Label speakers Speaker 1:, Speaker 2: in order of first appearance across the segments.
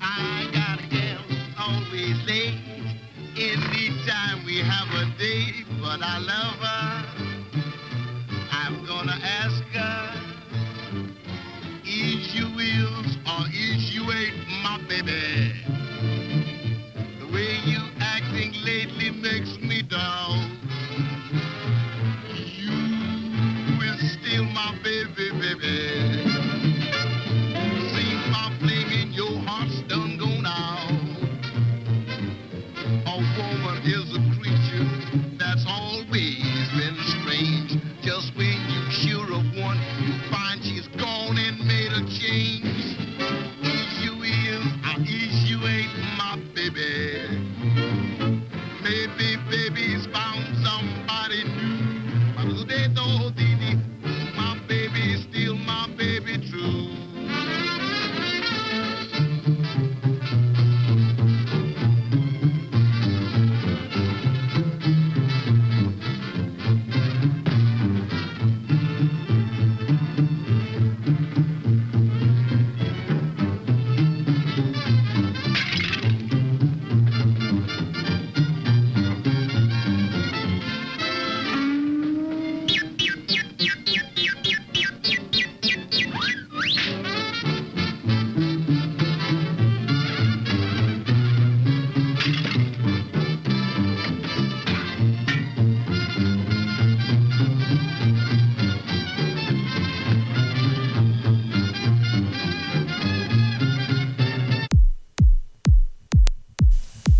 Speaker 1: I got a girl always late. Anytime we have a date, but I love her. I'm gonna ask her if she wills or if she wait, my baby. The way you acting lately makes me down. You will steal my baby, baby. Seems my flame in your heart's done gone out. A woman is a creature that's always been strange. Just when you're sure of one, you find she's gone and made a change. Issue is, I issue ain't my baby. Maybe baby's found somebody new. But who they know, dee dee, my baby is still my baby true.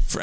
Speaker 2: For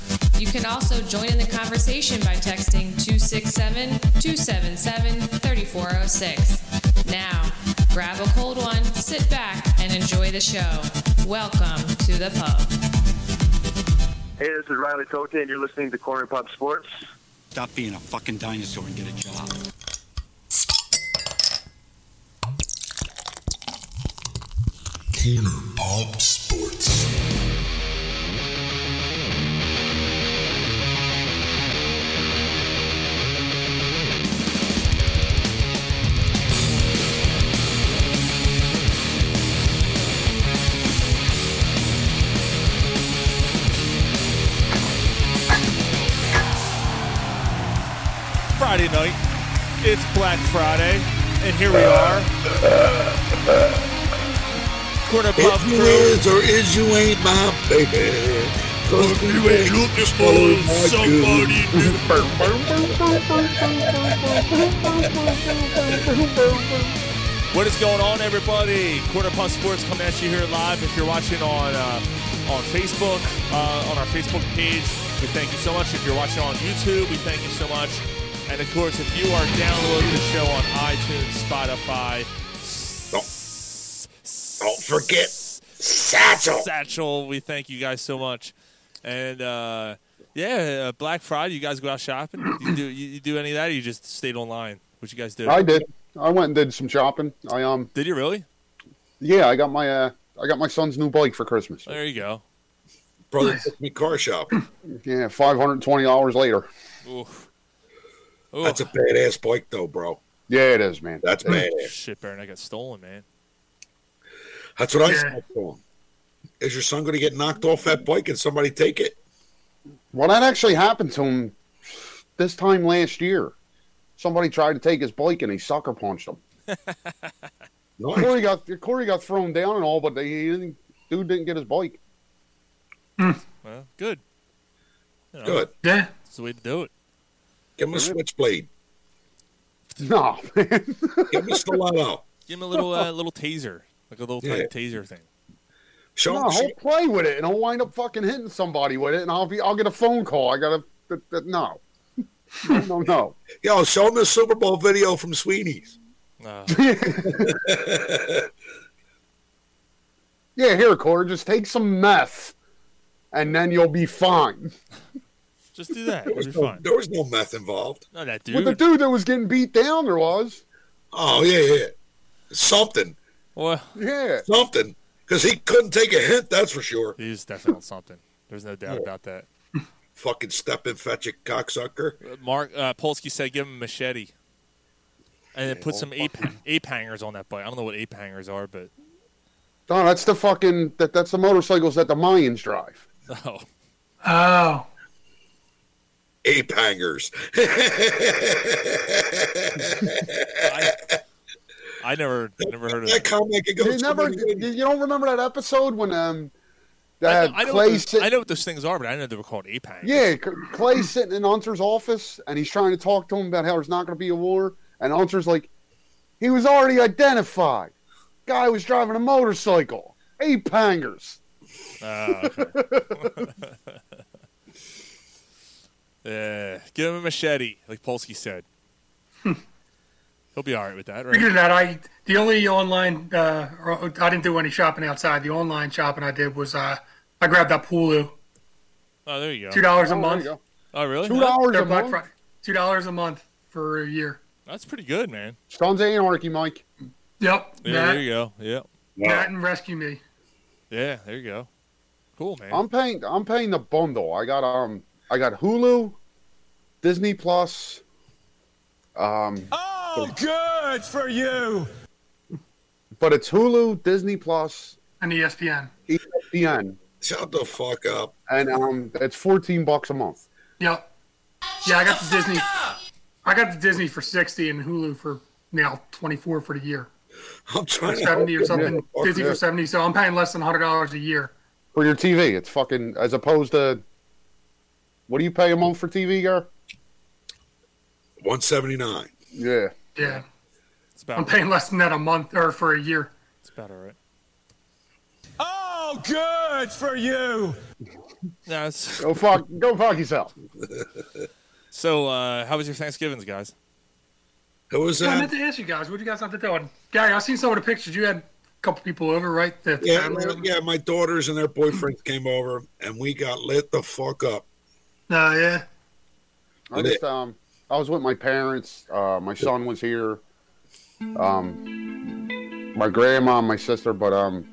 Speaker 3: You can also join in the conversation by texting 267 277 3406. Now, grab a cold one, sit back, and enjoy the show. Welcome to the pub.
Speaker 4: Hey, this is Riley Tote, and you're listening to Corner Pop Sports.
Speaker 5: Stop being a fucking dinosaur and get a job.
Speaker 6: Corner Pop Sports.
Speaker 7: Friday night. It's Black Friday, and here we are. Corner Pub
Speaker 6: If you
Speaker 7: Crew.
Speaker 6: is or is you ain't my baby. Cause you ain't looking for somebody
Speaker 7: What is going on, everybody? Corner Pub Sports coming at you here live. If you're watching on uh, on Facebook, uh, on our Facebook page, we thank you so much. If you're watching on YouTube, we thank you so much. And of course, if you are downloading the show on iTunes, Spotify,
Speaker 6: Don't forget Satchel.
Speaker 7: Satchel. We thank you guys so much. And uh, yeah, uh, Black Friday. You guys go out shopping? You do you, you do any of that? Or you just stayed online? What you guys do?
Speaker 8: I did. I went and did some shopping. I um
Speaker 7: Did you really?
Speaker 8: yeah, I got my uh I got my son's new bike for Christmas.
Speaker 9: Oh,
Speaker 7: There you go.
Speaker 6: Brother took me car shopping.
Speaker 8: Yeah, five hundred and twenty dollars later.
Speaker 7: Oof.
Speaker 6: That's a badass bike though, bro.
Speaker 8: Yeah, it is, man.
Speaker 6: That's badass.
Speaker 7: shit, Baron. I got stolen, man.
Speaker 6: That's what I said to him. Is your son going to get knocked off that bike and somebody take it?
Speaker 8: Well, that actually happened to him this time last year. Somebody tried to take his bike and he sucker punched him.
Speaker 6: No,
Speaker 8: Corey got Corey got thrown down and all, but they, he didn't, dude didn't get his bike.
Speaker 7: Well, good. You know,
Speaker 6: good.
Speaker 9: Yeah.
Speaker 7: That's the way to do it.
Speaker 6: Give him a switchblade.
Speaker 8: No, man.
Speaker 6: Give him a stiletto.
Speaker 7: Give him a little uh, little taser, like a little
Speaker 6: Yeah.
Speaker 7: tiny taser thing.
Speaker 6: Show
Speaker 8: no,
Speaker 6: him. show-
Speaker 8: I'll play with it and I'll wind up fucking hitting somebody with it, and I'll be I'll get a phone call. I gotta th- th- no, no, no, no.
Speaker 6: Yo, show him the Super Bowl video from Sweeney's.
Speaker 7: Uh,
Speaker 8: Yeah, here, Corey, just take some meth and then you'll be fine.
Speaker 7: Just do that.
Speaker 6: There was,
Speaker 7: You'll be
Speaker 6: no,
Speaker 7: fine.
Speaker 6: there was no meth involved.
Speaker 7: No, that
Speaker 8: With the
Speaker 7: dude.
Speaker 8: dude that was getting beat down, there was.
Speaker 6: Oh yeah, yeah, something,
Speaker 7: Well,
Speaker 8: Yeah.
Speaker 6: something, because he couldn't take a hint. That's for sure.
Speaker 7: he's definitely on something. There's no doubt about that.
Speaker 6: Fucking step and fetch it, cocksucker.
Speaker 7: Mark uh, Polsky said, "Give him a machete." And then put some ape, ape hangers on that bike. I don't know what ape hangers are, but
Speaker 8: No, that's the fucking that, that's the motorcycles that the Mayans drive.
Speaker 7: oh,
Speaker 9: Oh,
Speaker 6: Ape hangers.
Speaker 7: I, I never, never heard of
Speaker 6: that
Speaker 7: that.
Speaker 6: comic it
Speaker 8: You
Speaker 6: goes.
Speaker 8: never
Speaker 6: so many
Speaker 8: you,
Speaker 6: ways.
Speaker 8: you don't remember that episode when um
Speaker 7: I
Speaker 8: that
Speaker 7: know, I know what
Speaker 8: Clay
Speaker 7: those,
Speaker 8: sit-
Speaker 7: I know what those things are, but I didn't know they were called ape hangers.
Speaker 8: Yeah, C- Clay's sitting in Hunter's office and he's trying to talk to him about how there's not going to be a war. And Hunter's like, he was already identified. Guy was driving a motorcycle. Ape hangers.
Speaker 7: Oh, okay. yeah, give Eh, him a machete, like Polsky said. He'll be all right with that,
Speaker 9: figure
Speaker 7: right?
Speaker 9: Hmm. that I the only online uh, or- I didn't do any shopping outside. The online shopping I did was uh, I grabbed up Hulu,
Speaker 7: Oh, there you
Speaker 9: two
Speaker 7: go.
Speaker 9: dollars a
Speaker 8: Oh, there
Speaker 9: month.
Speaker 8: you go.
Speaker 7: Oh, really?
Speaker 8: Two dollars
Speaker 9: Their
Speaker 8: a
Speaker 9: Black
Speaker 8: month.
Speaker 9: Friday, two dollars a month for a year.
Speaker 7: That's pretty good, man.
Speaker 8: Sons of Anarchy, Mike.
Speaker 9: Yep,
Speaker 7: Yeah,
Speaker 9: that,
Speaker 7: there you go. Yeah,
Speaker 9: that and Rescue Me.
Speaker 7: yeah, there you go. Cool, man.
Speaker 8: I'm paying. I'm paying the bundle. I got um. I got Hulu, Disney Plus. Um,
Speaker 10: Oh, good for you.
Speaker 8: but it's Hulu, Disney Plus, E
Speaker 9: and E ESPN.
Speaker 8: ESPN,
Speaker 6: Shut the fuck up.
Speaker 8: and um, it's fourteen bucks a month.
Speaker 9: Yep. Yeah, I got the Disney. I got the Disney for sixty and Hulu for now twenty four for the year,
Speaker 6: I'm trying to
Speaker 9: seventy or something.
Speaker 6: Yeah.
Speaker 9: Disney
Speaker 8: Yeah.
Speaker 9: for seventy, so I'm paying less than hundred dollars a year.
Speaker 8: for your TV. It's fucking as opposed to what do you pay a month for TV, Gar?
Speaker 6: 179.
Speaker 8: Yeah,
Speaker 9: Yeah,
Speaker 7: It's
Speaker 9: I'm
Speaker 7: about,
Speaker 9: paying less than that a month or for a year.
Speaker 7: it's about all right.
Speaker 10: Oh, good for you.
Speaker 7: No, it's-
Speaker 8: go fuck, go fuck yourself.
Speaker 7: so, uh, how was your Thanksgivings, guys?
Speaker 6: Who was
Speaker 9: Yeah, I meant
Speaker 6: that?
Speaker 9: to ask you guys, what do you guys have to do? And Gary, I seen some of the pictures. You had a couple people over, right? The
Speaker 6: Yeah,
Speaker 9: family
Speaker 6: my-
Speaker 9: over.
Speaker 6: yeah, my daughters and their boyfriends came over and we got lit the fuck up.
Speaker 9: No, yeah.
Speaker 8: I just um, I was with my parents. Uh, my son was here. Um, my grandma, and my sister, but um,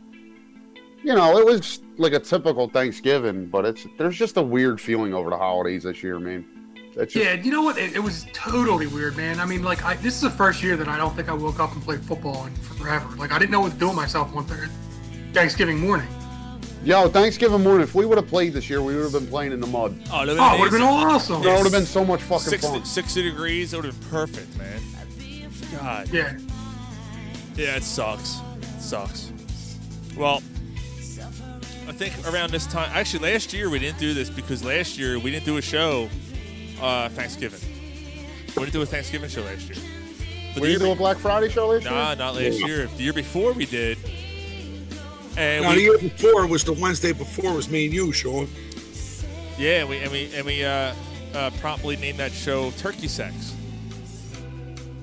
Speaker 8: you know, it was like a typical Thanksgiving, but it's there's just a weird feeling over the holidays this year, man. It's just,
Speaker 9: Yeah, you know what? It, it was totally weird, man. I mean, like, I, this is the first year that I don't think I woke up and played football in forever. Like, I didn't know what to do with myself one thir- Thanksgiving morning.
Speaker 8: Yo, Thanksgiving morning. If we would have played this year, we would have been playing in the mud.
Speaker 7: Oh, it
Speaker 9: Oh, it would have been awesome.
Speaker 8: That would have been so much fucking
Speaker 7: 60,
Speaker 8: fun.
Speaker 7: 60 degrees. It would have been perfect, man. God.
Speaker 9: Yeah.
Speaker 7: Yeah, it sucks. It sucks. Well, I think around this time, actually, last year we didn't do this because last year we didn't do a show uh, Thanksgiving. We didn't do a Thanksgiving show last year. But
Speaker 8: Were
Speaker 7: the year
Speaker 8: you doing Black Friday show this
Speaker 7: be-
Speaker 8: year?
Speaker 7: nah, not last year. The year before we did. And
Speaker 6: Now, the
Speaker 7: we,
Speaker 6: year before was the Wednesday before was me and you, Sean.
Speaker 7: yeah, we and we and we uh, uh, promptly named that show Turkey Sex,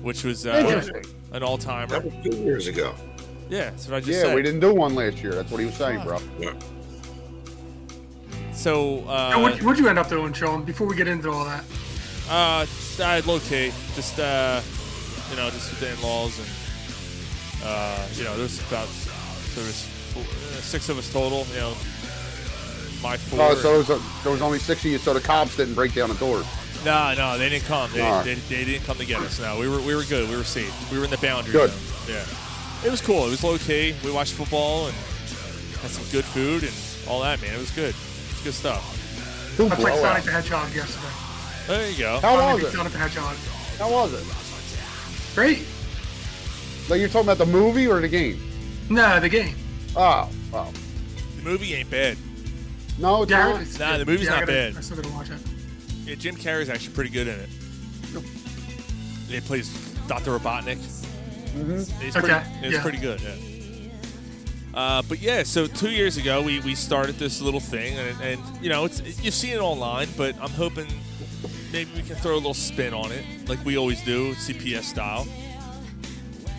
Speaker 7: which was uh,
Speaker 8: Interesting.
Speaker 7: an all-timer.
Speaker 6: That was two years ago.
Speaker 7: Yeah, that's what I just
Speaker 8: Yeah,
Speaker 7: said.
Speaker 8: we didn't do one last year. That's what he was saying, bro.
Speaker 6: Yeah.
Speaker 7: So uh,
Speaker 9: And what, what'd you end up doing, Sean, before we get into all that?
Speaker 7: Uh, I locate just uh, you know, just with the in-laws and uh, you know, there's about there was four, uh, six of us total. You know, my four.
Speaker 8: Oh, so there was, a, there was only six of you, so the cops didn't break down the doors.
Speaker 7: no, no, they didn't come. They,
Speaker 8: Alright.
Speaker 7: they, they didn't come to get us. No, we were we were good. We were safe. We were in the boundary.
Speaker 8: Good.
Speaker 7: you know. Yeah, it was cool. It was low key. We watched football and had some good food and all that. Man, it was good. It's good stuff.
Speaker 8: Two
Speaker 9: I played Sonic
Speaker 8: blowouts.
Speaker 9: the Hedgehog yesterday.
Speaker 7: There you go.
Speaker 8: How
Speaker 9: I
Speaker 8: was
Speaker 9: beat
Speaker 8: it?
Speaker 9: Sonic the Hedgehog.
Speaker 8: How was it?
Speaker 9: Great.
Speaker 8: Like you're talking about the movie or the game?
Speaker 9: No, the game.
Speaker 8: Oh, oh.
Speaker 7: The movie ain't bad.
Speaker 8: No, it's
Speaker 9: Yeah,
Speaker 8: not.
Speaker 9: it's-
Speaker 7: Nah, the movie's
Speaker 9: yeah, I
Speaker 7: not
Speaker 9: gotta-
Speaker 7: bad.
Speaker 9: I still gotta watch it.
Speaker 7: Yeah, Jim Carrey's actually pretty good in it. He plays Dr. Robotnik. Mm-hmm. It's,
Speaker 9: Okay,
Speaker 7: pretty, it's
Speaker 9: yeah.
Speaker 7: pretty good. Yeah. Uh, but yeah, so two years ago we, we started this little thing, and, and you know it's you've seen it online, but I'm hoping maybe we can throw a little spin on it, like we always do, CPS style.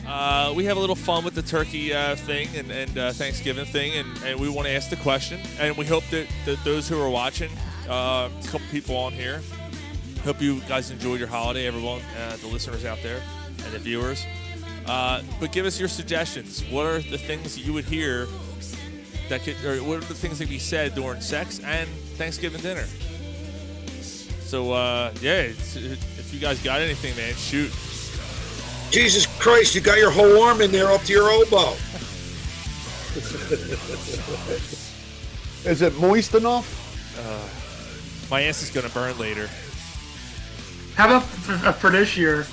Speaker 7: Uh, we have a little fun with the turkey uh, thing and, and uh, Thanksgiving thing, and, and we want to ask the question. And we hope that, that those who are watching, uh, a couple people on here, hope you guys enjoyed your holiday, everyone, uh, the listeners out there and the viewers. Uh, but give us your suggestions. What are the things that you would hear that could, or what are the things that could be said during sex and Thanksgiving dinner? So, uh, yeah, it's, if you guys got anything, man, shoot.
Speaker 6: Jesus Christ, you got your whole arm in there up to your elbow.
Speaker 8: Is it moist enough?
Speaker 7: Uh, my ass is gonna burn later.
Speaker 9: How about for, for this year?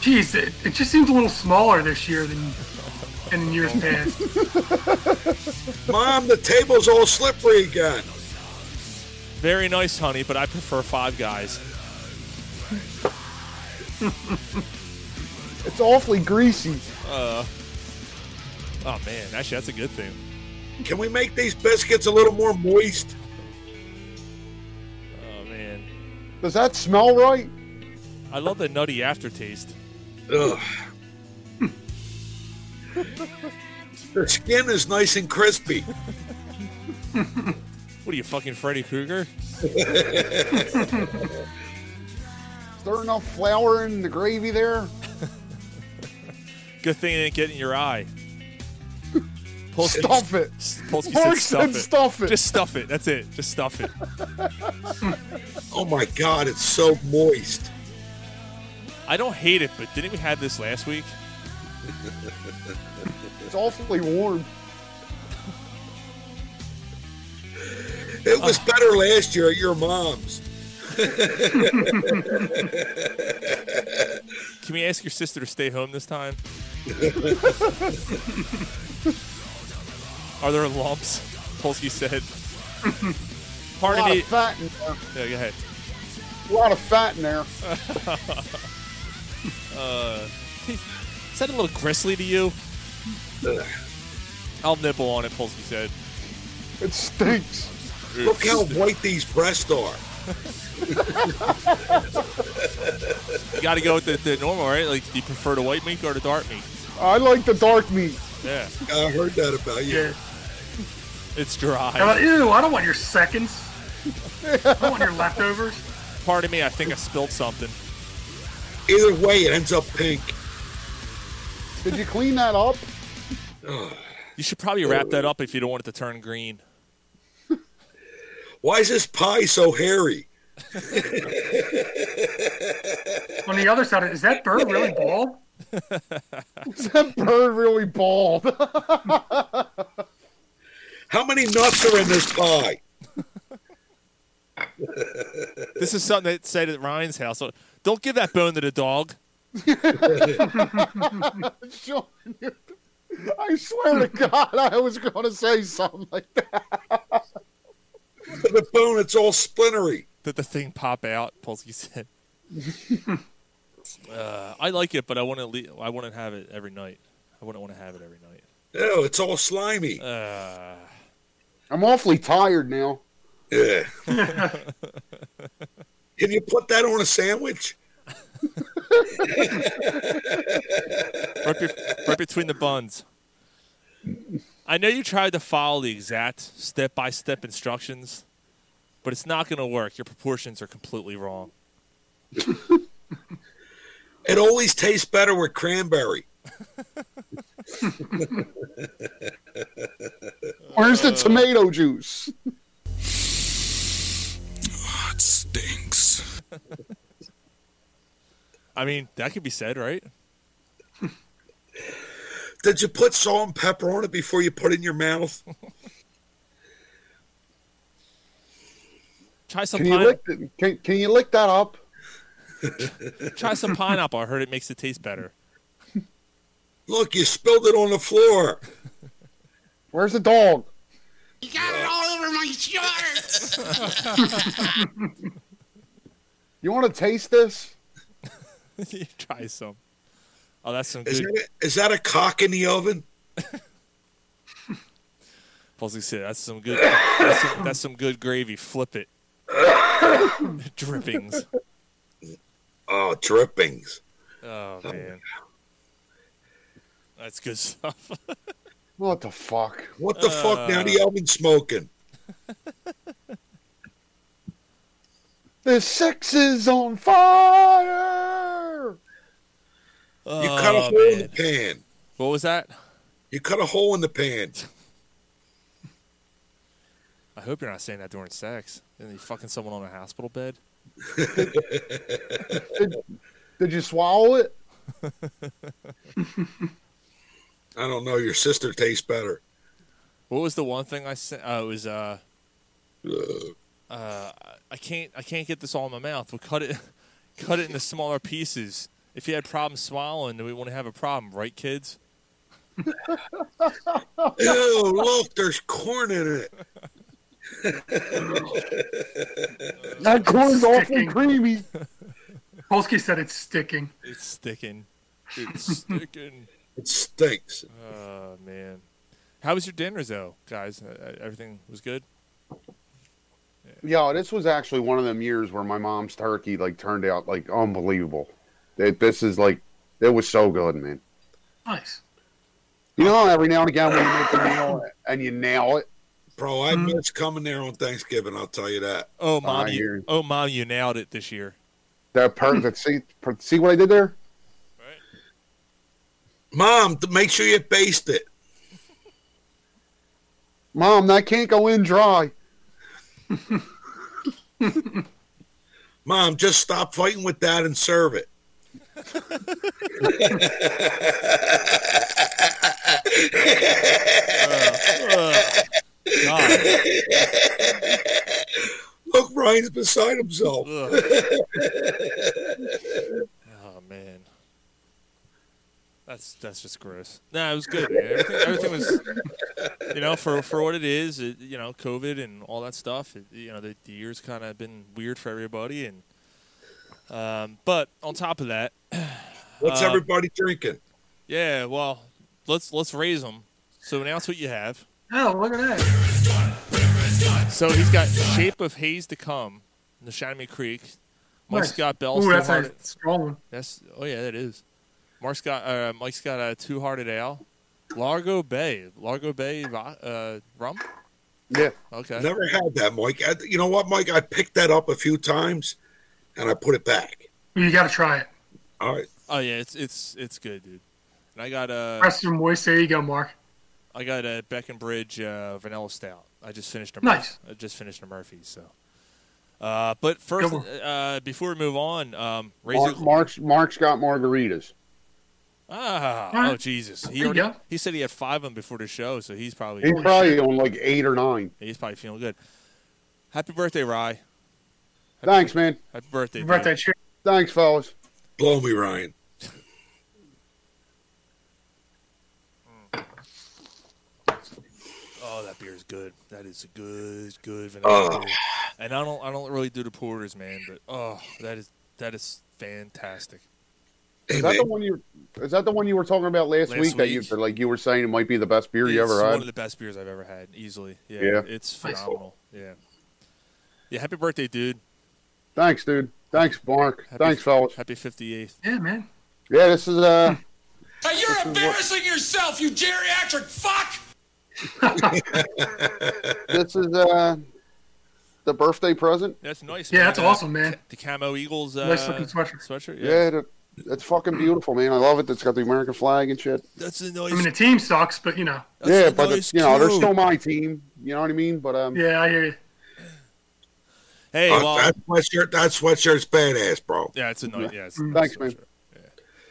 Speaker 9: Geez, it, it just seems a little smaller this year than, than in years past.
Speaker 6: Mom, the table's all slippery again.
Speaker 7: Very nice, honey, but I prefer Five Guys.
Speaker 8: It's awfully greasy.
Speaker 7: Uh, oh man, actually, that's a good thing.
Speaker 6: Can we make these biscuits a little more moist?
Speaker 7: Oh man,
Speaker 8: Does that smell right?
Speaker 7: I love the nutty aftertaste.
Speaker 6: Ugh. the skin is nice and crispy.
Speaker 7: What are you fucking Freddy Krueger?
Speaker 8: Is there enough flour in the gravy there?
Speaker 7: Good thing it didn't get in your eye.
Speaker 8: Stuff it.
Speaker 7: Polsky said
Speaker 8: Mark
Speaker 7: stuff
Speaker 8: said
Speaker 7: it.
Speaker 8: stuff it.
Speaker 7: Just stuff it. That's it. Just stuff it.
Speaker 6: Oh my God, it's so moist.
Speaker 7: I don't hate it, but didn't we have this last week?
Speaker 8: It's awfully warm.
Speaker 6: It was better last year at your mom's.
Speaker 7: Can we ask your sister to stay home this time? Are there lumps? Polsky said.
Speaker 8: A
Speaker 7: Pardon
Speaker 8: lot
Speaker 7: me.
Speaker 8: of fat in there.
Speaker 7: yeah, go ahead.
Speaker 8: A lot of fat in there.
Speaker 7: Uh, is that a little gristly to you? I'll nipple on it, Polsky said.
Speaker 8: It stinks.
Speaker 6: Look how white these breasts are.
Speaker 7: You got to go with the, the normal, right? Like, do you prefer the white meat or the dark meat?
Speaker 8: I like the dark meat.
Speaker 7: Yeah,
Speaker 6: I heard that about you.
Speaker 9: Yeah.
Speaker 7: it's
Speaker 9: How about,
Speaker 7: dry.
Speaker 9: Ew, I don't want your seconds. I don't want your leftovers.
Speaker 7: Pardon me, I think I spilled something.
Speaker 6: Either way, it ends up pink.
Speaker 8: Did you clean that up?
Speaker 7: You should probably wrap that up if you don't want it to turn green.
Speaker 6: Why is this pie so hairy?
Speaker 9: On the other side, is that bird really bald?
Speaker 8: Is that bird really bald?
Speaker 6: How many nuts are in this pie?
Speaker 7: This is something that said at Ryan's house. So Don't give that bone to the dog.
Speaker 8: Sean, you- I swear to God, I was going to say something like that.
Speaker 6: The bone, it's all splintery.
Speaker 7: Let the thing pop out. Polsky said. uh, I like it, but I wouldn't. Le- I wouldn't have it every night. I wouldn't want to have it every night.
Speaker 6: Oh, it's all slimy.
Speaker 8: I'm awfully tired now.
Speaker 6: Yeah. Can you put that on a sandwich?
Speaker 7: Right, be- right between the buns. I know you tried to follow the exact step-by-step instructions, but it's not going to work. Your proportions are completely wrong.
Speaker 6: It always tastes better with cranberry.
Speaker 8: Where's the tomato juice?
Speaker 1: It stinks.
Speaker 7: I mean, that could be said, right?
Speaker 6: Did you put salt and pepper on it before you put it in your mouth?
Speaker 7: Try some
Speaker 8: Can you
Speaker 7: pineapple.
Speaker 8: lick? The, can, can you lick that up?
Speaker 7: Try some pineapple. I heard it makes it taste better.
Speaker 6: Look, you spilled it on the floor.
Speaker 8: Where's the dog?
Speaker 1: You got it all over my shorts.
Speaker 8: You want to taste this?
Speaker 7: you try some. Oh, that's some
Speaker 6: Is
Speaker 7: good.
Speaker 6: that, is that a cock in the oven?
Speaker 7: Pulsing said, "That's some good. That's some, that's some good gravy. Flip it. Drippings.
Speaker 6: Oh, drippings.
Speaker 7: Oh man. That's good stuff.
Speaker 8: What the fuck?
Speaker 6: What the fuck? Now
Speaker 7: Ah.
Speaker 6: the album's smoking.
Speaker 8: The sex is on fire.
Speaker 6: You cut a
Speaker 7: Oh,
Speaker 6: hole in the
Speaker 7: man.
Speaker 6: pan.
Speaker 7: What was that?
Speaker 6: You cut a hole in the pan.
Speaker 7: I hope you're not saying that during sex. And you fucking someone on a hospital bed.
Speaker 8: Did, did you swallow it?
Speaker 6: I don't know. Your sister tastes better.
Speaker 7: What was the one thing I sent? Uh, it was uh, uh, I can't I can't get this all in my mouth. We'll cut it, cut it into smaller pieces. If you had problems swallowing, then we wouldn't have a problem, right, kids?
Speaker 6: Ew, look, there's corn in it.
Speaker 8: That corn's awfully
Speaker 9: Sticking.
Speaker 8: creamy.
Speaker 9: Polsky said it's sticking.
Speaker 7: It's sticking. It's sticking.
Speaker 6: It stinks.
Speaker 7: Oh man, how was your dinner though, guys? Uh, Everything was good.
Speaker 8: Yo, this was actually one of them years where my mom's turkey like turned out like unbelievable. It, this is like it was so good, man.
Speaker 9: Nice.
Speaker 8: You know, how every now and again when you make a meal and you nail it.
Speaker 6: Bro, I miss coming there on Thanksgiving, I'll tell you that.
Speaker 7: Oh mom,
Speaker 8: I hear
Speaker 7: you,
Speaker 8: you.
Speaker 7: oh mom, you nailed it this year.
Speaker 8: That perfect. see, per- see what I did there?
Speaker 6: Mom, th- make sure you baste it.
Speaker 8: Mom, that can't go in dry.
Speaker 6: Mom, just stop fighting with that and serve it.
Speaker 7: God,
Speaker 6: Look, Ryan's beside himself.
Speaker 7: oh man, that's that's just gross. Nah, it was good. Man. Everything, everything was, you know, for for what it is. It, you know, COVID and all that stuff. It, you know, the, the year's kind of been weird for everybody. And um, but on top of that,
Speaker 6: What's
Speaker 7: Uh,
Speaker 6: everybody drinking?
Speaker 7: yeah. Well, let's let's raise them. So announce what you have.
Speaker 9: Oh, look at that.
Speaker 7: So he's got Shape of Haze to Come, Neshaminy Creek. Mike's
Speaker 9: nice.
Speaker 7: got Bell
Speaker 9: Ooh,
Speaker 7: Still
Speaker 9: that's
Speaker 7: Hearted.
Speaker 9: a strong one.
Speaker 7: That's oh yeah, that is. Mark's got uh, Mike's got a Two Hearted Ale, Largo Bay, Largo Bay ro- uh, rum.
Speaker 8: Yeah.
Speaker 7: Okay,
Speaker 6: Never had that, Mike. I, you know what, Mike? I picked that up a few times and I put it back.
Speaker 9: You got to try it.
Speaker 6: All right.
Speaker 7: oh yeah, it's it's it's good, dude. And I got uh,
Speaker 9: Rest of them moist. There you go, Mark.
Speaker 7: I got a Beckenbridge uh, Vanilla Stout. I just finished a
Speaker 9: Nice.
Speaker 7: I just finished a Murphy's. So, uh, but first,
Speaker 9: Good one.
Speaker 7: uh, before we move on, um, Razor.
Speaker 8: Mark, Mark's Mark's got margaritas.
Speaker 7: Ah,
Speaker 9: All right.
Speaker 7: oh Jesus! He
Speaker 9: There you
Speaker 7: already,
Speaker 9: go.
Speaker 7: he said he had five of them before the show, so he's probably
Speaker 8: He's probably on like eight or nine.
Speaker 7: He's probably feeling good. Happy birthday, Rye.
Speaker 8: Thanks, man.
Speaker 7: Happy birthday.
Speaker 9: Right
Speaker 7: dude.
Speaker 9: that shit.
Speaker 8: Thanks, fellas.
Speaker 6: Blow me, Ryan.
Speaker 7: Oh, that beer is good. That is a good, good vanilla beer. And I don't, I don't really do the porters, man. But oh, that is, that is fantastic.
Speaker 6: Hey,
Speaker 8: Is that the
Speaker 6: man,
Speaker 8: one you? Is that the one you were talking about last,
Speaker 7: Last
Speaker 8: week, that you
Speaker 7: week.
Speaker 8: like? You were saying it might be the best beer you
Speaker 7: it's
Speaker 8: ever
Speaker 7: one
Speaker 8: had.
Speaker 7: of the best beers I've ever had, easily. Yeah,
Speaker 8: Yeah.
Speaker 7: it's phenomenal. Yeah, yeah. Happy birthday, dude.
Speaker 8: Thanks, dude. Thanks, Mark.
Speaker 7: Happy,
Speaker 8: Thanks, fellas.
Speaker 7: Happy fifty eighth.
Speaker 9: Yeah, man.
Speaker 8: Yeah, this is uh.
Speaker 10: you're embarrassing yourself, you geriatric fuck!
Speaker 8: this is uh the birthday present.
Speaker 7: That's nice.
Speaker 9: Yeah,
Speaker 7: man.
Speaker 9: that's
Speaker 7: Uh,
Speaker 9: awesome, man.
Speaker 7: The camo Eagles. Uh,
Speaker 9: Nice looking sweatshirt.
Speaker 7: Sweatshirt. Yeah.
Speaker 8: Yeah, that, that's fucking beautiful, man. I love it. It's got the American flag and shit.
Speaker 7: That's a
Speaker 9: I mean,
Speaker 7: nice.
Speaker 9: the team sucks, but you know.
Speaker 7: That's
Speaker 8: yeah,
Speaker 7: a
Speaker 8: but
Speaker 7: nice
Speaker 8: it's you know they're
Speaker 7: coat.
Speaker 8: still my team. You know what I mean? But um,
Speaker 9: Yeah, I hear you.
Speaker 7: Hey,
Speaker 6: uh,
Speaker 7: well,
Speaker 6: that sweatshirt, that sweatshirt's badass, bro.
Speaker 7: Yeah, it's a nice. Yeah,
Speaker 9: Mm.
Speaker 7: it's a nice
Speaker 8: Thanks,
Speaker 7: sweatshirt.
Speaker 8: man.
Speaker 7: Yeah.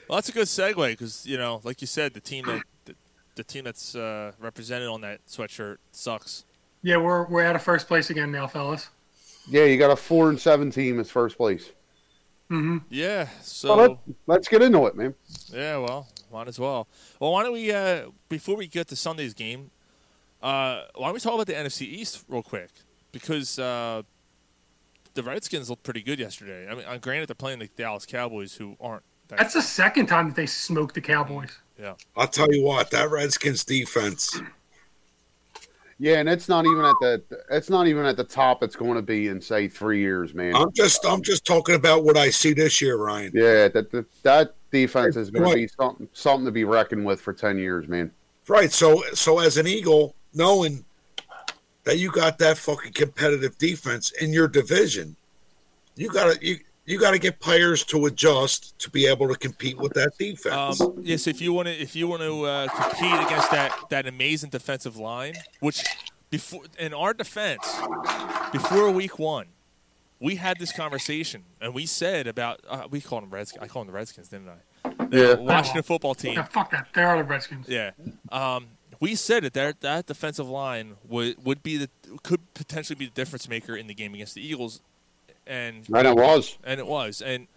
Speaker 7: Well, that's a good segue because you know, like you said, the team that the, the team that's uh, represented on that sweatshirt sucks.
Speaker 9: Yeah, we're we're out of first place again now, fellas.
Speaker 8: yeah, you got a four and seven team as first place.
Speaker 7: Yeah. So
Speaker 8: But let, let's get into it, man.
Speaker 7: yeah, well, might as well. Well, why don't we uh, before we get to Sunday's game, uh, why don't we talk about the NFC East real quick because uh, the Redskins looked pretty good yesterday. I mean, uh, granted, they're playing the Dallas Cowboys, who aren't. That,
Speaker 9: That's the second time that they smoked the Cowboys.
Speaker 7: yeah.
Speaker 6: I'll tell you what, that Redskins defense,
Speaker 8: Yeah, and it's not even at the it's not even at the top. It's going to be in say three years, man.
Speaker 6: I'm just I'm just talking about what I see this year, Ryan.
Speaker 8: Yeah, that that, that defense is going
Speaker 6: Right.
Speaker 8: to be something, something to be reckoned with for 10 years, man.
Speaker 6: Right. So so as an Eagle, knowing that you got that fucking competitive defense in your division, you gotta you you gotta get players to adjust to be able to compete with that defense.
Speaker 7: Um, yes, if you want to, if you want to uh, compete against that that amazing defensive line, which before in our defense, before week one, we had this conversation and we said about uh, we called them Redskins. I called them the Redskins, didn't I? The
Speaker 9: Yeah.
Speaker 7: Washington football team.
Speaker 9: Yeah, fuck that. They're all the Redskins.
Speaker 7: Yeah. Um, we said that that, that defensive line would would be the could potentially be the difference maker in the game against the Eagles, and
Speaker 8: And it was.
Speaker 7: and it was, and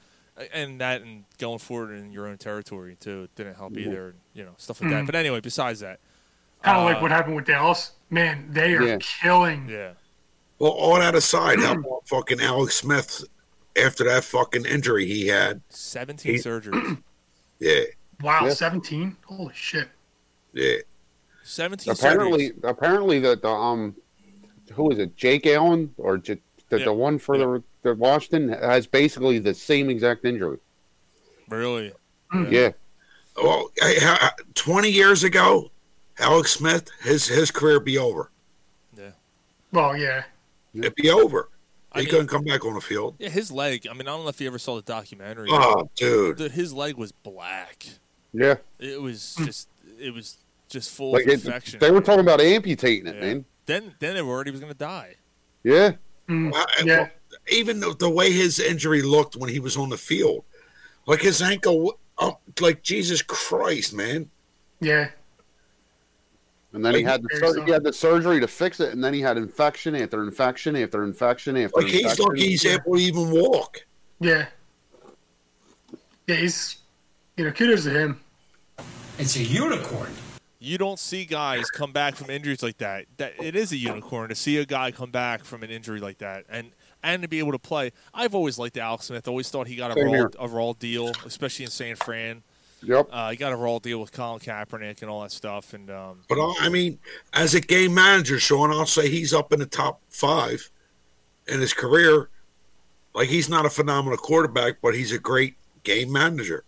Speaker 7: and that and going forward in your own territory too didn't help
Speaker 9: Mhm.
Speaker 7: either, you know, stuff like that.
Speaker 9: Mhm.
Speaker 7: But anyway, besides that,
Speaker 9: Kind of
Speaker 7: uh,
Speaker 9: like what happened with Dallas. Man, they are
Speaker 6: Yeah.
Speaker 9: killing.
Speaker 7: Yeah.
Speaker 6: Well, all that aside, how about fucking Alex Smith after that fucking injury he had?
Speaker 7: Seventeen surgeries.
Speaker 6: Yeah,
Speaker 9: Wow,
Speaker 8: Yeah.
Speaker 9: 17? Holy shit.
Speaker 6: yeah.
Speaker 7: 17
Speaker 8: Apparently, apparently that the um, who is it? Jake Allen or J- the,
Speaker 7: Yeah.
Speaker 8: the one for the, the Washington has basically the same exact injury.
Speaker 7: Really? Mm.
Speaker 8: Yeah.
Speaker 6: Well, hey, how- twenty years ago, Alex Smith his his career be over.
Speaker 9: Well, yeah.
Speaker 6: It'd be over.
Speaker 7: I
Speaker 6: he
Speaker 7: mean-
Speaker 6: couldn't come back on the field.
Speaker 7: Yeah, his leg. I mean, I don't know if you ever saw the documentary.
Speaker 6: Oh, dude.
Speaker 7: The- his leg was black.
Speaker 8: Yeah.
Speaker 7: It was just, it was just full
Speaker 8: Like
Speaker 7: of
Speaker 8: it,
Speaker 7: infection.
Speaker 8: they were talking about amputating it,
Speaker 7: Yeah.
Speaker 8: man.
Speaker 7: Then, then they were already was going to die.
Speaker 8: Yeah.
Speaker 6: Well, I- well, even the, the way his injury looked when he was on the field, like his ankle, oh, like Jesus Christ, man.
Speaker 9: Yeah.
Speaker 8: And then he had the
Speaker 6: Very
Speaker 8: sur-
Speaker 6: soft.
Speaker 8: he had the surgery to fix it, and then he had infection after infection after infection after
Speaker 6: Like
Speaker 8: infection.
Speaker 6: he's like he's able to even walk.
Speaker 9: Yeah. Yeah, he's, you know, kudos to him.
Speaker 7: It's a unicorn. You don't see guys come back from injuries like that. That it is a unicorn to see a guy come back from an injury like that and and to be able to play. I've always liked Alex Smith. Always thought he got a
Speaker 8: Same
Speaker 7: raw,
Speaker 8: here.
Speaker 7: a raw deal, especially in San Fran.
Speaker 8: Yep.
Speaker 7: Uh, he got a raw deal with Colin Kaepernick and all that stuff. And um,
Speaker 6: But I, I mean, as a game manager, Sean, I'll say he's up in the top five in his career. Like he's not a phenomenal quarterback, but he's a great game manager.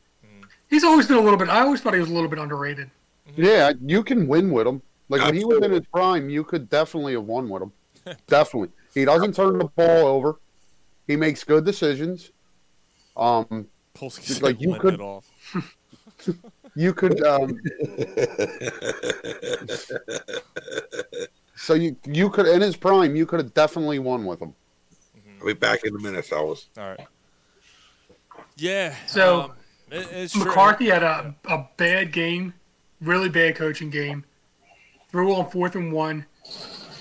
Speaker 9: He's always been a little bit, I always thought he was a little bit underrated.
Speaker 8: Yeah, you can win with him. Like when he was in his prime, you could definitely have won with him. definitely. He doesn't turn the ball over. He makes good decisions. Um,
Speaker 7: Polsky
Speaker 8: like you
Speaker 7: went
Speaker 8: could,
Speaker 7: it off.
Speaker 8: you could. Um, so you you could in his prime, you could have definitely won with him.
Speaker 6: I'll be back in a minute, fellas.
Speaker 7: All right. Yeah.
Speaker 9: So,
Speaker 7: um, it- it's true.
Speaker 9: McCarthy had a, a bad game, really bad coaching game. Threw on fourth and one.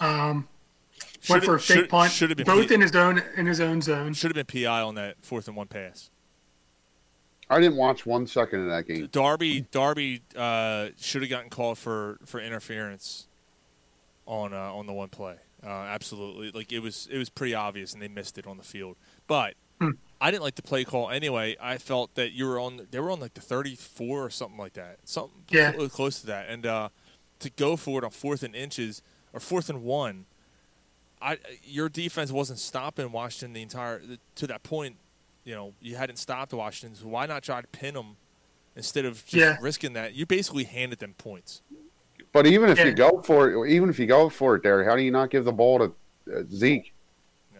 Speaker 9: Um,
Speaker 7: Should've-
Speaker 9: went for a fake
Speaker 7: should-
Speaker 9: punt.
Speaker 7: should've been
Speaker 9: both
Speaker 7: Pete.
Speaker 9: in his own in his own zone.
Speaker 7: Should have been PI on that fourth and one pass.
Speaker 8: I didn't watch one second of that game.
Speaker 7: Darby Darby uh, should have gotten called for, for interference on uh, on the one play. Uh, absolutely, like it was it was pretty obvious, and they missed it on the field. But I didn't like the play call anyway. I felt that you were on they were on like the thirty four or something like that, something
Speaker 9: Yeah.
Speaker 7: clo- close to that, and uh, to go for it on fourth and inches or fourth and one. I your defense wasn't stopping Washington the entire to that point. You know you hadn't stopped Washington, so why not try to pin them instead of just
Speaker 9: Yeah.
Speaker 7: risking that? You basically handed them points.
Speaker 8: But even if
Speaker 9: Yeah.
Speaker 8: you go for it, even if you go for it, Derry, how do you not give the ball to uh, Zeke?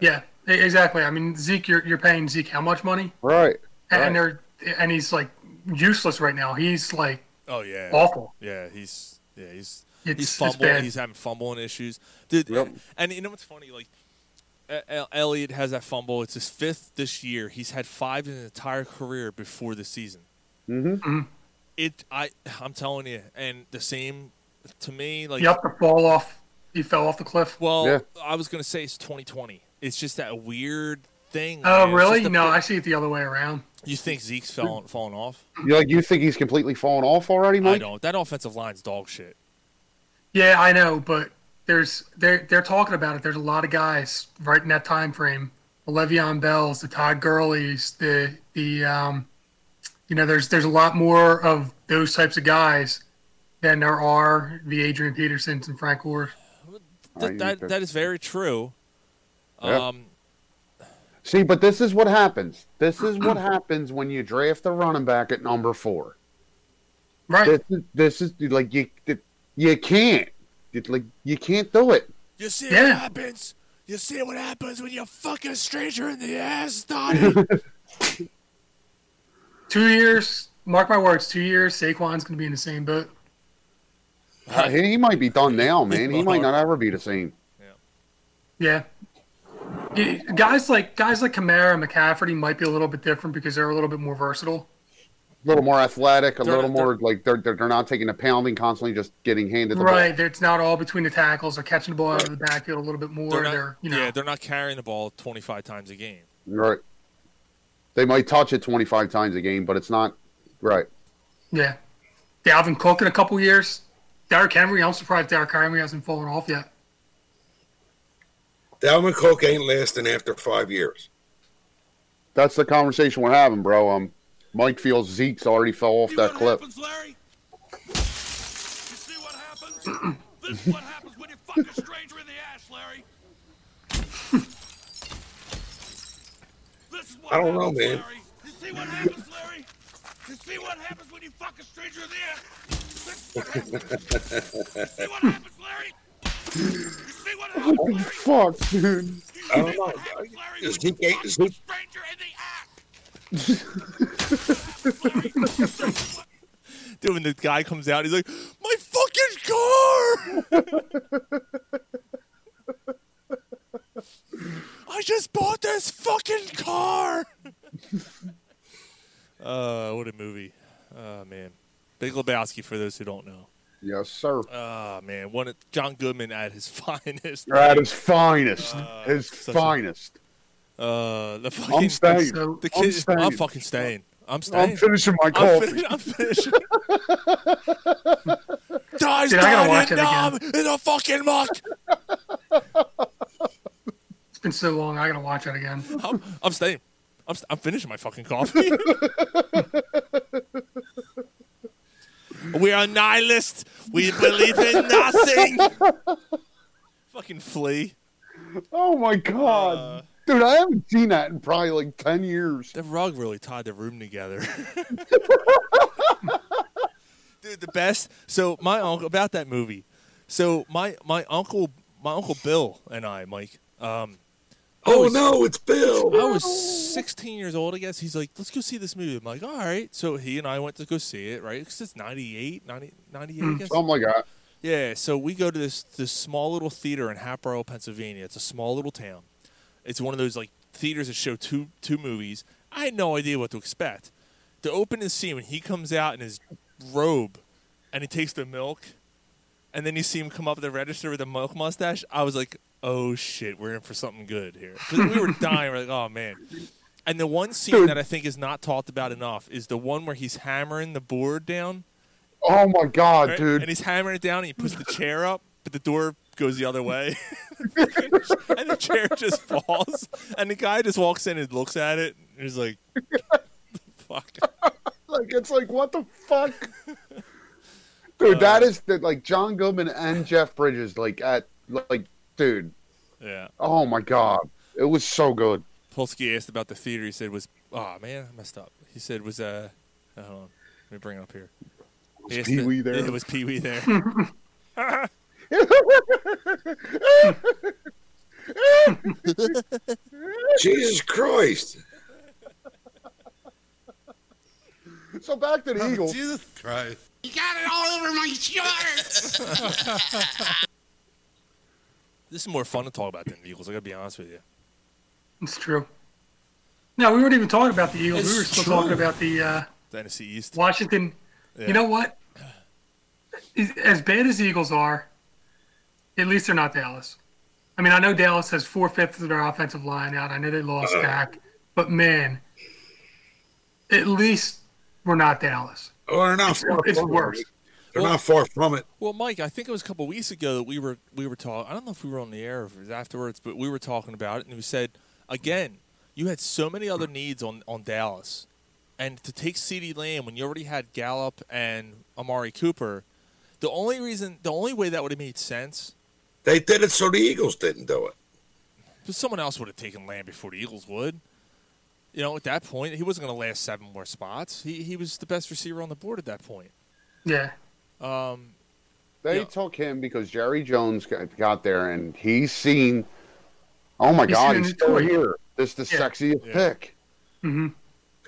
Speaker 9: Yeah, e- exactly. I mean, Zeke, you're, you're paying Zeke how much money?
Speaker 8: Right.
Speaker 9: And they're and he's like useless right now. He's like
Speaker 7: Oh yeah,
Speaker 9: Awful.
Speaker 7: Yeah, he's yeah he's
Speaker 9: It's-
Speaker 7: he's
Speaker 9: it's
Speaker 7: fumbling.
Speaker 9: bad.
Speaker 7: He's having fumbling issues. Dude, and you know what's funny? Like E- El- Elliott has that fumble. It's his fifth this year. He's had five in his entire career before the season.
Speaker 8: Mm-hmm.
Speaker 7: It I I'm telling you, and the same to me like
Speaker 9: yep, the fall off. He fell off the cliff.
Speaker 7: Well, I was gonna say it's 2020. It's just that weird thing.
Speaker 9: oh
Speaker 7: man. It's
Speaker 9: really?
Speaker 7: just a
Speaker 9: No,
Speaker 7: big-
Speaker 9: I see it the other way around.
Speaker 7: You think Zeke's falling, falling off?
Speaker 8: You like you think he's completely fallen off already,
Speaker 7: I
Speaker 8: Mike?
Speaker 7: don't. That offensive line's dog shit.
Speaker 9: Yeah, I know, but there's they're they're talking about it. There's a lot of guys right in that time frame. The Le'Veon Bell's, the Todd Gurley's, the the um, you know, there's there's a lot more of those types of guys than there are the Adrian Petersons and Frank Gore.
Speaker 7: Th- that that is very true.
Speaker 9: Yeah.
Speaker 7: Um,
Speaker 8: See, but this is what happens. This is what happens when you draft a running back at number four.
Speaker 9: Right.
Speaker 8: This is, this is like you you can't It's like you can't do it.
Speaker 11: You see
Speaker 8: Yeah.
Speaker 11: what happens. You see what happens when you fuck a stranger in the ass, Donnie.
Speaker 9: Two years, mark my words, two years, Saquon's going to be in the same boat.
Speaker 8: Uh, he, he might be done now, man. He might not ever be the same.
Speaker 9: Yeah. Yeah, Guys like guys like Kamara and McCafferty might be a little bit different because they're a little bit more versatile.
Speaker 8: A little more athletic, a
Speaker 9: They're-
Speaker 8: little more like they're, they're they're not taking a pounding constantly, just getting handed the
Speaker 9: Right, it's not all between the tackles. They're catching the ball out of the backfield a little bit more.
Speaker 2: They're
Speaker 9: They're,
Speaker 2: not-
Speaker 9: you know,
Speaker 2: yeah, they're not carrying the ball 25 times a game.
Speaker 8: ball. Right. They might touch it twenty five times a game, but it's not right.
Speaker 9: yeah. Dalvin Cook in a couple years. Derrick Henry, I'm surprised Derrick Henry hasn't fallen off yet.
Speaker 6: Dalvin Cook ain't lasting after five years.
Speaker 8: That's the conversation we're having, bro. Um, Mike feels Zeke's already fell off that clip.
Speaker 6: I don't know, man.
Speaker 8: What the fuck, dude?
Speaker 6: I don't know. Zeke ain't Zeke.
Speaker 7: Dude, when the guy comes out, he's like, "My fucking car!
Speaker 11: I just bought this fucking car.
Speaker 7: Uh, what a movie! Oh man, Big Lebowski. For those who don't know,
Speaker 8: Yes, sir.
Speaker 7: oh man, one John Goodman at his finest.
Speaker 8: At his finest, his
Speaker 7: uh, such a-
Speaker 8: finest.
Speaker 7: Uh, the fucking.
Speaker 8: I'm staying.
Speaker 7: The
Speaker 8: I'm
Speaker 7: kid,
Speaker 8: staying.
Speaker 7: fucking staying. I'm staying.
Speaker 8: finishing my
Speaker 7: I'm
Speaker 8: coffee.
Speaker 7: fini- I'm finishing.
Speaker 11: Dies
Speaker 9: Dude, I gotta watch
Speaker 11: down
Speaker 9: it
Speaker 11: and numb in a fucking muck.
Speaker 9: It's been so long. I gotta watch that again.
Speaker 7: I'm, I'm staying. I'm, st- I'm finishing my fucking coffee. we are nihilists. We believe in nothing. fucking flea.
Speaker 8: Oh my
Speaker 7: Uh,
Speaker 8: god, dude! I haven't seen that in probably like ten years.
Speaker 7: That rug really tied the room together. Dude, the best. So my uncle about that movie. So my my uncle my uncle Bill and I, Mike. Um, I
Speaker 6: Oh
Speaker 7: was-
Speaker 6: no, it's Bill.
Speaker 7: I was 16 years old, I guess. He's like, let's go see this movie. I'm like, all right. So he and I went to go see it, right? Because it's 98, 90, 98, I guess.
Speaker 8: Something like uh, that.
Speaker 7: Yeah, so we go to this this small little theater in Hatboro, Pennsylvania. It's a small little town. It's one of those like theaters that show two two movies. I had no idea what to expect. The opening scene when he comes out in his robe and he takes the milk, and then you see him come up at the register with a milk mustache. I was like, oh shit, we're in for something good here. 'Cause We were dying. We're like, oh man. And the one scene
Speaker 8: Dude.
Speaker 7: that I think is not talked about enough is the one where he's hammering the board down.
Speaker 8: Oh my god,
Speaker 7: Right?
Speaker 8: dude!
Speaker 7: And he's hammering it down, and he puts the chair up, but the door goes the other way, and the chair just falls, and the guy just walks in and looks at it, and he's like, "Fuck."
Speaker 8: like it's like what the fuck, dude?
Speaker 7: Uh,
Speaker 8: that is the, like John Goodman and Jeff Bridges. Like at like, dude.
Speaker 7: Yeah.
Speaker 8: Oh my god, it was so good.
Speaker 7: Polsky asked about the theater. He said, "Was oh man, I messed up." He said, "Was uh, hold on, let me bring it up here." He asked the-
Speaker 8: Pee Wee there?
Speaker 7: It was Pee Wee there.
Speaker 6: Jesus Christ.
Speaker 8: So back to the Eagles.
Speaker 11: Jesus Christ.
Speaker 10: You got it all over my shorts.
Speaker 7: this is more fun to talk about than the Eagles. I gotta be honest with you.
Speaker 9: It's true. No, we weren't even talking about the Eagles. we
Speaker 7: It's
Speaker 9: were still
Speaker 7: true.
Speaker 9: talking about the uh,
Speaker 7: The NFC East.
Speaker 9: Washington.
Speaker 7: Yeah.
Speaker 9: You know what? As- As bad as the Eagles are, at least they're not Dallas. I mean, I know Dallas has four fifths of their offensive line out. I know they lost
Speaker 7: Uh-huh.
Speaker 9: Dak, but man, at least we're not Dallas.
Speaker 6: Oh, they're not far
Speaker 9: It's
Speaker 6: from
Speaker 9: worse.
Speaker 6: It. They're not far from it.
Speaker 7: Well, Mike, I think it was a couple weeks ago that we were we were talking. I don't know if we were on the air or if it was afterwards, but we were talking about it, and we said again, you had so many other needs on on Dallas, and to take Ceedee Lamb when you already had Gallup and Amari Cooper, the only reason, the only way that would have made sense,
Speaker 6: They did it so the Eagles didn't do it.
Speaker 7: But someone else would have taken Lamb before the Eagles would. You know, at that point, he wasn't going to last seven more spots. He he was the best receiver on the board at that point.
Speaker 9: Yeah.
Speaker 7: Um,
Speaker 8: They
Speaker 7: Yeah.
Speaker 8: took him because Jerry Jones got, got there and he's seen. Oh my
Speaker 6: He's
Speaker 8: God,
Speaker 6: seen
Speaker 8: he's
Speaker 6: it
Speaker 8: still
Speaker 6: too.
Speaker 8: here. This is the sexiest pick.
Speaker 9: Mm-hmm.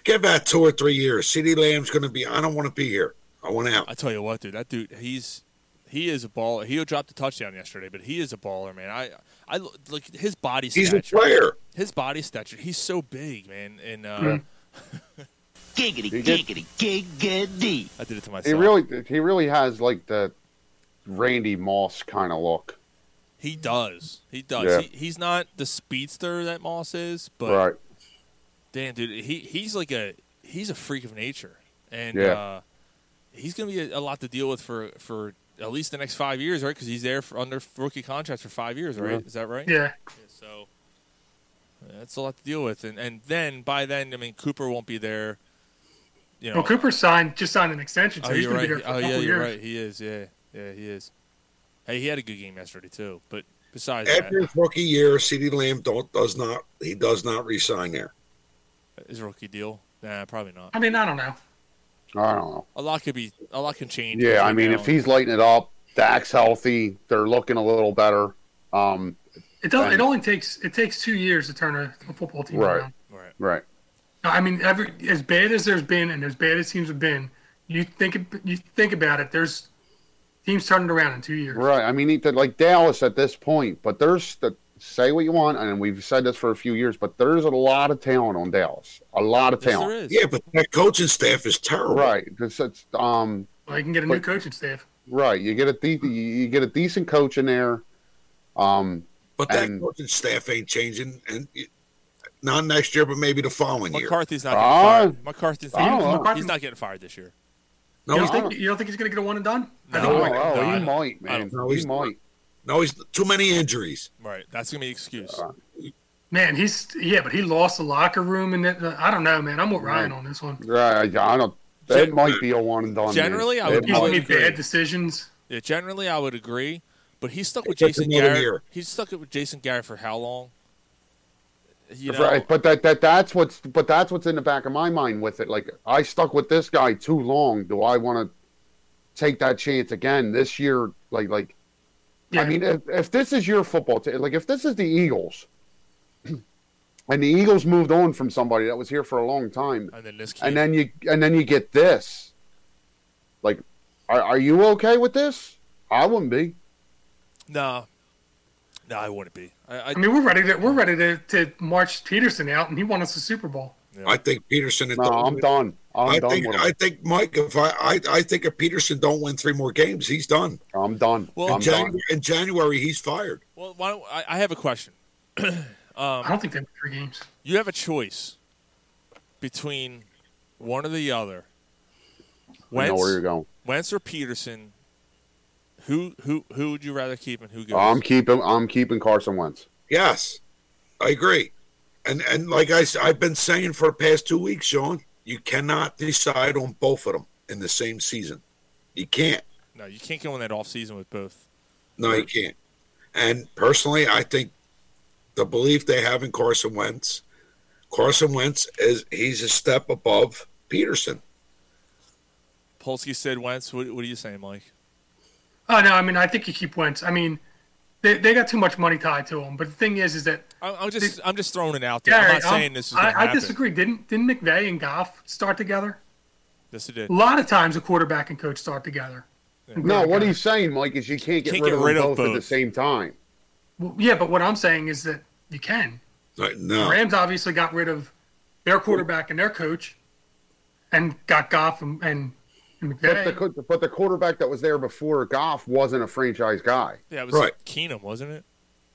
Speaker 6: Give that two or three years. CD Lamb's going to be. I don't want to be here. I want out.
Speaker 7: I tell you what, dude, that dude, he's he is a baller. He dropped a touchdown yesterday, but he is a baller, man. I I lo- like his body
Speaker 6: He's a
Speaker 7: stature.
Speaker 6: player.
Speaker 7: His body stature. He's so big, man. And uh,
Speaker 8: Mhm.
Speaker 7: giggity,
Speaker 8: giggity,
Speaker 7: giggity. I did it to myself.
Speaker 8: He really, he really has like the Randy Moss kind of look.
Speaker 7: He does. He does.
Speaker 8: Yeah.
Speaker 7: He, he's not the speedster that Moss is, but
Speaker 8: right.
Speaker 7: damn, dude, he he's like a he's a freak of nature, and
Speaker 8: Yeah.
Speaker 7: uh, he's gonna be a, a lot to deal with for for at least the next five years, right? Because he's there for under rookie contract for five years, right?
Speaker 8: Yeah.
Speaker 7: Is that right?
Speaker 9: Yeah.
Speaker 7: So that's a lot to deal with, and and then by then, I mean Cooper won't be there. You know,
Speaker 9: well, Cooper signed just signed an extension, so
Speaker 7: oh,
Speaker 9: he's
Speaker 7: you're
Speaker 9: going to
Speaker 7: right.
Speaker 9: be there for
Speaker 7: oh,
Speaker 9: a couple
Speaker 7: yeah, you're
Speaker 9: years.
Speaker 7: right. He is. Yeah, yeah, he is. Hey, he had a good game yesterday too. But besides that,
Speaker 6: After his rookie year, CD Lamb don't does not he does not resign there.
Speaker 7: his rookie deal, nah, probably not.
Speaker 9: I mean, I don't know.
Speaker 8: I don't know.
Speaker 7: A lot could be. A lot can change.
Speaker 8: Yeah, I
Speaker 7: between
Speaker 8: mean,
Speaker 7: now
Speaker 8: if he's lighting it up, Dak's healthy. They're looking a little better. Um,
Speaker 9: It does,
Speaker 8: Right.
Speaker 9: It only takes it takes two years to turn a, a football team
Speaker 8: right,
Speaker 9: around.
Speaker 7: right,
Speaker 8: right.
Speaker 9: No, I mean, every as bad as there's been, and as bad as teams have been, you think ab- you think about it. There's teams turning around in two years.
Speaker 8: Right. I mean, he- like Dallas at this point, but there's the say what you want, and we've said this for a few years, but there's a lot of talent on Dallas. A lot of talent.
Speaker 6: Yeah, but that coaching staff is terrible.
Speaker 8: Right. It's, it's, um,
Speaker 9: Well, you can get a new
Speaker 8: But-
Speaker 9: coaching staff.
Speaker 8: right. You get a de- you get a decent coach in there. Um,
Speaker 6: But that
Speaker 8: and-
Speaker 6: coaching staff ain't changing, and it- not next year, but maybe the following
Speaker 7: McCarthy's
Speaker 6: year.
Speaker 7: not getting fired. McCarthy's
Speaker 6: I
Speaker 7: not,
Speaker 6: don't
Speaker 7: getting,
Speaker 6: know.
Speaker 7: he's not getting fired this year.
Speaker 6: No,
Speaker 9: you,
Speaker 6: he's
Speaker 9: don't think, you don't think he's going to get a one and done? I
Speaker 7: No.
Speaker 9: think
Speaker 7: Oh, oh, he
Speaker 8: might, man.
Speaker 6: No,
Speaker 8: He
Speaker 6: he's
Speaker 8: might.
Speaker 6: No, he's too many injuries.
Speaker 7: Right. That's gonna be an excuse.
Speaker 9: Man, he's yeah, but he lost the locker room, and it, I don't know, man. I'm with Ryan on this one.
Speaker 8: right. I, I don't. It
Speaker 7: Gen-
Speaker 8: might be a one and done. man.
Speaker 7: Generally, I
Speaker 8: It
Speaker 7: would-
Speaker 9: He's
Speaker 8: might.
Speaker 9: made bad decisions.
Speaker 7: Yeah, generally I would agree, but he's stuck with
Speaker 8: It took
Speaker 7: Jason
Speaker 8: another
Speaker 7: Garrett.
Speaker 8: year.
Speaker 7: He's stuck with Jason Garrett for how long? You know,
Speaker 8: Right, but that, that that's what's but that's what's in the back of my mind with it. Like I stuck with this guy too long. Do I want to take that chance again this year? Like like, I mean, if, if this is your football team, like if this is the Eagles, and the Eagles moved on from somebody that was here for a long time,
Speaker 7: and then this kid.
Speaker 8: and then you and then you get this. Like, are, are you okay with this? I wouldn't be.
Speaker 7: no, no, I wouldn't be. I, I,
Speaker 9: I mean, we're ready to we're ready to, to march Peterson out, and he won us the Super Bowl.
Speaker 6: I think Peterson. and
Speaker 8: No, I'm done. I'm
Speaker 6: I
Speaker 8: done
Speaker 6: think
Speaker 8: with him.
Speaker 6: I think Mike. If I, I I think if Peterson don't win three more games, he's done.
Speaker 8: I'm done.
Speaker 7: Well-
Speaker 6: in,
Speaker 7: I'm
Speaker 6: January, in January, he's fired.
Speaker 7: well, why don't, I, I have a question. Um,
Speaker 9: I don't think they won three games.
Speaker 7: You have a choice between one or the other.
Speaker 8: I know where you're going.
Speaker 7: Wentz or Peterson. Who who who would you rather keep and who goes?
Speaker 8: I'm keeping. I'm keeping Carson Wentz.
Speaker 6: Yes, I agree. And and like I have been saying for the past two weeks, Sean, you cannot decide on both of them in the same season. You can't.
Speaker 7: no, you can't go in that off season with both.
Speaker 6: No, you can't. And personally, I think the belief they have in Carson Wentz, Carson Wentz is he's a step above Peterson.
Speaker 7: Polsky said Wentz. What, what are you saying, Mike?
Speaker 9: Oh no, I mean, I think you keep Wentz. I mean, they, they got too much money tied to him. But the thing is, is that
Speaker 7: I'm, I'm just I'm just throwing it out there. I'm not
Speaker 9: Gary, um,
Speaker 7: saying this is going to
Speaker 9: I,
Speaker 7: happen.
Speaker 9: I disagree. Didn't didn't McVay and Goff start together?
Speaker 7: Yes, it did.
Speaker 9: A lot of times, a quarterback and coach start together.
Speaker 8: No, what he's saying, Mike, is you can't get
Speaker 7: Can't
Speaker 8: rid,
Speaker 7: get
Speaker 8: of,
Speaker 7: rid
Speaker 8: them
Speaker 7: of
Speaker 8: both, at the
Speaker 7: both.
Speaker 8: same time.
Speaker 9: Well, yeah, but what I'm saying is that you can.
Speaker 6: Like,
Speaker 9: The
Speaker 6: no,
Speaker 9: Rams obviously got rid of their quarterback and their coach, and got Goff and, and
Speaker 8: But the,
Speaker 9: McVay.
Speaker 8: co- but the quarterback that was there before Goff wasn't a franchise guy.
Speaker 7: Yeah, it was
Speaker 8: Right.
Speaker 7: Keenum, wasn't it?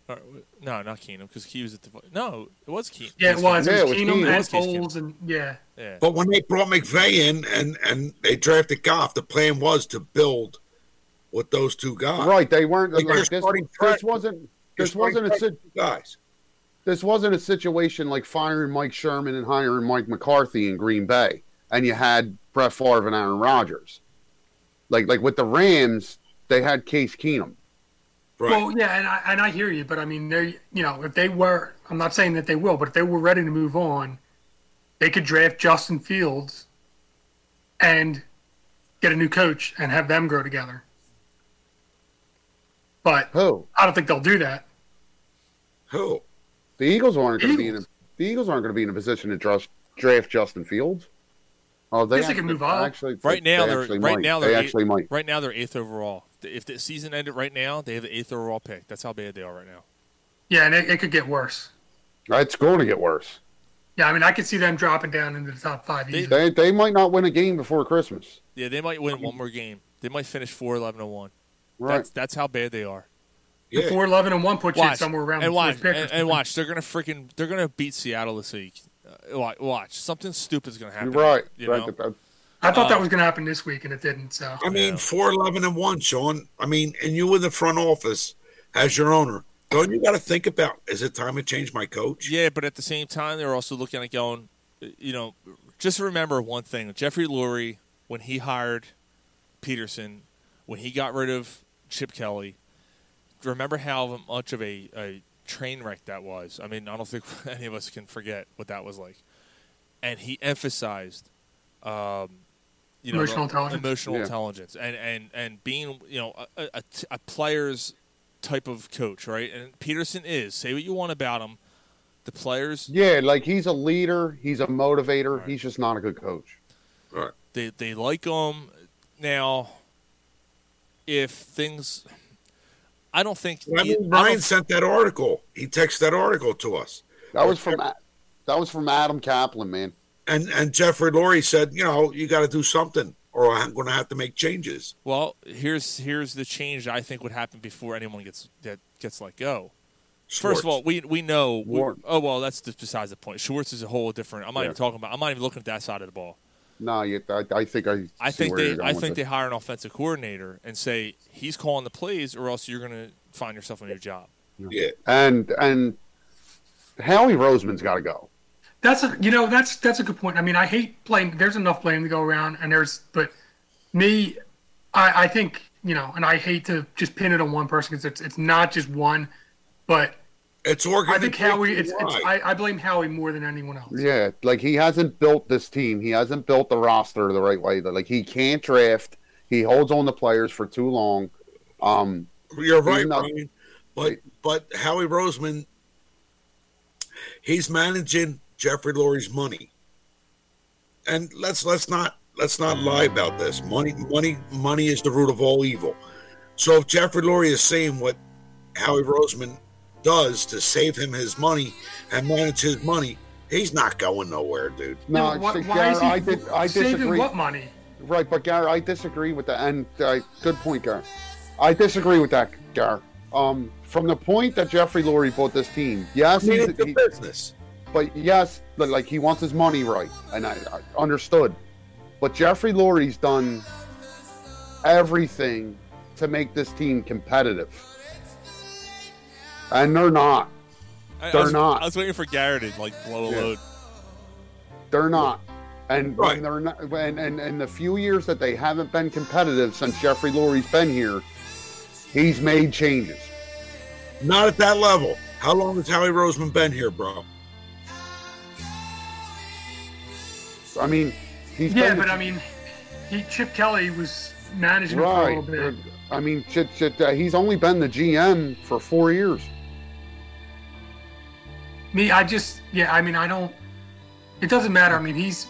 Speaker 7: Or, w- no, not Keenum, because he was at the. No, it was Keenum.
Speaker 9: Yeah, it was.
Speaker 8: Yeah,
Speaker 9: It
Speaker 8: it
Speaker 9: was Keenum
Speaker 8: was Keenum. It
Speaker 9: and
Speaker 8: was Case
Speaker 9: Foles, and yeah.
Speaker 7: Yeah.
Speaker 6: But when they brought McVay in and and they drafted Goff, the plan was to build with those two guys.
Speaker 8: Right? They weren't.
Speaker 6: Like,
Speaker 8: Like,
Speaker 6: you're
Speaker 8: this,
Speaker 6: starting
Speaker 8: this wasn't.
Speaker 6: You're
Speaker 8: This wasn't a
Speaker 6: starting
Speaker 8: si-
Speaker 6: guys.
Speaker 8: this wasn't a situation like firing Mike Sherman and hiring Mike McCarthy in Green Bay, and you had Brett Favre and Aaron Rodgers. Like like with the Rams, they had Case Keenum.
Speaker 6: Right.
Speaker 9: Well, yeah, and I, and I hear you, but I mean, they you know, if they were, I'm not saying that they will, but if they were ready to move on, they could draft Justin Fields and get a new coach and have them grow together. But
Speaker 8: Who?
Speaker 9: I don't think they'll do that.
Speaker 6: Who?
Speaker 8: The Eagles aren't going to be in. A, the Eagles aren't going to be in a position to draft, draft Justin Fields. Oh, they,
Speaker 9: Guess they can
Speaker 8: actually-
Speaker 9: move up.
Speaker 8: Actually,
Speaker 7: Right now,
Speaker 8: they
Speaker 7: they're
Speaker 8: actually
Speaker 7: right
Speaker 8: might.
Speaker 7: now
Speaker 8: they
Speaker 7: they're eight-
Speaker 8: actually might.
Speaker 7: Right now they're eighth overall. If the season ended right now, they have the eighth overall pick. That's how bad they are right now.
Speaker 9: Yeah, and it, it could get worse.
Speaker 8: It's going to get worse.
Speaker 9: Yeah, I mean, I could see them dropping down into the top five. easily.
Speaker 8: They they might not win a game before Christmas.
Speaker 7: Yeah, they might win one more game. They might finish 4 11 and 1.
Speaker 8: Right.
Speaker 7: That's that's how bad they are.
Speaker 9: The four eleven and one puts you
Speaker 7: watch.
Speaker 9: at somewhere around
Speaker 7: and
Speaker 9: the
Speaker 7: watch
Speaker 9: fourth pick. or
Speaker 7: and, and
Speaker 9: something.
Speaker 7: watch. They're gonna freaking they're gonna beat Seattle this week. Uh, wa- watch something stupid's gonna happen.
Speaker 8: You're right.
Speaker 7: You
Speaker 8: right.
Speaker 7: know?
Speaker 8: That-
Speaker 9: I thought
Speaker 7: Uh,
Speaker 9: that was going to happen this week, and it didn't. So
Speaker 6: I mean, four eleven and one, Sean. I mean, and you in the front office as your owner, don't you got to think about? Is it time to change my coach?
Speaker 7: Yeah, but at the same time, they're also looking at going. You know, just remember one thing: Jeffrey Lurie, when he hired Peterson, when he got rid of Chip Kelly, remember how much of a, a train wreck that was. I mean, I don't think any of us can forget what that was like. And he emphasized, um, you know,
Speaker 9: Emotional
Speaker 7: the-
Speaker 9: intelligence.
Speaker 7: emotional
Speaker 9: Yeah.
Speaker 7: intelligence, and and and being you know a, a, a player's type of coach, right? And Peterson is. Say what you want about him. The players
Speaker 8: Yeah, like he's a leader. He's a motivator. He's just not a good coach.
Speaker 6: Right.
Speaker 7: They they like him now. If things, I don't think.
Speaker 6: I
Speaker 7: e- I
Speaker 6: mean,
Speaker 7: don't-
Speaker 6: Brian sent that article. He texted that article to us.
Speaker 8: That was from that was from Adam Kaplan, man.
Speaker 6: And and Jeffrey Lurie said, you know, you got to do something, or I'm going to have to make changes.
Speaker 7: well, here's here's the change I think would happen before anyone gets that gets let go. First
Speaker 6: Schwartz.
Speaker 7: of all, we we know. we-
Speaker 8: Warren.
Speaker 7: oh well, that's just besides the point. Schwartz is a whole different. I'm not
Speaker 8: Yeah.
Speaker 7: even talking about. I'm not even looking at that side of the ball.
Speaker 8: No, you, I, I think I.
Speaker 7: I
Speaker 8: see
Speaker 7: think
Speaker 8: where you're
Speaker 7: they
Speaker 8: going
Speaker 7: I
Speaker 8: with
Speaker 7: think
Speaker 8: it.
Speaker 7: they hire an offensive coordinator and say he's calling the plays, or else you're going to find yourself a new job.
Speaker 6: Yeah.
Speaker 8: And and Howie Roseman's got to go.
Speaker 9: that's a you know that's that's a good point. I mean, I hate blame. There's enough blame to go around, and there's but me, I I think you know, and I hate to just pin it on one person because it's it's not just one, but
Speaker 6: It's
Speaker 9: I think Howie. It's, it's
Speaker 6: organization-wide.
Speaker 9: I, I blame Howie more than anyone else.
Speaker 8: Yeah, like he hasn't built this team. He hasn't built the roster the right way. Like he can't draft. He holds on the players for too long. Um,
Speaker 6: You're right,
Speaker 8: He's not-
Speaker 6: Brian. But but Howie Roseman, he's managing Jeffrey Lurie's money. And let's let's not let's not lie about this. Money money money is the root of all evil. So if Jeffrey Lurie is saying what Howie Roseman does to save him his money and manage his money, he's not going nowhere, dude.
Speaker 8: no,
Speaker 9: why,
Speaker 8: see,
Speaker 9: why is
Speaker 8: Garrett,
Speaker 9: he
Speaker 8: I, did, I
Speaker 9: saving
Speaker 8: disagree.
Speaker 9: what money?
Speaker 8: Right, but Gar, I disagree with that. And uh, good point, Gar. I disagree with that, Gar. Um, from the point that Jeffrey Lurie bought this team, yes,
Speaker 6: I mean,
Speaker 8: he's,
Speaker 6: it's a
Speaker 8: he,
Speaker 6: business.
Speaker 8: but yes, but, like he wants his money right, and I, I understood. But Jeffrey Lurie's done everything to make this team competitive, and they're not.
Speaker 7: I,
Speaker 8: They're
Speaker 7: I was,
Speaker 8: not.
Speaker 7: I was waiting for Garrett to like blow a
Speaker 8: Yeah.
Speaker 7: load.
Speaker 8: They're not. And
Speaker 6: Right.
Speaker 8: when they're not, when and, and the few years that they haven't been competitive since Jeffrey Lurie's been here, he's made changes.
Speaker 6: Not at that level. How long has Howie Roseman been here, bro?
Speaker 8: I mean, he's
Speaker 9: Yeah,
Speaker 8: been
Speaker 9: but I mean, he Chip Kelly was managing him for a
Speaker 8: right.
Speaker 9: little bit.
Speaker 8: I mean, shit, shit, uh, he's only been the GM for four years.
Speaker 9: Me, I just, yeah, I mean, I don't, it doesn't matter. I mean, he's,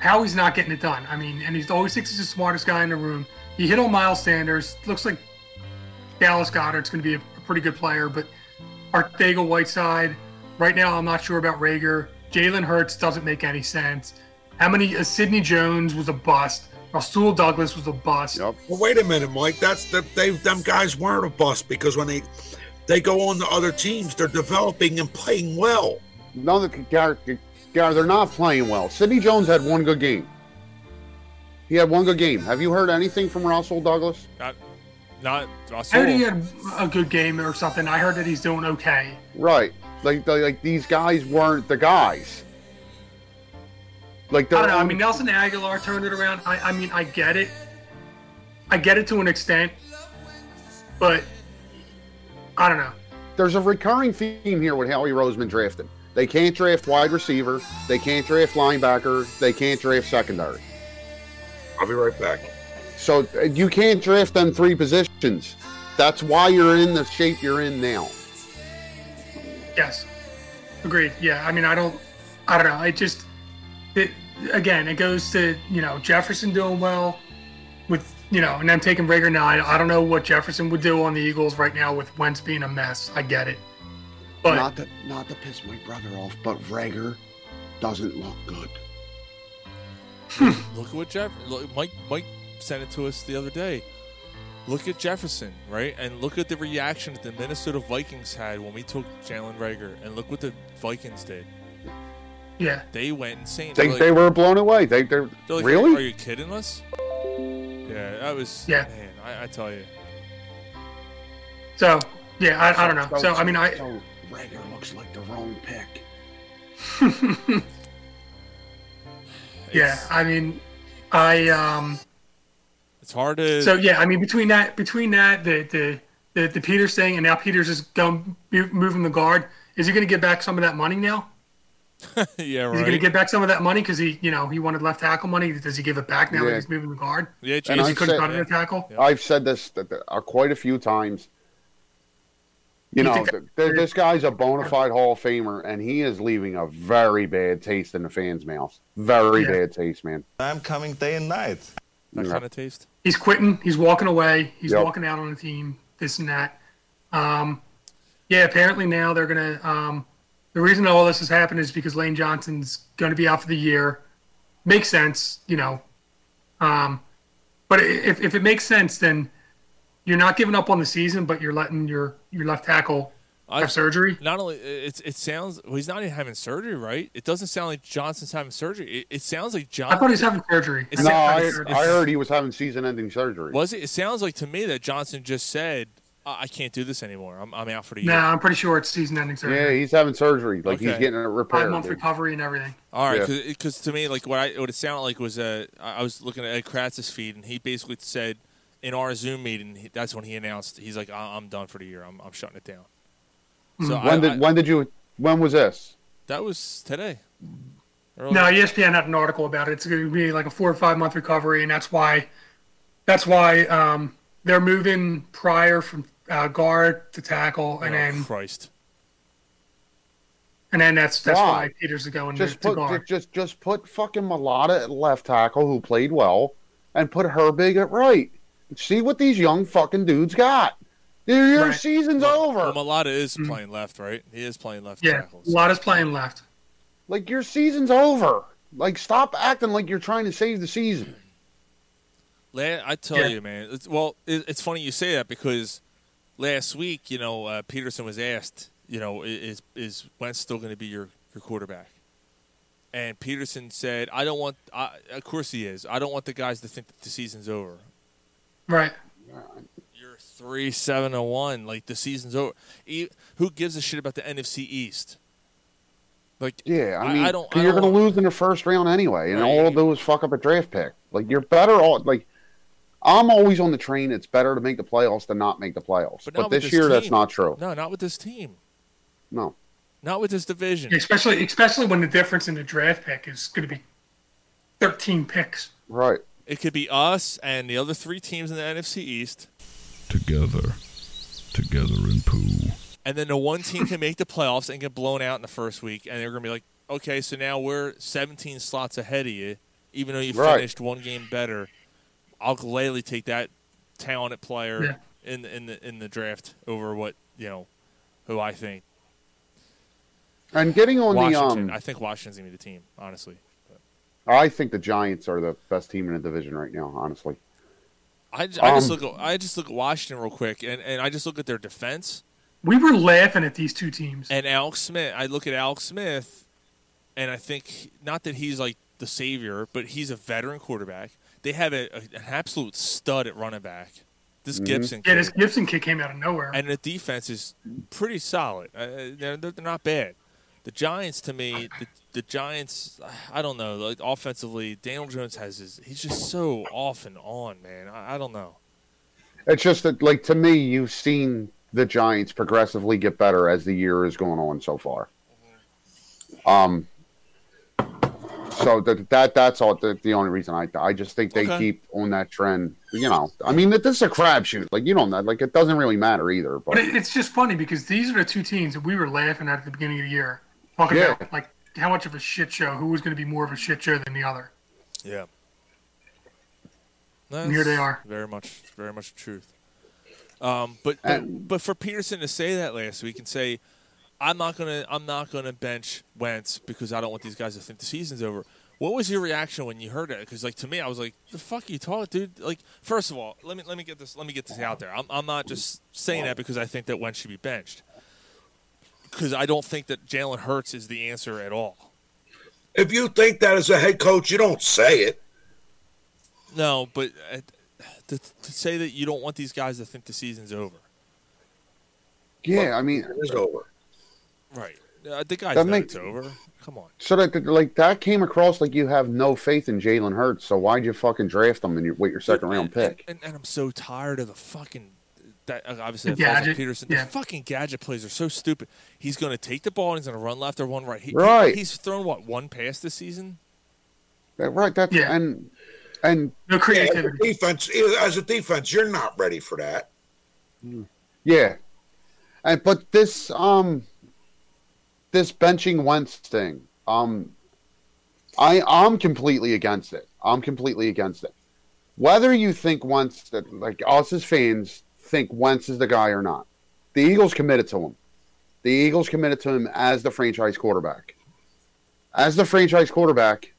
Speaker 9: how he's not getting it done. I mean, and he's always thinks he's the smartest guy in the room. He hit on Miles Sanders. Looks like Dallas Goddard's going to be a, a pretty good player, but Artega Whiteside, right now, I'm not sure about Rager. Jalen Hurts doesn't make any sense. How many, uh, Sidney Jones was a bust. Rasul Douglas was a bust.
Speaker 8: Yep.
Speaker 6: Well, wait a minute, Mike. That's the they them guys weren't a bust because when they they go on to other teams, they're developing and playing well.
Speaker 8: No, the Gar, Gar, they're not playing well. Sidney Jones had one good game. He had one good game. Have you heard anything from Russell Douglas?
Speaker 7: Not, not.
Speaker 9: I
Speaker 7: Russell.
Speaker 9: heard he had a good game or something. I heard that he's doing okay.
Speaker 8: Right. Like, like, like these guys weren't the guys. Like, they're
Speaker 9: I don't know. I
Speaker 8: on-
Speaker 9: mean, Nelson Aguilar turned it around. I, I mean, I get it. I get it to an extent, but I don't know.
Speaker 8: There's a recurring theme here with Howie Roseman drafting. They can't draft wide receiver. They can't draft linebacker. They can't draft secondary.
Speaker 6: I'll be right back.
Speaker 8: So uh, you can't draft them three positions. That's why you're in the shape you're in now.
Speaker 9: Yes. Agreed. Yeah. I mean, I don't, I don't know. I just, it, again, it goes to, you know, Jefferson doing well with, you know, and them taking Rager now. I, I don't know what Jefferson would do on the Eagles right now with Wentz being a mess. I get it. But
Speaker 12: not to not to piss my brother off, but Rager doesn't look good.
Speaker 7: look at what Jeff, look, Mike Mike sent it to us the other day. Look at Jefferson, right? And look at the reaction that the Minnesota Vikings had when we took Jalen Rager, and look what the Vikings did.
Speaker 9: Yeah,
Speaker 7: They went insane.
Speaker 8: Think
Speaker 7: They're
Speaker 8: they
Speaker 7: like-
Speaker 8: were blown away. They they're,
Speaker 7: they're like,
Speaker 8: really.
Speaker 7: Are you kidding us? Yeah, that was.
Speaker 9: Yeah.
Speaker 7: man, I, I tell you.
Speaker 9: so, yeah, I, I don't know. So, I mean, I,
Speaker 12: so Rager looks like the wrong pick.
Speaker 9: yeah, I mean, I, um,
Speaker 7: It's hard to.
Speaker 9: So yeah, I mean between that between that the the the, the Peters thing and now Peters is going moving the guard. Is he going to get back some of that money now?
Speaker 7: yeah,
Speaker 9: Is he going to
Speaker 7: right.
Speaker 9: get back some of that money because he you know he wanted left tackle money? Does he give it back now
Speaker 8: Yeah.
Speaker 9: that he's moving the guard?
Speaker 7: Yeah,
Speaker 8: And
Speaker 9: because he
Speaker 8: I've
Speaker 9: could have
Speaker 8: said-
Speaker 9: done it at tackle.
Speaker 8: I've said this th- th- uh, quite a few times. You
Speaker 9: You
Speaker 8: know,
Speaker 9: think
Speaker 8: th- th- this guy's a bona fide Hall of Famer, and he is leaving a very bad taste in the fans' mouths. Very
Speaker 9: Yeah.
Speaker 8: bad taste, man.
Speaker 13: I'm coming day and night.
Speaker 7: That
Speaker 8: Yeah.
Speaker 7: kind of taste.
Speaker 9: He's quitting. He's walking away. He's
Speaker 8: Yep.
Speaker 9: walking out on the team. This and that. Um, yeah, apparently now they're going to. Um, the reason all this has happened is because Lane Johnson's going to be out for the year. Makes sense, you know. Um, but i- if, if it makes sense, then you're not giving up on the season, but you're letting your, your left tackle
Speaker 7: I-
Speaker 9: have surgery.
Speaker 7: Not only it's it sounds well, he's not even having surgery, right? It doesn't sound like Johnson's having surgery. It, it sounds like John.
Speaker 9: I thought he was having surgery.
Speaker 7: It's-
Speaker 8: No, I,
Speaker 7: it's-
Speaker 8: I heard he was having season-ending surgery.
Speaker 7: Was it? It sounds like to me that Johnson just said, "I, I can't do this anymore. I'm, I'm out for the
Speaker 9: No,
Speaker 7: year."
Speaker 9: I'm pretty sure it's season ending surgery.
Speaker 8: Yeah, he's having surgery. Like he's
Speaker 7: Okay.
Speaker 8: getting it
Speaker 9: Five
Speaker 8: repaired.
Speaker 9: month
Speaker 8: dude.
Speaker 9: recovery and everything.
Speaker 7: All right,
Speaker 8: Yeah.
Speaker 7: because to me, like what I what it sounded like was uh, I I was looking at Ed Kratz's feed, and he basically said in our Zoom meeting, he- that's when he announced he's like, "I- "I'm done for the year. I'm, I'm shutting it down." So
Speaker 9: Hmm.
Speaker 7: I,
Speaker 8: when did
Speaker 7: I-
Speaker 8: when did you when was this?
Speaker 7: that was today. Earlier.
Speaker 9: No, E ESPN had an article about it. It's going to be like a four or five month recovery, and that's why that's why um, they're moving prior from uh, guard to tackle, and
Speaker 7: Oh,
Speaker 9: then
Speaker 7: Christ.
Speaker 9: and then that's that's why,
Speaker 8: Why?
Speaker 9: Peters is going to,
Speaker 8: Just
Speaker 9: to
Speaker 8: put
Speaker 9: guard.
Speaker 8: ju- just just put fucking Malata at left tackle who played well, and put Herbig at right. See what these young fucking dudes got. Your, your
Speaker 9: Right.
Speaker 8: season's
Speaker 7: Well,
Speaker 8: over.
Speaker 7: Malata is playing left, right? He is playing left
Speaker 9: Mm-hmm. yeah,
Speaker 7: tackle.
Speaker 9: a lot is playing left.
Speaker 8: Like your season's over. Like stop acting like you're trying to save the season.
Speaker 7: La- I tell
Speaker 9: Yeah.
Speaker 7: you, man. It's, well, it, it's funny you say that because last week, you know, uh, Peterson was asked, you know, i- is is Wentz still going to be your your quarterback? And Peterson said, I don't want. I, of course he is. I don't want the guys to think that the season's over.
Speaker 9: Right.
Speaker 7: You're three seven and one. Like the season's over. E- who gives a shit about the NFC East? Like
Speaker 8: Yeah,
Speaker 7: I-
Speaker 8: I mean,
Speaker 7: I don't- I
Speaker 8: 'cause you're
Speaker 7: don't
Speaker 8: going to lose in the first round anyway, and all they'll do is fuck up a draft pick. Like you're better off. Like I'm always on the train. It's better to make the playoffs than not make the playoffs. But,
Speaker 7: not with
Speaker 8: this, year, that's
Speaker 7: team.
Speaker 8: not true.
Speaker 7: No, not with this team.
Speaker 8: No,
Speaker 7: Not with this division.
Speaker 9: Especially especially when the difference in the draft pick is going to be thirteen picks.
Speaker 8: right.
Speaker 7: It could be us and the other three teams in the NFC East.
Speaker 14: Together. Together in poo.
Speaker 7: and then the one team can make the playoffs and get blown out in the first week, and they're going to be like, okay, so now we're 17 slots ahead of you, even though you
Speaker 8: Right.
Speaker 7: finished one game better. I'll gladly take that talented player in in the in the draft over what you know, who I think
Speaker 8: And getting on
Speaker 7: Washington.
Speaker 8: the um,
Speaker 7: I think Washington's going to be the team, honestly.
Speaker 8: I think the Giants are the best team in the division right now. Honestly,
Speaker 7: I, j- I just
Speaker 8: Um,
Speaker 7: look at, I just look at Washington real quick, and, and I just look at their defense.
Speaker 9: We were laughing at these two teams.
Speaker 7: And Alex Smith, I look at Alex Smith, and I think not that he's like the savior, but he's a veteran quarterback. They have a, a- an absolute stud at running back. This Gibson,
Speaker 9: Yeah,
Speaker 7: kid.
Speaker 9: this Gibson kid came out of nowhere.
Speaker 7: and the defense is pretty solid. Uh, Uh, they're, they're they're not bad. The Giants, to me, the, the Giants. I don't know. Like offensively, Daniel Jones has his. He's just so off and on, man. I, I don't know.
Speaker 8: it's just that like to me, you've seen the Giants progressively get better as the year is going on so far. Um, so that, that that's all. The, the only reason I I just think they
Speaker 7: Okay.
Speaker 8: keep on that trend. You know, I mean, this is a crapshoot. Like you don't know. Like it doesn't really matter either.
Speaker 9: But
Speaker 8: But
Speaker 9: it, it's just funny because these are the two teams that we were laughing at at the beginning of the year, talking
Speaker 8: Yeah.
Speaker 9: about like how much of a shit show, who was going to be more of a shit show than the other.
Speaker 7: Yeah.
Speaker 9: And here they are.
Speaker 7: Very much, very much truth. Um, but but, but for Peterson to say that last week and say, "I'm not gonna I'm not gonna bench Wentz because I don't want these guys to think the season's over." What was your reaction when you heard it? Because like to me, I was like, "The fuck you talk, dude!" Like first of all, let me let me get this let me get this out there. I'm I'm not just saying that because I think that Wentz should be benched. Because I don't think that Jalen Hurts is the answer at all.
Speaker 6: If you think that as a head coach, you don't say it.
Speaker 7: No, but uh, to, to say that you don't want these guys to think the season's over.
Speaker 8: yeah, I mean,
Speaker 6: it's over.
Speaker 7: Right. Uh, the guys
Speaker 8: That
Speaker 7: know
Speaker 8: makes-
Speaker 7: it's over. Come on.
Speaker 8: so that like that came across like you have no faith in Jalen Hurts. So why'd you fucking draft him in your, with your second round pick?
Speaker 7: And, and I'm so tired of the fucking. That uh, obviously
Speaker 9: The
Speaker 7: that falls on
Speaker 9: gadget,
Speaker 7: Peterson.
Speaker 9: yeah.
Speaker 7: The fucking gadget plays are so stupid. He's going to take the ball and he's going to run left or one right. He,
Speaker 8: Right.
Speaker 7: He's thrown what one pass this season.
Speaker 8: That- right. That's and and
Speaker 9: no
Speaker 6: Yeah, as a defense, as a defense, you're not ready for that.
Speaker 8: Yeah, and but this um, this benching Wentz thing, um, I I'm completely against it. I'm completely against it. Whether you think Wentz that like us as fans think Wentz is the guy or not, the Eagles committed to him. The Eagles committed to him as the franchise quarterback. As the franchise quarterback,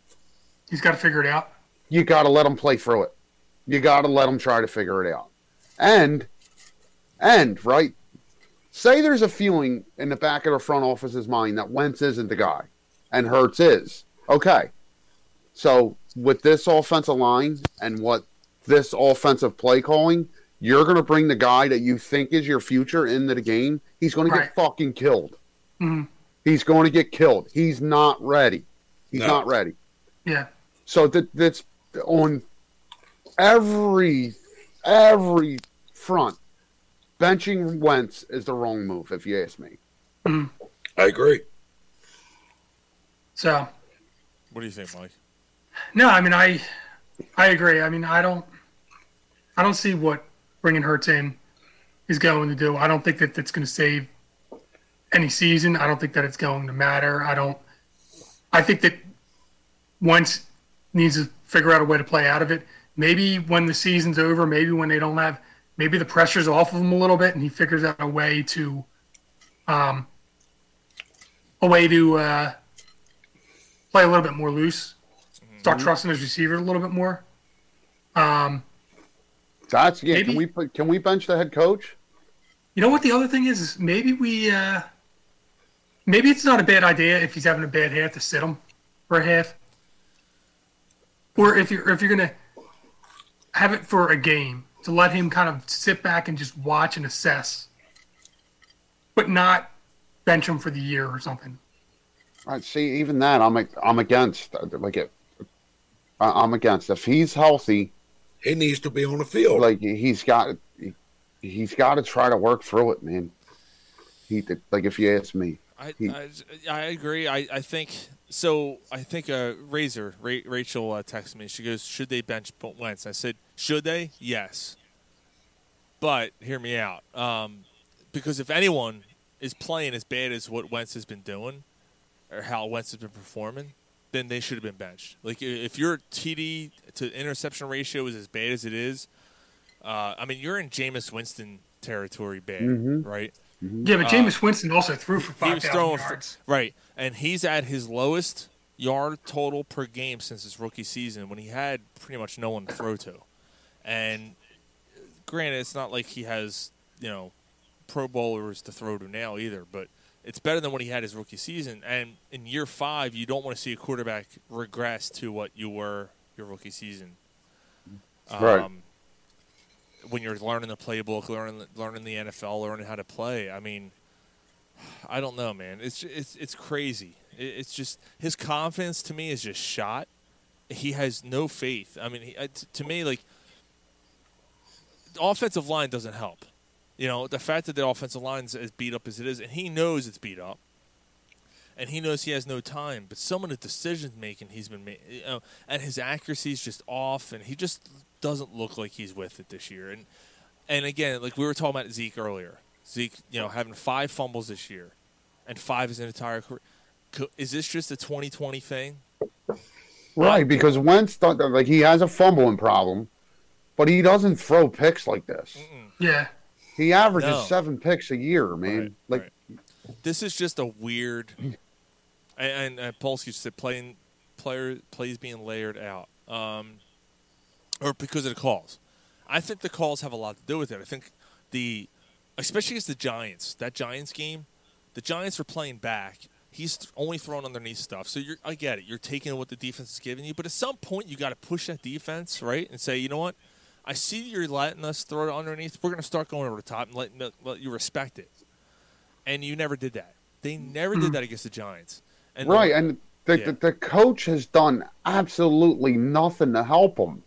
Speaker 9: He's got to figure it out.
Speaker 8: you got to let them play through it. You got to let them try to figure it out. And, and, right? Say there's a feeling in the back of the front office's mind that Wentz isn't the guy and Hertz is. Okay. So with this offensive line and what this offensive play calling, you're going to bring the guy that you think is your future into the game. He's going to get fucking killed.
Speaker 9: Mhm.
Speaker 8: He's going to get killed. He's not ready. He's
Speaker 9: No.
Speaker 8: not ready.
Speaker 9: Yeah.
Speaker 8: So that that's on every every front. Benching Wentz is the wrong move, if you ask me.
Speaker 9: Mhm.
Speaker 6: I agree.
Speaker 9: So
Speaker 7: What do you think, Mike?
Speaker 9: no, I mean I I agree. I mean I don't I don't see what bringing Hurts in is going to do. I don't think that that's going to save any season. I don't think that it's going to matter. I don't. I think that Wentz needs to figure out a way to play out of it. Maybe when the season's over, maybe when they don't have, maybe the pressure's off of him a little bit, and he figures out a way to, um, a way to uh, play a little bit more loose, start
Speaker 7: Mm-hmm.
Speaker 9: trusting his receiver a little bit more. Um,
Speaker 8: That's yeah.
Speaker 9: Maybe-
Speaker 8: Can we put, can we bench the head coach?
Speaker 9: You know what the other thing is? Is maybe we, uh, maybe it's not a bad idea if he's having a bad half to sit him for a half, or if you're if you're gonna have it for a game to let him kind of sit back and just watch and assess, but not bench him for the year or something.
Speaker 8: I see. Even that, I'm ag- I'm against. uh, Like it, I- I'm against. If he's healthy,
Speaker 6: he needs to be on the field.
Speaker 8: Like he's got, he, he's got to try to work through it, man. He did- like if you ask me,
Speaker 7: I,
Speaker 8: He-
Speaker 7: I, I agree. I, I think so. I think uh, Razor Ra- Rachel uh, texted me. She goes, "Should they bench Bo- Wentz?" I said, "Should they? Yes." But hear me out, um, because if anyone is playing as bad as what Wentz has been doing, or how Wentz has been performing, then they should have been benched. Like i- if your TD to interception ratio is as bad as it is, uh, I mean you're in Jameis Winston territory, bad,
Speaker 9: Mhm.
Speaker 7: right?
Speaker 9: Yeah, but
Speaker 7: Uh,
Speaker 9: Jameis Winston also threw for
Speaker 7: he
Speaker 9: five
Speaker 7: was
Speaker 9: thousand
Speaker 7: throwing for-
Speaker 9: yards.
Speaker 7: right, and he's at his lowest yard total per game since his rookie season when he had pretty much no one to throw to. And granted, it's not like he has you know Pro Bowlers to throw to now either, but it's better than what he had his rookie season. And in year five, you don't want to see a quarterback regress to what you were your rookie season.
Speaker 9: Um,
Speaker 8: Right.
Speaker 7: When you're learning the playbook, learning learning the NFL, learning how to play, I mean, I don't know, man. It's it's it's crazy. It, it's just his confidence to me is just shot. He has no uh, faith. I mean, he, I- t- to me, like the offensive line doesn't help. You know, the fact that the offensive line's as beat up as it is, and he knows it's beat up, and he knows he has no time. But some of the decision making he's been making, you know, and his accuracy's just off, and he just doesn't look like he's with it this year. And and again, like we were talking about Zeke earlier, Zeke, you know, having five fumbles this year, and five is an entire career. Co- Is this just a 2020 thing?
Speaker 8: Right, because Wentz thought that, like he has a fumbling problem, but he doesn't throw picks like this.
Speaker 9: Yeah.
Speaker 8: He averages
Speaker 7: No.
Speaker 8: seven picks a year, man. like
Speaker 7: This is just a weird. And, and, and Polsky said playing player plays being layered out, um, or because of the calls. I think the calls have a lot to do with it. I think the, especially against the Giants, that Giants game, the Giants were playing back. He's th- only throwing underneath stuff, so you're. I get it. You're taking what the defense is giving you, but at some point you got to push that defense right and say, you know what, I see you're letting us throw it underneath. We're going to start going over the top and let, let you respect it and you never did that. They never did that against the Giants. And
Speaker 8: Mm-hmm. right, and the,
Speaker 7: Yeah.
Speaker 8: the, the coach has done absolutely nothing to help him.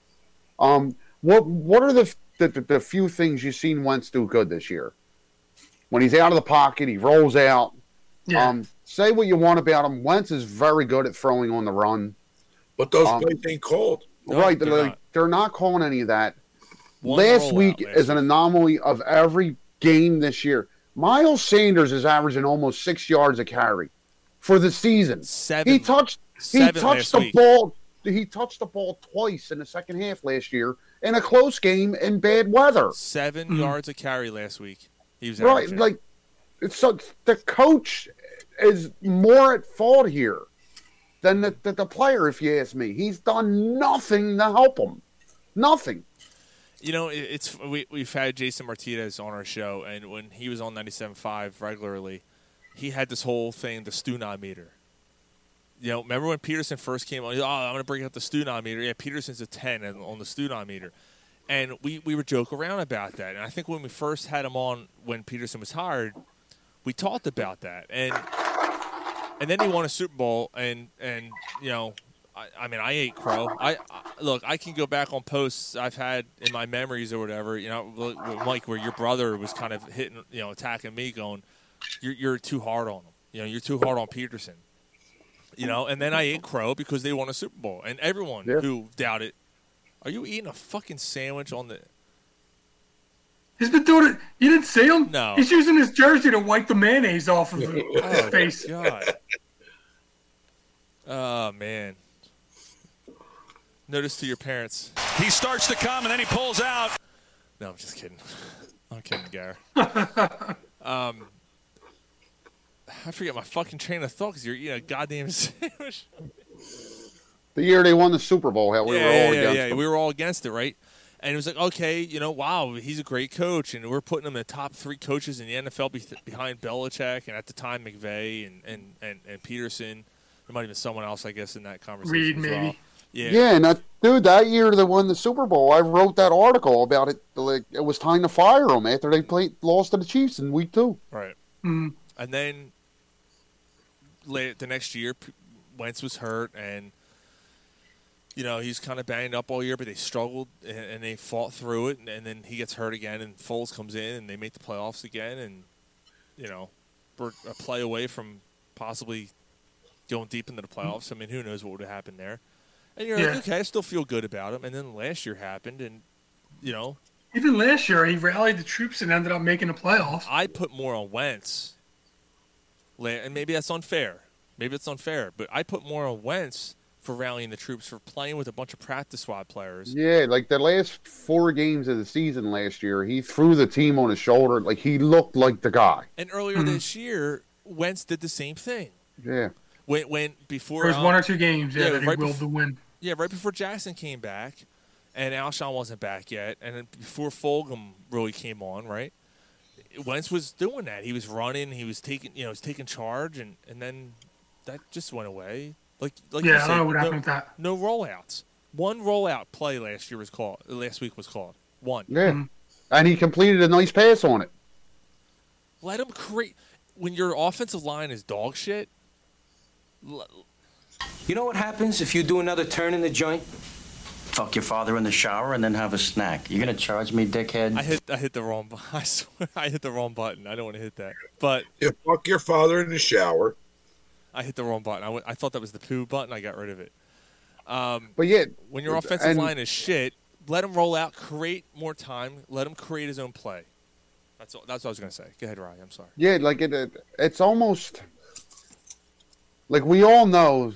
Speaker 8: Um, what what are the the, the, the few things you've seen Wentz do good this year? When he's out of the pocket, he rolls out.
Speaker 6: Yeah.
Speaker 8: Um, say what you want about him. Wentz is very good at throwing on the run.
Speaker 6: But those
Speaker 8: Um,
Speaker 6: plays ain't called.
Speaker 8: right, they're, like, they're not calling any of that.
Speaker 6: One
Speaker 8: last
Speaker 6: rollout
Speaker 8: week
Speaker 6: last
Speaker 8: is an anomaly of every game this year. Miles Sanders is averaging almost six yards a carry for the season.
Speaker 7: Seven.
Speaker 8: He touched. he
Speaker 7: Seven
Speaker 8: touched
Speaker 7: last
Speaker 8: the
Speaker 7: week.
Speaker 8: ball. He touched the ball twice in the second half last year in a close game in bad weather.
Speaker 7: 7 yards a carry last week. He was
Speaker 8: Mm-hmm. Right,
Speaker 7: averaging.
Speaker 8: like it's so the coach is more at fault here than the, the, the player. If you ask me, he's done nothing to help him. Nothing.
Speaker 7: you know, it, it's we we've had Jason Martinez on our show, and when he was on 97.5 regularly, he had this whole thing, the Stunai meter. You know, remember when Peterson first came on? Oh, I'm going to bring out the Stunai meter. Yeah, Peterson's a 10 and- on the Stunai meter. And we, we were joke around about that. And I think when we first had him on when Peterson was hired, we talked about that. And and then he won a Super Bowl, and and you know, I, I mean, I ate crow. I, I look, I can go back on posts I've had in my memories or whatever. You know, like- Mike, where your brother was kind of hitting, you know, attacking me, going, "You're you're too hard on him. You know, you're too hard on Peterson." You know, and then I ate crow because they won a Super Bowl, and everyone who doubted, are you eating a fucking sandwich on the?
Speaker 9: He's been doing it. You didn't see him.
Speaker 7: No.
Speaker 9: He's using his jersey to wipe the mayonnaise off of his
Speaker 7: Oh,
Speaker 9: face.
Speaker 7: God. Oh man. Notice to your parents.
Speaker 10: He starts to come and then he pulls out.
Speaker 7: No, I'm just kidding. I'm kidding, Gar. um, I forget my fucking train of thought because you're eating a goddamn sandwich.
Speaker 8: The year they won the Super Bowl, hell, we
Speaker 7: yeah,
Speaker 8: were all
Speaker 7: yeah, yeah,
Speaker 8: against
Speaker 7: yeah.
Speaker 8: them.
Speaker 7: We were all against it, right? And it was like, okay, you know, wow, he's a great coach, and we're putting him in the top three coaches in the NFL be- behind Belichick and at the time McVay and and and, and Peterson. There might have been someone else, I guess, in that conversation.
Speaker 9: Reed,
Speaker 7: as well.
Speaker 9: maybe.
Speaker 7: Yeah.
Speaker 8: Yeah, and that dude that year they won the Super Bowl. I wrote that article about it. Like it was time to fire him after they played lost to the Chiefs in week two.
Speaker 7: Right.
Speaker 9: Mm.
Speaker 7: And then later the next year, P- Wentz was hurt, and you know he's kind of banged up all year, but they struggled and, and they fought through it, and, and then he gets hurt again, and Foles comes in, and they make the playoffs again, and you know we're a play away from possibly going deep into the playoffs. I mean, who knows what would have happened there? And you're
Speaker 9: Yeah.
Speaker 7: like, okay, I still feel good about him. And then last year happened, and you know
Speaker 9: Even last year, he rallied the troops and ended up making the playoffs.
Speaker 7: I put more on Wentz, la- and maybe that's unfair. Maybe it's unfair, but I put more on Wentz for rallying the troops, for playing with a bunch of practice squad players.
Speaker 8: Yeah, like the last four games of the season last year, he threw the team on his shoulder. Like he looked like the guy.
Speaker 7: And earlier
Speaker 9: Mm-hmm.
Speaker 7: this year, Wentz did the same thing.
Speaker 8: Yeah.
Speaker 7: When, when before
Speaker 9: There was
Speaker 7: Al-
Speaker 9: one or two games, yeah, that he
Speaker 7: right
Speaker 9: willed
Speaker 7: bef-
Speaker 9: the win.
Speaker 7: Yeah, right before Jackson came back, and Alshon wasn't back yet, and then before Fulgham really came on, right? Wentz was doing that. He was running. He was taking, you know, he was taking charge, and, and then that just went away. Like, like
Speaker 9: Yeah,
Speaker 7: you
Speaker 9: I don't
Speaker 7: said,
Speaker 9: know what
Speaker 7: no,
Speaker 9: happened with that.
Speaker 7: No rollouts. One rollout play last year was called. Last week was called one.
Speaker 8: Yeah. And he completed a nice pass on it.
Speaker 7: Let him create. When your offensive line is dog shit,
Speaker 13: You know what happens if you do another turn in the joint? fuck your father in the shower and then have a snack. You're gonna charge me, dickhead?
Speaker 7: I hit I hit the wrong bu- I swear I hit the wrong button. I don't want to hit that. But
Speaker 6: yeah, fuck your father in the shower.
Speaker 7: I hit the wrong button. I, went, I thought that was the poo button. I got rid of it. Um,
Speaker 8: but yeah,
Speaker 7: when your offensive
Speaker 8: and-
Speaker 7: line is shit, let him roll out, create more time, let him create his own play. That's all, that's what I was gonna say. Go ahead, Ryan. I'm sorry.
Speaker 8: Yeah, like it, it it's almost like we all know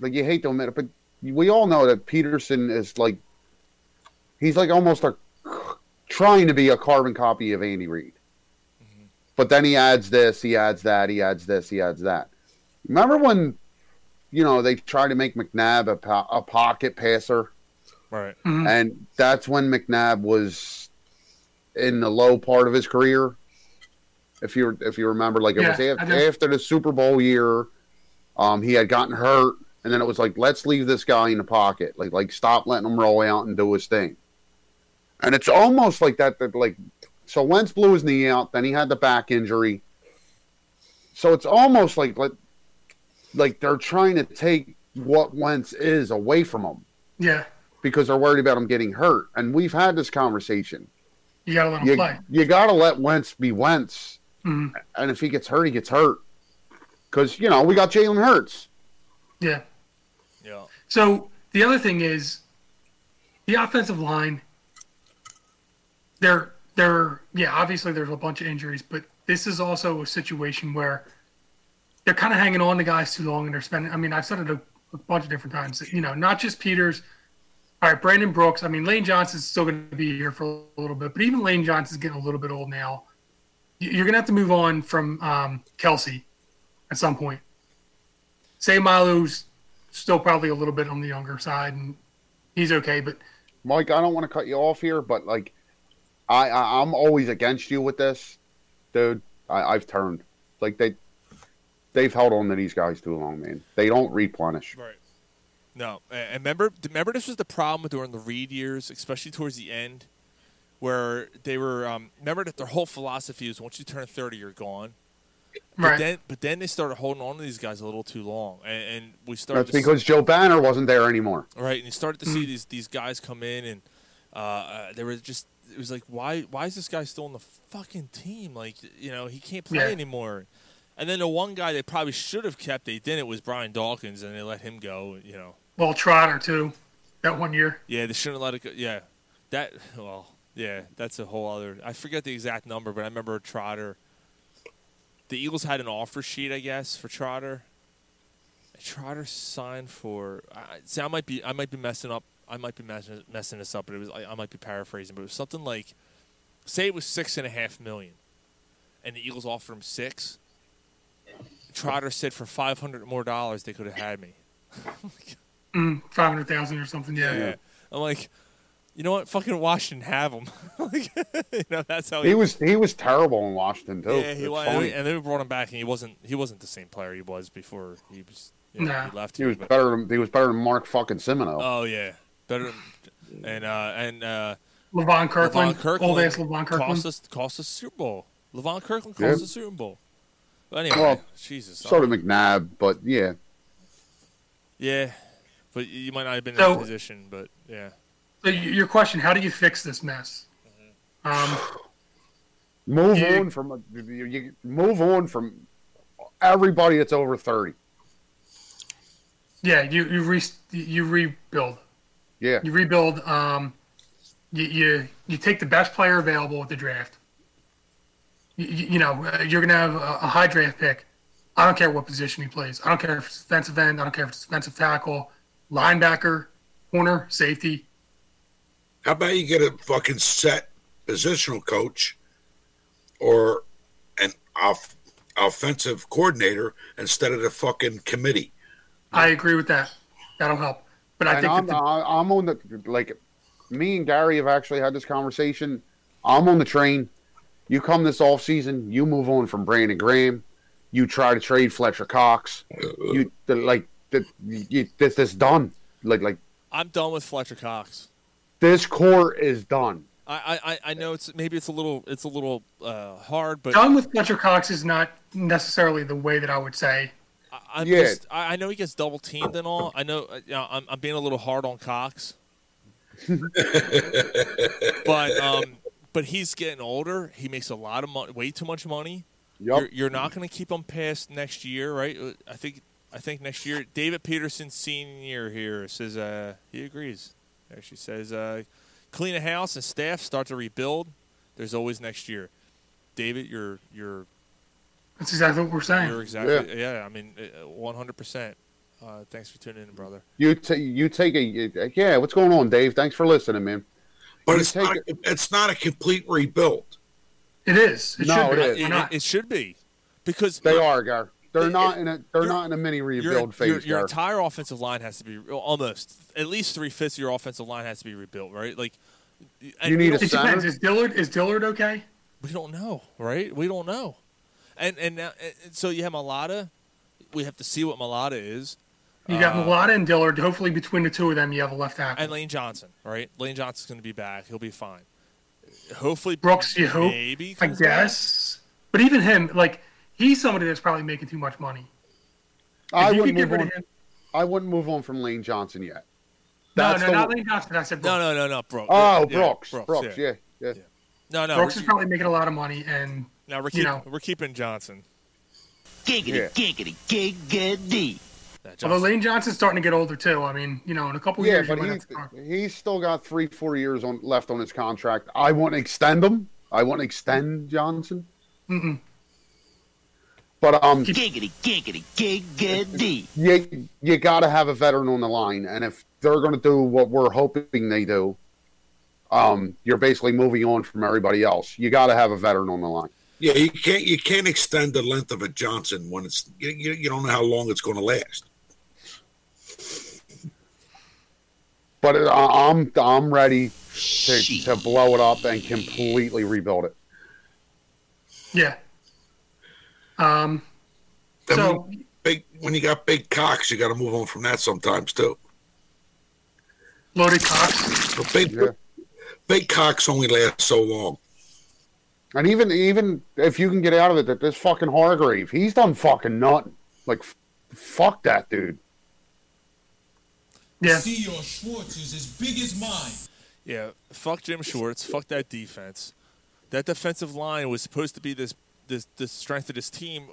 Speaker 8: like you hate to admit it, but we all know that Peterson is like he's like almost a trying to be a carbon copy of Andy Reid. But then he adds this, he adds that, he adds this, he adds that. Remember when you know they tried to make McNabb a, po- a pocket passer?
Speaker 7: Right.
Speaker 9: Mm-hmm.
Speaker 8: And that's when McNabb was in the low part of his career. If you if you remember, like it was
Speaker 9: Yeah, I
Speaker 8: after,
Speaker 9: do.
Speaker 8: after the Super Bowl year, um, he had gotten hurt, and then it was like, let's leave this guy in the pocket, like like stop letting him roll out and do his thing. And it's almost like that. That like, so Wentz blew his knee out, then he had the back injury. So it's almost like like, like they're trying to take what Wentz is away from him
Speaker 9: Yeah,
Speaker 8: because they're worried about him getting hurt. And we've had this conversation.
Speaker 9: you gotta let him
Speaker 8: You,
Speaker 9: play.
Speaker 8: you got to let Wentz be Wentz.
Speaker 9: Mhm.
Speaker 8: And if he gets hurt, he gets hurt. Because, you know, we got Jalen Hurts.
Speaker 9: Yeah.
Speaker 7: Yeah.
Speaker 9: So the other thing is the offensive line. They're they're yeah, obviously there's a bunch of injuries, but this is also a situation where they're kind of hanging on to guys too long and they're spending I mean, I've said it a, a bunch of different times, that, you know, not just Peters. All right, Brandon Brooks. I mean, Lane Johnson's still going to be here for a little bit, but even Lane Johnson's getting a little bit old now. You- You're going to have to move on from um, Kelsey at some point. Say Milo's still probably a little bit on the younger side, and he's okay. But
Speaker 8: Mike, I don't want to cut you off here, but, like, I, I, I'm always against you with this. Dude, I, I've turned. Like, they, they've held on to these guys too long, man. They don't replenish.
Speaker 7: Right. No, a- and remember, remember this was the problem during the Reed years, especially towards the end, where they were. Um, remember that their whole philosophy was once you turn thirty, you're gone. But
Speaker 8: Right.
Speaker 7: then, but then they started holding on to these guys a little too long, and, and we started.
Speaker 8: That's
Speaker 7: to s-
Speaker 8: because Joe Banner wasn't there anymore.
Speaker 7: Right, and you started to
Speaker 9: Mm.
Speaker 7: see these these guys come in, and uh, uh, they were just. It was like, why why is this guy still on the fucking team? Like, you know, he can't play
Speaker 9: Yeah.
Speaker 7: anymore. And then the one guy they probably should have kept, they didn't, was Brian Dawkins, and they let him go. You know,
Speaker 9: well, Trotter too, that one year.
Speaker 7: yeah, they shouldn't let it go. Yeah, that well, yeah, that's a whole other. I forget the exact number, but I remember Trotter. The Eagles had an offer sheet, I guess, for Trotter. And Trotter signed for. I, I- see, I might be, I might be messing up. I might be messing, messing this up, but it was. I, I might be paraphrasing, but it was something like, say it was six and a half million, and the Eagles offered him six. Trotter said for five hundred more dollars they could have had me.
Speaker 9: Mm, Five hundred thousand or something. Yeah.
Speaker 7: Yeah. I'm like, you know what? Fucking Washington have him. like, you know, that's how
Speaker 8: He was he was terrible in Washington, too.
Speaker 7: Oh, Yeah, he
Speaker 8: It's
Speaker 7: was, and,
Speaker 8: Oh, funny.
Speaker 7: they, and they brought him back, and he wasn't. He wasn't the same player he was before he was. You know,
Speaker 9: Nah.
Speaker 7: he left.
Speaker 8: He
Speaker 7: here,
Speaker 8: was
Speaker 7: but-
Speaker 8: better. Than, he was better than Mark fucking Simino.
Speaker 7: Oh yeah, better. Than, and uh, and uh,
Speaker 9: Levon Kirkland,
Speaker 7: Levon Kirkland
Speaker 9: old ass Levon Kirkland.
Speaker 7: cost us cost us Super Bowl. Levon Kirkland cost
Speaker 8: Yeah.
Speaker 7: us Super Bowl. But anyway,
Speaker 8: well,
Speaker 7: Jesus.
Speaker 8: So
Speaker 7: I'm-
Speaker 8: did McNabb, but yeah,
Speaker 7: yeah, but you might not have been in
Speaker 9: So-
Speaker 7: that position, but yeah.
Speaker 9: So y- your question: How do you fix this mess? Um,
Speaker 8: move
Speaker 9: Yeah.
Speaker 8: on from a- you, you move on from everybody that's over thirty.
Speaker 9: yeah, you you re, you rebuild.
Speaker 8: Yeah,
Speaker 9: You rebuild. Um, you, you you take the best player available at the draft. You, you you know uh, you're gonna have a, a high draft pick. I don't care what position he plays. I don't care if it's defensive end. I don't care if it's defensive tackle, linebacker, corner, safety.
Speaker 6: How about you get a fucking set positional coach or an off- offensive coordinator instead of the fucking committee?
Speaker 9: I agree with that. That'll help. But I
Speaker 8: and
Speaker 9: think
Speaker 8: I'm,
Speaker 9: that the,
Speaker 8: I- I'm on the like. Me and Gary have actually had this conversation. I'm on the train. You come this off season, you move on from Brandon Graham. You try to trade Fletcher Cox. You the, like the, you, this this done. Like like
Speaker 7: I'm done with Fletcher Cox.
Speaker 8: this core is done.
Speaker 7: I, I, I- I know it's maybe it's a little it's a little uh, hard, but
Speaker 9: done with Fletcher Cox is not necessarily the way that I would say
Speaker 7: I, I'm
Speaker 8: Yeah.
Speaker 7: just- I, I know he gets double teamed and all. I know, uh, you know, I'm, I'm being a little hard on Cox, but um, but he's getting older. He makes a lot of money, way too much money.
Speaker 8: Yup.
Speaker 7: You're, you're not going to keep him past next year, right? Uh, I think I think next year. David Peterson senior here says uh, he agrees. Actually says uh, clean a house and staff start to rebuild. There's always next year. David, you're you're
Speaker 9: That's exactly what we're saying.
Speaker 7: You're exactly yeah. I mean, uh, one hundred percent. Uh, Thanks for tuning in, brother.
Speaker 8: You ta you take a you- yeah. What's going on, Dave? Thanks for listening, man.
Speaker 6: But it's not, it's not a complete rebuild.
Speaker 9: It is.
Speaker 8: It No, should be. it is.
Speaker 7: It, it- it should be because
Speaker 8: They
Speaker 7: look,
Speaker 8: are, Gar. They're
Speaker 7: it-
Speaker 8: not
Speaker 7: it-
Speaker 8: in a they're
Speaker 7: you're-
Speaker 8: not in a mini
Speaker 7: your-
Speaker 8: rebuild
Speaker 7: your,
Speaker 8: phase,
Speaker 7: Your
Speaker 8: Gar.
Speaker 7: entire offensive line has to be almost at least three fifths of your offensive line has to be rebuilt, right? Like and we
Speaker 9: It
Speaker 7: don't-
Speaker 9: depends. Is Dillard is Dillard okay?
Speaker 7: We don't know, right? We don't know, and and now and so you have Malata. We have to see what Malata is.
Speaker 9: You got
Speaker 7: Uh,
Speaker 9: Mulata and Dillard. Hopefully, between the two of them, you have a left tackle.
Speaker 7: and Lane Johnson, right? Lane Johnson's going to be back. He'll be fine. Hopefully,
Speaker 9: Brooks, you hope.
Speaker 7: maybe
Speaker 9: I
Speaker 7: comes back.
Speaker 9: guess. But even him, like he's somebody that's probably making too much money.
Speaker 8: I
Speaker 9: If you
Speaker 8: wouldn't
Speaker 9: could get
Speaker 8: move
Speaker 9: rid of
Speaker 8: on. I wouldn't move on from Lane Johnson yet.
Speaker 9: No,
Speaker 8: That's
Speaker 9: no,
Speaker 8: the
Speaker 9: not
Speaker 8: one-
Speaker 9: Lane Johnson. I said
Speaker 7: No, no, no, no, Brooks.
Speaker 8: Oh,
Speaker 7: Yeah,
Speaker 8: Brooks, Brooks, yeah, yeah.
Speaker 7: No, no.
Speaker 9: Brooks is probably making a lot of money, and
Speaker 7: Now we're,
Speaker 9: you
Speaker 7: keep,
Speaker 9: know,
Speaker 7: we're keeping Johnson.
Speaker 9: Giggity, Yeah.
Speaker 7: giggity, giggity.
Speaker 9: although Lane Johnson's starting to get older too. I mean, you know, in a couple
Speaker 8: yeah,
Speaker 9: years, you
Speaker 8: but
Speaker 9: might
Speaker 8: he,
Speaker 9: have to-
Speaker 8: he's still got three, four years on left on his contract. I won't extend him. I won't extend Johnson.
Speaker 9: Mm-mm.
Speaker 8: But um,
Speaker 10: Giggity, giggity, giggity.
Speaker 8: you you got to have a veteran on the line, and if they're going to do what we're hoping they do, um, you're basically moving on from everybody else. You got to have a veteran on the line.
Speaker 6: Yeah, you can't you can't extend the length of a Johnson when it's you, you, you don't know how long it's going to last.
Speaker 8: But it, I, I'm I'm ready to, to blow it up and completely rebuild it.
Speaker 9: yeah. Um,
Speaker 6: I so big when you got big cocks, you got to move on from that sometimes too.
Speaker 9: Loaded cocks.
Speaker 6: But big big cocks only last so long.
Speaker 8: And even even if you can get out of it, that this fucking Hargrave, he's done fucking nothing. Like, f- fuck that dude.
Speaker 9: Yeah.
Speaker 10: See your Schwartz is as big as mine.
Speaker 7: Yeah, fuck Jim Schwartz. Fuck that defense. That defensive line was supposed to be this this the strength of this team.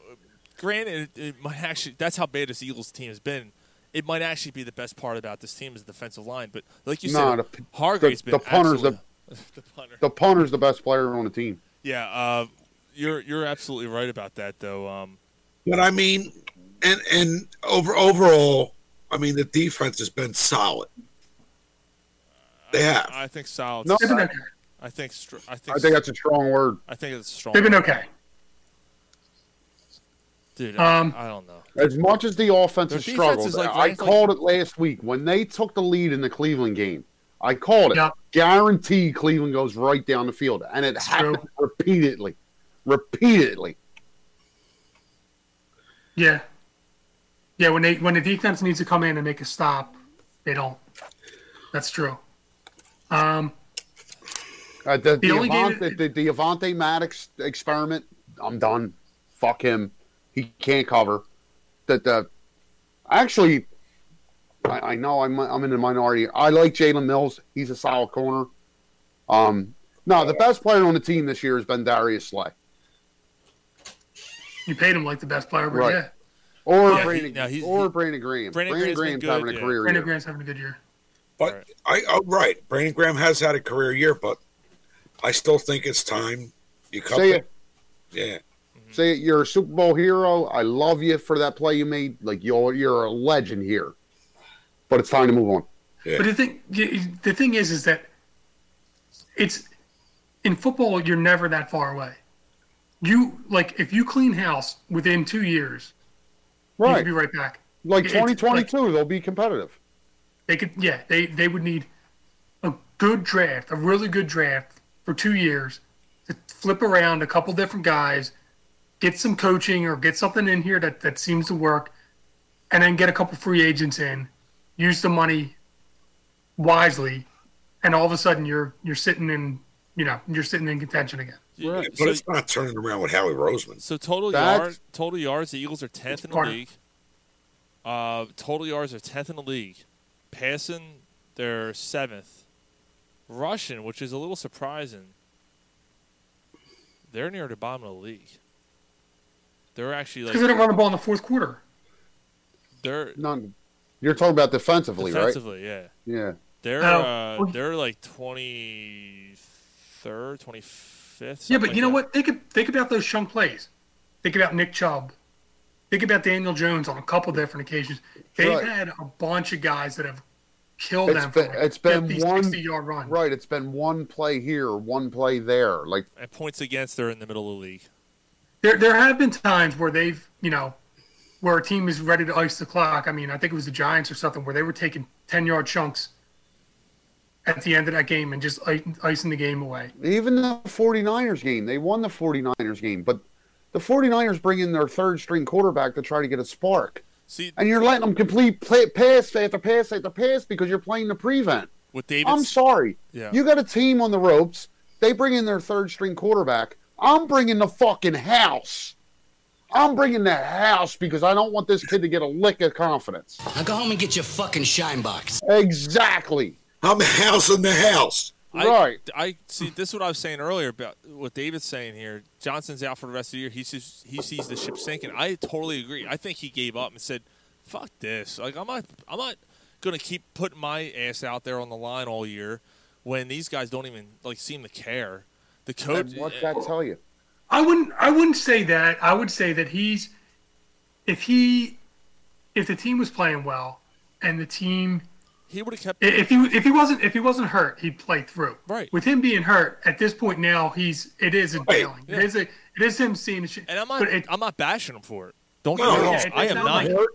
Speaker 7: Granted, it, it might actually that's how bad this Eagles team has been. It might actually be the best part about this team is the defensive line. But like you
Speaker 8: Nah,
Speaker 7: said,
Speaker 8: the-
Speaker 7: Hargrave's
Speaker 8: the-
Speaker 7: been
Speaker 8: the punter's
Speaker 7: absolute- the punter.
Speaker 8: The punter's the best player on the team.
Speaker 7: Yeah, uh, you're you're absolutely right about that though. Um,
Speaker 6: But I mean, and and over overall, I mean the defense has been solid. They have.
Speaker 7: I think solid.
Speaker 8: No, They've been I- okay.
Speaker 7: I think str- I think
Speaker 8: I think that's a strong word.
Speaker 7: I think it's strong.
Speaker 9: They've been okay.
Speaker 7: Dude,
Speaker 9: Um,
Speaker 7: I, I don't know.
Speaker 8: As much as the offense
Speaker 7: Their
Speaker 8: has
Speaker 7: defense
Speaker 8: struggled,
Speaker 7: is like-
Speaker 8: I
Speaker 7: like-
Speaker 8: called it last week when they took the lead in the Cleveland game. I called it.
Speaker 9: Yeah.
Speaker 8: Guarantee Cleveland goes right down the field, and it happened repeatedly, repeatedly.
Speaker 9: Yeah. Yeah, when they when the defense needs to come in and make a stop, they don't. That's true. Um,
Speaker 8: Uh, the, the,
Speaker 9: The only game-
Speaker 8: Avante, the, the Avante Maddox experiment, I'm done. Fuck him. He can't cover. That the actually, I, I know I'm I'm in the minority. I like Jalen Mills. He's a solid corner. Um, no, the best player on the team this year has been Darius Slay.
Speaker 9: you paid him like the best player, but
Speaker 8: Right.
Speaker 9: yeah.
Speaker 8: Or
Speaker 9: Yeah, he-
Speaker 8: Brandon,
Speaker 9: no, he's-
Speaker 8: or Brandon Graham. Brandon, Graham's, having a career
Speaker 9: Brandon
Speaker 8: year.
Speaker 9: Graham's having a good year.
Speaker 6: But I, I right, Brandon Graham has had a career year, but I still think it's time you cut.
Speaker 8: Say
Speaker 6: the-
Speaker 8: it.
Speaker 6: Yeah,
Speaker 8: Say it, you're a Super Bowl hero. I love you for that play you made. Like you're you're a legend here. But it's time to move on.
Speaker 9: But the thing the thing is is that it's in football you're never that far away. You like if you clean house within two years, you
Speaker 8: Right.
Speaker 9: could be right back.
Speaker 8: Like
Speaker 9: It's-
Speaker 8: 2022, they'll be competitive.
Speaker 9: They could, yeah, they they would need a good draft, a really good draft for two years to flip around a couple different guys, get some coaching or get something in here that that seems to work, and then get a couple free agents in, use the money wisely, and all of a sudden you're you're sitting in you know you're sitting in contention again.
Speaker 6: but it's not turning around with Howie Roseman.
Speaker 7: So total
Speaker 6: That's-
Speaker 7: yards, total yards, the Eagles are tenth in the
Speaker 9: Pardon.
Speaker 7: league. Uh, total yards are tenth in the league. Passing, they're seventh. Rushing, which is a little surprising, they're near the bottom of the league. They're actually like
Speaker 9: because they don't run the ball in the fourth quarter.
Speaker 7: They're
Speaker 8: None. You're talking about defensively,
Speaker 7: defensively, yeah.
Speaker 8: right? Yeah.
Speaker 7: They're
Speaker 9: Oh.
Speaker 7: uh, they're like twenty third, twenty fifth.
Speaker 9: yeah, but you know what? Think ab- think about those chunk plays. Think about Nick Chubb. Think about Daniel Jones on a couple different occasions. They've
Speaker 8: Right.
Speaker 9: had a bunch of guys that have killed
Speaker 8: It's
Speaker 9: them for
Speaker 8: been,
Speaker 9: like
Speaker 8: it's been
Speaker 9: 50,
Speaker 8: one
Speaker 9: 60 yard run.
Speaker 8: Right, it's been one play here, one play there. Like
Speaker 7: And points against, they're in the middle of the league.
Speaker 9: There, there have been times where they've, you know, where a team is ready to ice the clock. I mean, I think it was the Giants or something where they were taking ten yard chunks at the end of that game and just i- icing the game away.
Speaker 8: even the 49ers game, they won the 49ers game, but the 49ers bring in their third string quarterback to try to get a spark.
Speaker 7: See,
Speaker 8: and you're letting them complete play, pass after pass after pass because you're playing the prevent.
Speaker 7: With David,
Speaker 8: I'm sorry.
Speaker 7: Yeah.
Speaker 8: You got a team on the ropes. They bring in their third string quarterback. I'm bringing the fucking house. I'm bringing the house because I don't want this kid to get a lick of confidence.
Speaker 15: Now go home and get your fucking shine box.
Speaker 8: Exactly. I'm housing the house. Right.
Speaker 7: I, I see. This is what I was saying earlier about what David's saying here. Johnson's out for the rest of the year. He sees he sees the ship sinking. I totally agree. I think he gave up and said, "Fuck this! Like I'm not I'm not gonna keep putting my ass out there on the line all year when these guys don't even like seem to care." The coach.
Speaker 8: And what's that tell you?
Speaker 9: I wouldn't I wouldn't say that. I would say that he's if he if the team was playing well and the team
Speaker 7: He would have kept.
Speaker 9: i- if he if he wasn't if he wasn't hurt, he'd play through.
Speaker 7: Right.
Speaker 9: With him being hurt at this point now, he's it is a bailing. It is a it is him seeing the shit.
Speaker 7: And I'm not.
Speaker 9: But it,
Speaker 7: I'm not bashing him for it. Don't
Speaker 9: No,
Speaker 7: get me
Speaker 9: no,
Speaker 7: wrong.
Speaker 9: it-
Speaker 7: I
Speaker 9: it's
Speaker 7: am
Speaker 9: not
Speaker 7: not.
Speaker 9: like-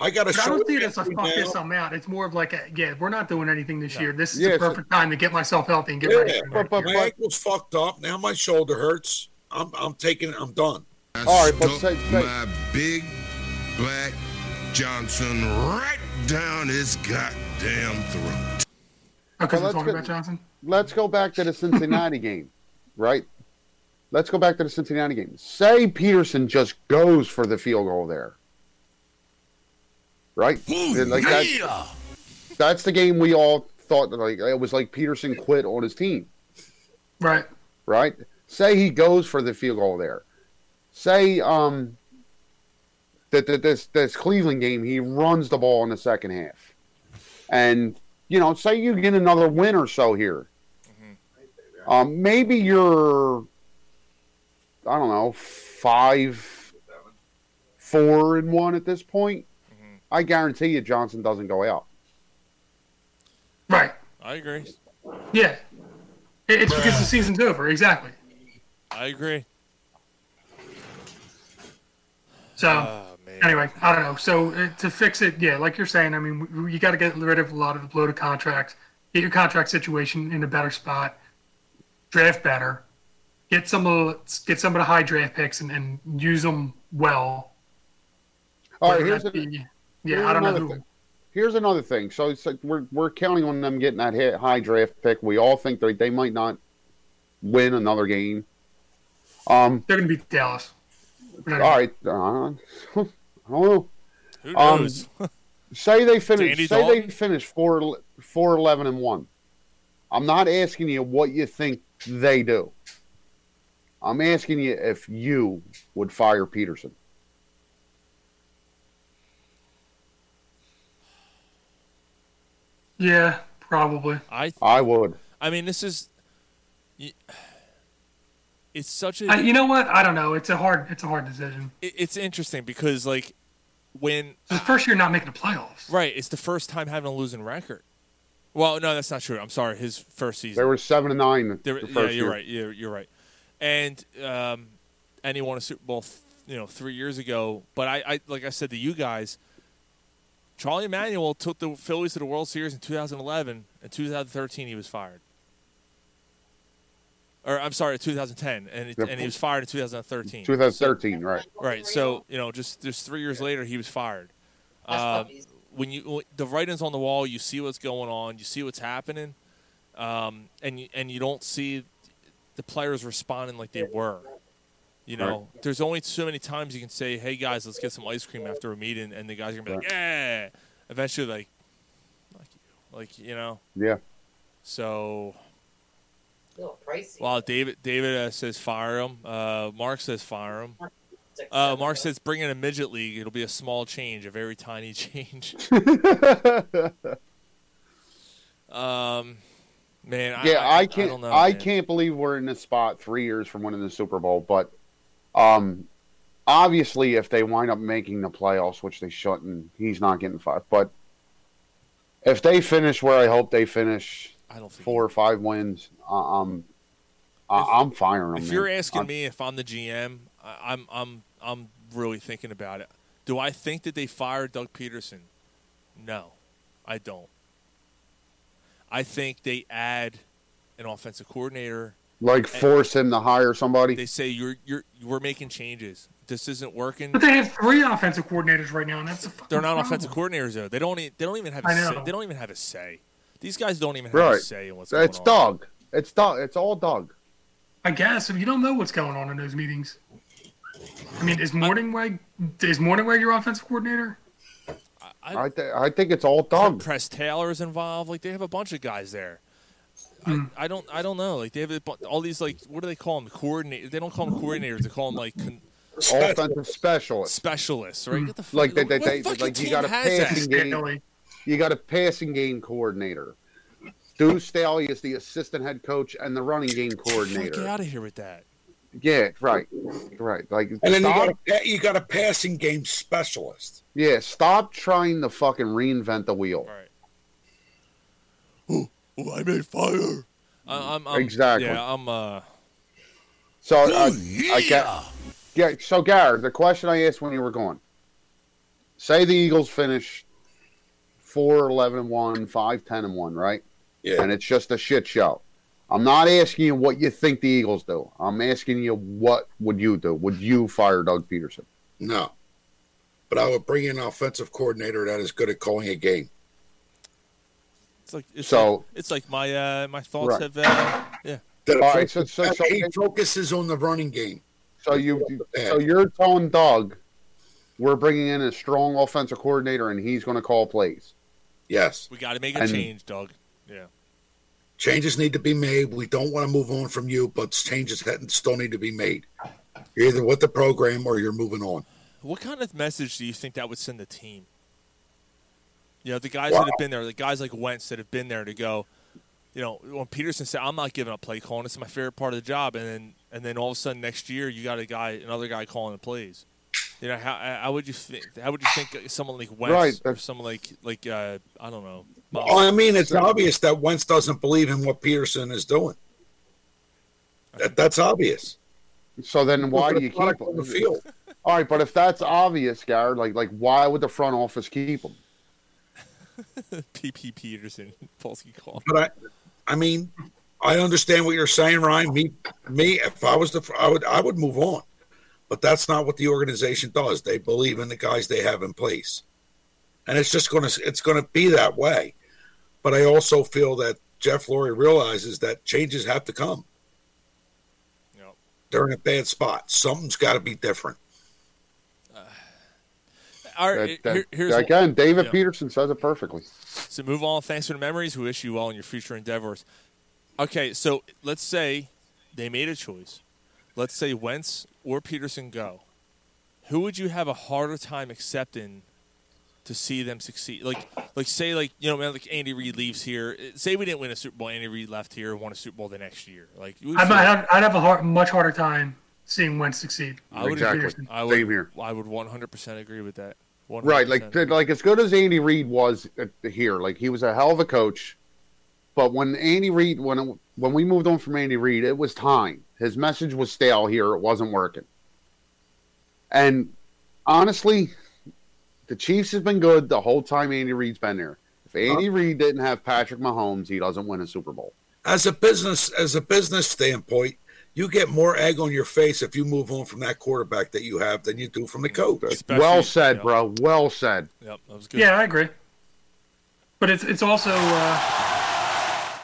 Speaker 6: I got
Speaker 9: but I don't see it as a fuck this I'm out. It's more of like a, yeah, we're not doing anything this year. This is
Speaker 6: Yeah,
Speaker 9: the
Speaker 6: it's a-
Speaker 9: perfect time to get myself healthy and get ready.
Speaker 6: Yeah,
Speaker 9: for the next
Speaker 6: but, but
Speaker 9: year.
Speaker 6: my ankle's fucked up. Now my shoulder hurts. I'm I'm taking it. I'm done.
Speaker 8: All right, but say- say-
Speaker 16: My big black Johnson right down his goddamn throat.
Speaker 9: Okay,
Speaker 8: let's
Speaker 9: talking
Speaker 8: go-
Speaker 9: about Johnson?
Speaker 8: Let's go back to the Cincinnati game, right? Let's go back to the Cincinnati game. Say Peterson just goes for the field goal there, right? And, like, that- that's the game we all thought that like it was like Peterson quit on his team,
Speaker 9: Right.
Speaker 8: right? Say he goes for the field goal there. Say um that that this this Cleveland game he runs the ball in the second half, and you know say you get another win or so here. Um, maybe you're, I don't know, five, four and one at this point. I guarantee you Johnson doesn't go out.
Speaker 7: I agree.
Speaker 9: Yeah. It- It's because the season's over. Exactly.
Speaker 7: I agree.
Speaker 9: So
Speaker 7: Oh, man.
Speaker 9: anyway, I don't know. So uh, to fix it, yeah, like you're saying, I mean, w- you got to get rid of a lot of the bloated contracts. Get your contract situation in a better spot. Draft better. Get some of the- get some of the high draft picks and, and use them well.
Speaker 8: All right,
Speaker 9: Whether
Speaker 8: here's
Speaker 9: that
Speaker 8: an-
Speaker 9: be-
Speaker 8: here's
Speaker 9: yeah, I don't know
Speaker 8: another
Speaker 9: who.
Speaker 8: thing. Here's another thing. So it's like we're we're counting on them getting that hit, high draft pick. We all think they they might not win another game. Um,
Speaker 9: They're going to beat Dallas.
Speaker 8: All right, uh, I don't know.
Speaker 7: Who
Speaker 8: Um,
Speaker 7: knows?
Speaker 8: say they finish.
Speaker 7: Andy
Speaker 8: Say
Speaker 7: Dalton?
Speaker 8: they finish four four eleven and one. I'm not asking you what you think they do. I'm asking you if you would fire Peterson.
Speaker 9: Yeah, probably.
Speaker 7: I th-
Speaker 8: I would.
Speaker 7: I mean, this is. y- It's such a.
Speaker 9: I, Uh, you know what? I don't know. It's a hard it's a hard decision.
Speaker 7: it- it's interesting because like when
Speaker 9: The first year not making the playoffs.
Speaker 7: right, it's the first time having a losing record. Well, no, that's not true. I'm sorry. His first season.
Speaker 8: They were seven and nine.
Speaker 7: They were-
Speaker 8: the first
Speaker 7: yeah, you're
Speaker 8: year.
Speaker 7: right. You're, you're right. And um, and he won a Super Bowl, th- you know, three years ago. But I, I like I said to you guys, Charlie Emanuel took the Phillies to the World Series in 2011. In 2013, he was fired. Or I'm sorry, 2010, and it,
Speaker 8: Yep.
Speaker 7: and he was fired in 2013.
Speaker 8: 2013, right?
Speaker 7: Right. So you know, just just three years later, he was fired. Um, when you when- the writing's on the wall, you see what's going on, you see what's happening, um, and you, and you don't see the players responding like they were. You know, there's only so many times you can say, "Hey guys, let's get some ice cream after a meeting," and the guys are gonna be like,
Speaker 8: Right.
Speaker 7: "Yeah." Eventually, like, like you, like you know.
Speaker 8: Yeah.
Speaker 7: So
Speaker 17: little pricey.
Speaker 7: Well, David David uh, says fire him. Uh, Mark says fire him. Uh, Mark says bring in a midget league. It'll be a small change, a very tiny change. um, man, I,
Speaker 8: yeah, I,
Speaker 7: I,
Speaker 8: can't. I,
Speaker 7: don't know, man.
Speaker 8: can't believe we're in this spot three years from winning the Super Bowl. But um, obviously, if they wind up making the playoffs, which they shouldn't, he's not getting five. But if they finish where I hope they finish,
Speaker 7: I don't think
Speaker 8: four or five wins. Uh, um, I, I'm firing them.
Speaker 7: If
Speaker 8: man.
Speaker 7: you're asking
Speaker 8: I'm-
Speaker 7: me if I'm the GM, I, I'm I'm I'm really thinking about it. Do I think that they fired Doug Peterson? No, I don't. I think they add an offensive coordinator.
Speaker 8: like
Speaker 7: And-
Speaker 8: force him to hire somebody.
Speaker 7: They say you're you're we're making changes. This isn't working.
Speaker 9: But they have three offensive coordinators right now, and that's a fucking
Speaker 7: They're not
Speaker 9: problem.
Speaker 7: offensive coordinators though. They don't e- they don't even have a
Speaker 9: I know.
Speaker 7: say. they don't even have a say. These guys don't even have a
Speaker 8: right.
Speaker 7: say in what's going
Speaker 8: It's
Speaker 7: on.
Speaker 8: Doug. It's Doug. It's all Doug.
Speaker 9: I guess if you don't know what's going on in those meetings. I mean, is Morningweg is Morningweg your offensive coordinator?
Speaker 7: I,
Speaker 8: I, th- I think it's all Doug.
Speaker 7: Press Taylor is involved. Like they have a bunch of guys there.
Speaker 9: Mm.
Speaker 7: I, I don't I don't know. Like they have a bu- all these like what do they call them? Coordinate. They don't call them coordinators. They call them like con-
Speaker 8: offensive specialist.
Speaker 7: Specialists,
Speaker 9: Mm.
Speaker 7: right? Get the fuck-
Speaker 8: like they, they,
Speaker 7: what
Speaker 8: they,
Speaker 7: fucking
Speaker 8: like you
Speaker 7: team
Speaker 8: got a
Speaker 7: has that?
Speaker 8: passing game. You got a passing game coordinator. Stu Staley is the assistant head coach and the running game
Speaker 7: Get
Speaker 8: coordinator.
Speaker 7: out of here with that.
Speaker 8: Yeah, right, right. Like
Speaker 6: And then you
Speaker 8: stop,
Speaker 6: got, a, you got a passing game specialist.
Speaker 8: yeah, stop trying to fucking reinvent the wheel.
Speaker 7: Oh, I made fire. I, I'm, I'm
Speaker 8: Exactly.
Speaker 7: Yeah, I'm. Uh,
Speaker 8: So uh, I get, yeah. So Gar, the question I asked when you were going, say the Eagles finish 4 11 and 1, 5 10 and 1, right?
Speaker 6: Yeah.
Speaker 8: And it's just a shit show. I'm not asking you what you think the Eagles do. I'm asking you what would you do? Would you fire Doug Peterson?
Speaker 6: No. But I would bring in an offensive coordinator that is good at calling a game.
Speaker 7: it's like it's
Speaker 6: So-
Speaker 7: like, it's like my uh, my thoughts
Speaker 6: Right.
Speaker 7: have. Uh, yeah.
Speaker 6: That
Speaker 8: All right,
Speaker 6: offensive-
Speaker 8: so- so- so-
Speaker 6: he focuses on the running game.
Speaker 8: So you, so you're telling Doug, we're bringing in a strong offensive coordinator, and he's going to call plays.
Speaker 6: Yes.
Speaker 7: We got to make a
Speaker 8: And-
Speaker 7: change, Doug. Yeah.
Speaker 6: Changes need to be made. We don't want to move on from you, but changes that still need to be made. You're either with the program or you're moving on.
Speaker 7: What kind of message do you think that would send the team? You know, the guys
Speaker 6: Wow.
Speaker 7: that have been there, the guys like Wentz that have been there to go, you know, when Peterson said, I'm not giving up play calling, it's my favorite part of the job. And then, and then all of a sudden next year, you got a guy, another guy calling the plays. You know, how, how would you think, how would you think someone like Wentz
Speaker 6: Right,
Speaker 7: or someone like, like, uh, I don't know.
Speaker 6: Well, I mean, it's obvious that Wentz doesn't believe in what Peterson is doing. That, that's obvious.
Speaker 8: So then why do you keep him? All right, but if that's obvious, Garrett, like like why would the front office keep him?
Speaker 7: PP Peterson, Polsky call.
Speaker 6: But I, I mean, I understand what you're saying, Ryan. Me, me. If I was the, I would, I would move on. But that's not what the organization does. They believe in the guys they have in place, and it's just gonna, it's gonna be that way. But I also feel that Jeff Lurie realizes that changes have to come.
Speaker 7: Yep.
Speaker 6: They're in a bad spot. Something's got to be different.
Speaker 7: All right,
Speaker 8: That-
Speaker 7: here-
Speaker 8: that-
Speaker 7: here's
Speaker 8: again, David
Speaker 7: Yeah.
Speaker 8: Peterson says it perfectly.
Speaker 7: So move on. Thanks for the memories. We wish you well in your future endeavors. Okay, so let's say they made a choice. Let's say Wentz or Peterson go. Who would you have a harder time accepting to see them succeed? Like, like say, like you know, man, like Andy Reid leaves here. Eh, Say we didn't win a Super Bowl. Andy Reid left here, won a Super Bowl the next year. Like, you would
Speaker 9: I
Speaker 7: feel-
Speaker 9: might have, I'd have a hard, much harder time seeing Wentz succeed.
Speaker 7: I would
Speaker 8: Exactly.
Speaker 7: agree. I would,
Speaker 8: Same here.
Speaker 7: I would 100% agree with that. 100%.
Speaker 8: Right, like like as good as Andy Reid was at, here, like he was a hell of a coach. But when Andy Reid, when it, when we moved on from Andy Reid, it was time. His message was stale here; it wasn't working. And honestly, the Chiefs have been good the whole time Andy Reid's been there. If Andy Reid didn't have Patrick Mahomes, he doesn't win a Super Bowl.
Speaker 6: as a business as a business standpoint, you get more egg on your face if you move on from that quarterback that you have than you do from the coach.
Speaker 8: well said, bro. Well said.
Speaker 7: Yep, that was
Speaker 9: Yeah, I agree. But it's it's also uh,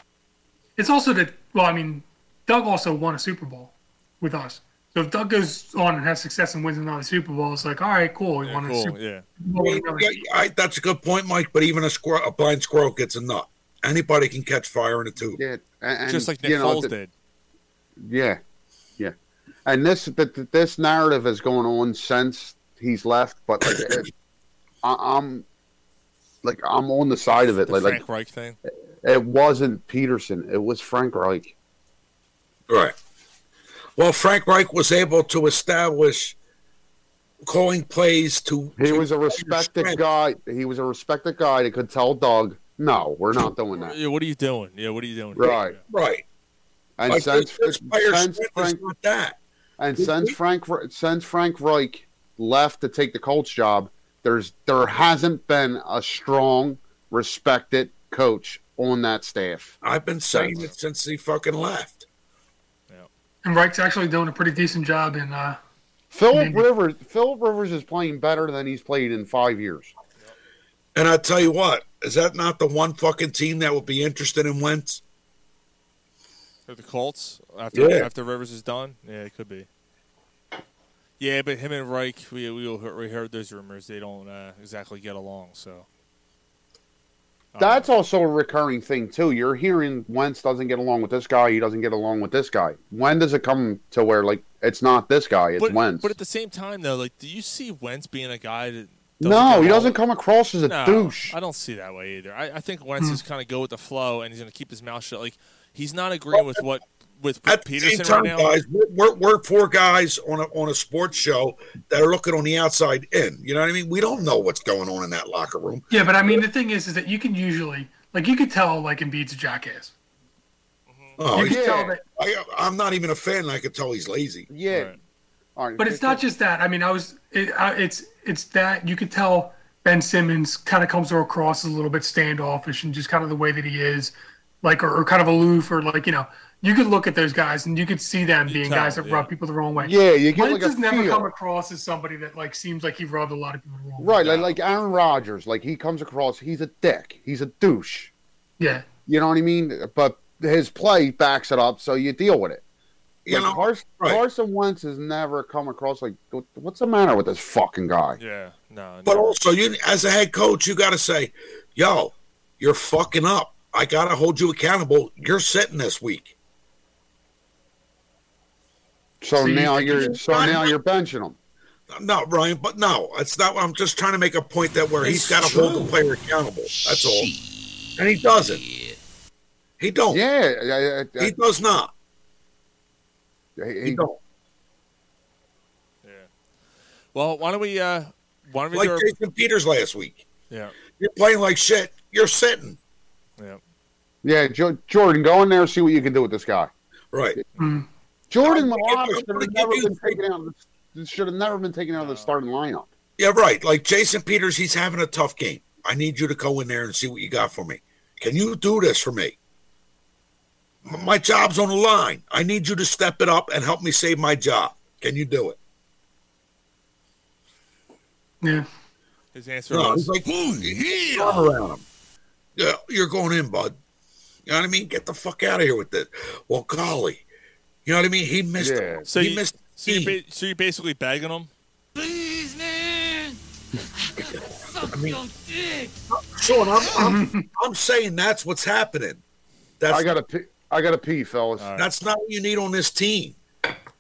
Speaker 9: it's also that well, I mean, Doug also won a Super Bowl with us, so So if Doug goes on and has success and wins another Super Bowl, it's like, all right, cool. He
Speaker 7: Yeah,
Speaker 9: won a
Speaker 7: cool,
Speaker 9: Super
Speaker 7: yeah.
Speaker 9: Bowl.
Speaker 6: Yeah, I, that's a good point, Mike. But even a squirrel, a blind squirrel gets a nut. Anybody can catch fire in a tube.
Speaker 8: Yeah, and-
Speaker 7: Just like Nick
Speaker 8: you know,
Speaker 7: Foles
Speaker 8: the-
Speaker 7: did.
Speaker 8: Yeah, yeah. And this th- th- this narrative is going on since he's left, but like, it, I, I'm like I'm on the side of it.
Speaker 7: The
Speaker 8: like
Speaker 7: Frank
Speaker 8: like
Speaker 7: Reich thing.
Speaker 8: it wasn't Peterson, it was Frank Reich.
Speaker 6: Right. Well, Frank Reich was able to establish calling plays to.
Speaker 8: He was a respected guy. He was a respected guy that could tell Doug, "No, we're not doing that."
Speaker 7: Yeah, what are you doing? Yeah, what are you doing?
Speaker 8: Right.
Speaker 6: Right.
Speaker 8: And
Speaker 7: Like,
Speaker 8: since,
Speaker 7: this- this player
Speaker 8: since
Speaker 7: strength is
Speaker 8: Frank,
Speaker 6: not that.
Speaker 8: and since Frank since Frank Reich left to take the Colts job, there's there hasn't been a strong, respected coach on that staff.
Speaker 6: I've been saying it since he fucking left.
Speaker 9: And Reich's actually doing a pretty decent job in uh,
Speaker 8: Philip Rivers Philip Rivers is playing better than he's played in five years.
Speaker 6: And I tell you what, is that not the one fucking team that would be interested in Wentz?
Speaker 7: Or the Colts after
Speaker 6: Yeah.
Speaker 7: after Rivers is done. Yeah, it could be. Yeah, but him and Reich, we we, all heard- we heard those rumors. They don't uh, exactly get along. So
Speaker 8: That's also a recurring thing too. You're hearing Wentz doesn't get along with this guy. He doesn't get along with this guy. When does it come to where like it's not this guy? It's
Speaker 7: but,
Speaker 8: Wentz.
Speaker 7: But at the same time, though, like, do you see Wentz being a guy that?
Speaker 8: no,
Speaker 7: get
Speaker 8: he
Speaker 7: along-
Speaker 8: doesn't come across as a
Speaker 7: No,
Speaker 8: douche. Hmm.
Speaker 7: I don't see that way either. I, I think Wentz is kind of go with the flow, and he's going to keep his mouth shut. Like he's not agreeing with what with
Speaker 6: Same
Speaker 7: Peterson
Speaker 6: time,
Speaker 7: right now.
Speaker 6: guys, we're, we're, we're four guys on a, on a sports show that are looking on the outside in. You know what I mean? We don't know what's going on in that locker room.
Speaker 9: Yeah, but I mean, the thing is, is that you can usually, like, you could tell, like, Embiid's a jackass.
Speaker 6: Oh,
Speaker 9: you can
Speaker 6: he's-
Speaker 9: tell that,
Speaker 6: I, I'm not even a fan. and I could tell he's lazy.
Speaker 8: Yeah.
Speaker 9: but it's not just that. I mean, I was, it, I, it's, it's that you could tell Ben Simmons kind of comes across as a little bit standoffish and just kind of the way that he is, like, or, or kind of aloof, or like, you know, you could look at those guys and you could see them being
Speaker 8: tell,
Speaker 9: guys that rub people the wrong way.
Speaker 8: Yeah, you get,
Speaker 9: Wentz
Speaker 8: like, a
Speaker 9: has never
Speaker 8: feel.
Speaker 9: come across as somebody that like seems like he rubbed a lot of people the wrong. way.
Speaker 8: Right, like, like Aaron Rodgers, like he comes across, he's a dick, he's a douche.
Speaker 9: Yeah.
Speaker 8: You know what I mean? But his play backs it up, so you deal with it.
Speaker 6: You
Speaker 8: Like,
Speaker 6: know,
Speaker 8: Carson,
Speaker 6: right.
Speaker 8: Carson Wentz has never come across like, "What- what's the matter with this fucking guy?
Speaker 7: Yeah, no.
Speaker 6: But also, you as a head coach, you got to say, "Yo, you're fucking up. I got to hold you accountable. You're sitting this week."
Speaker 8: So
Speaker 6: See,
Speaker 8: now
Speaker 6: you-
Speaker 8: you're, so now you're benching him.
Speaker 6: No, Ryan, but no, it's not. I'm just trying to make a point that where he's got to hold the player accountable. That's all, and he doesn't. He don't.
Speaker 8: Yeah,
Speaker 6: Oh. he does not.
Speaker 8: He,
Speaker 6: don't.
Speaker 7: Well, why don't we? Uh, why don't we?
Speaker 6: Like
Speaker 7: do our-
Speaker 6: Jason Peters last week.
Speaker 7: yeah,
Speaker 6: You're playing like shit. You're sitting.
Speaker 7: yeah.
Speaker 8: Yeah, jo- Jordan, go in there and see what you can do with this guy.
Speaker 6: Right.
Speaker 8: Jordan Malata should have never been taken out. Of the, should have never been taken out of the starting lineup.
Speaker 6: Yeah, right. Like Jason Peters, he's having a tough game. I need you to go in there and see what you got for me. Can you do this for me? M- My job's on the line. I need you to step it up and help me save my job. Can you do it?
Speaker 9: Yeah.
Speaker 7: His answer
Speaker 6: No,
Speaker 7: was
Speaker 6: he's like, "Mm, yeah. arm around him. Yeah, you're going in, bud. You know what I mean? Get the fuck out of here with this. Well, golly, you know what I mean? He missed.
Speaker 7: So
Speaker 6: he
Speaker 7: you,
Speaker 6: missed. E.
Speaker 7: so, you're ba- so you're basically bagging him.
Speaker 6: I mean, Sean, I'm, I'm, I'm saying that's what's happening. That's
Speaker 8: I gotta pee. I gotta pee, fellas.
Speaker 6: That's not what you need on this team.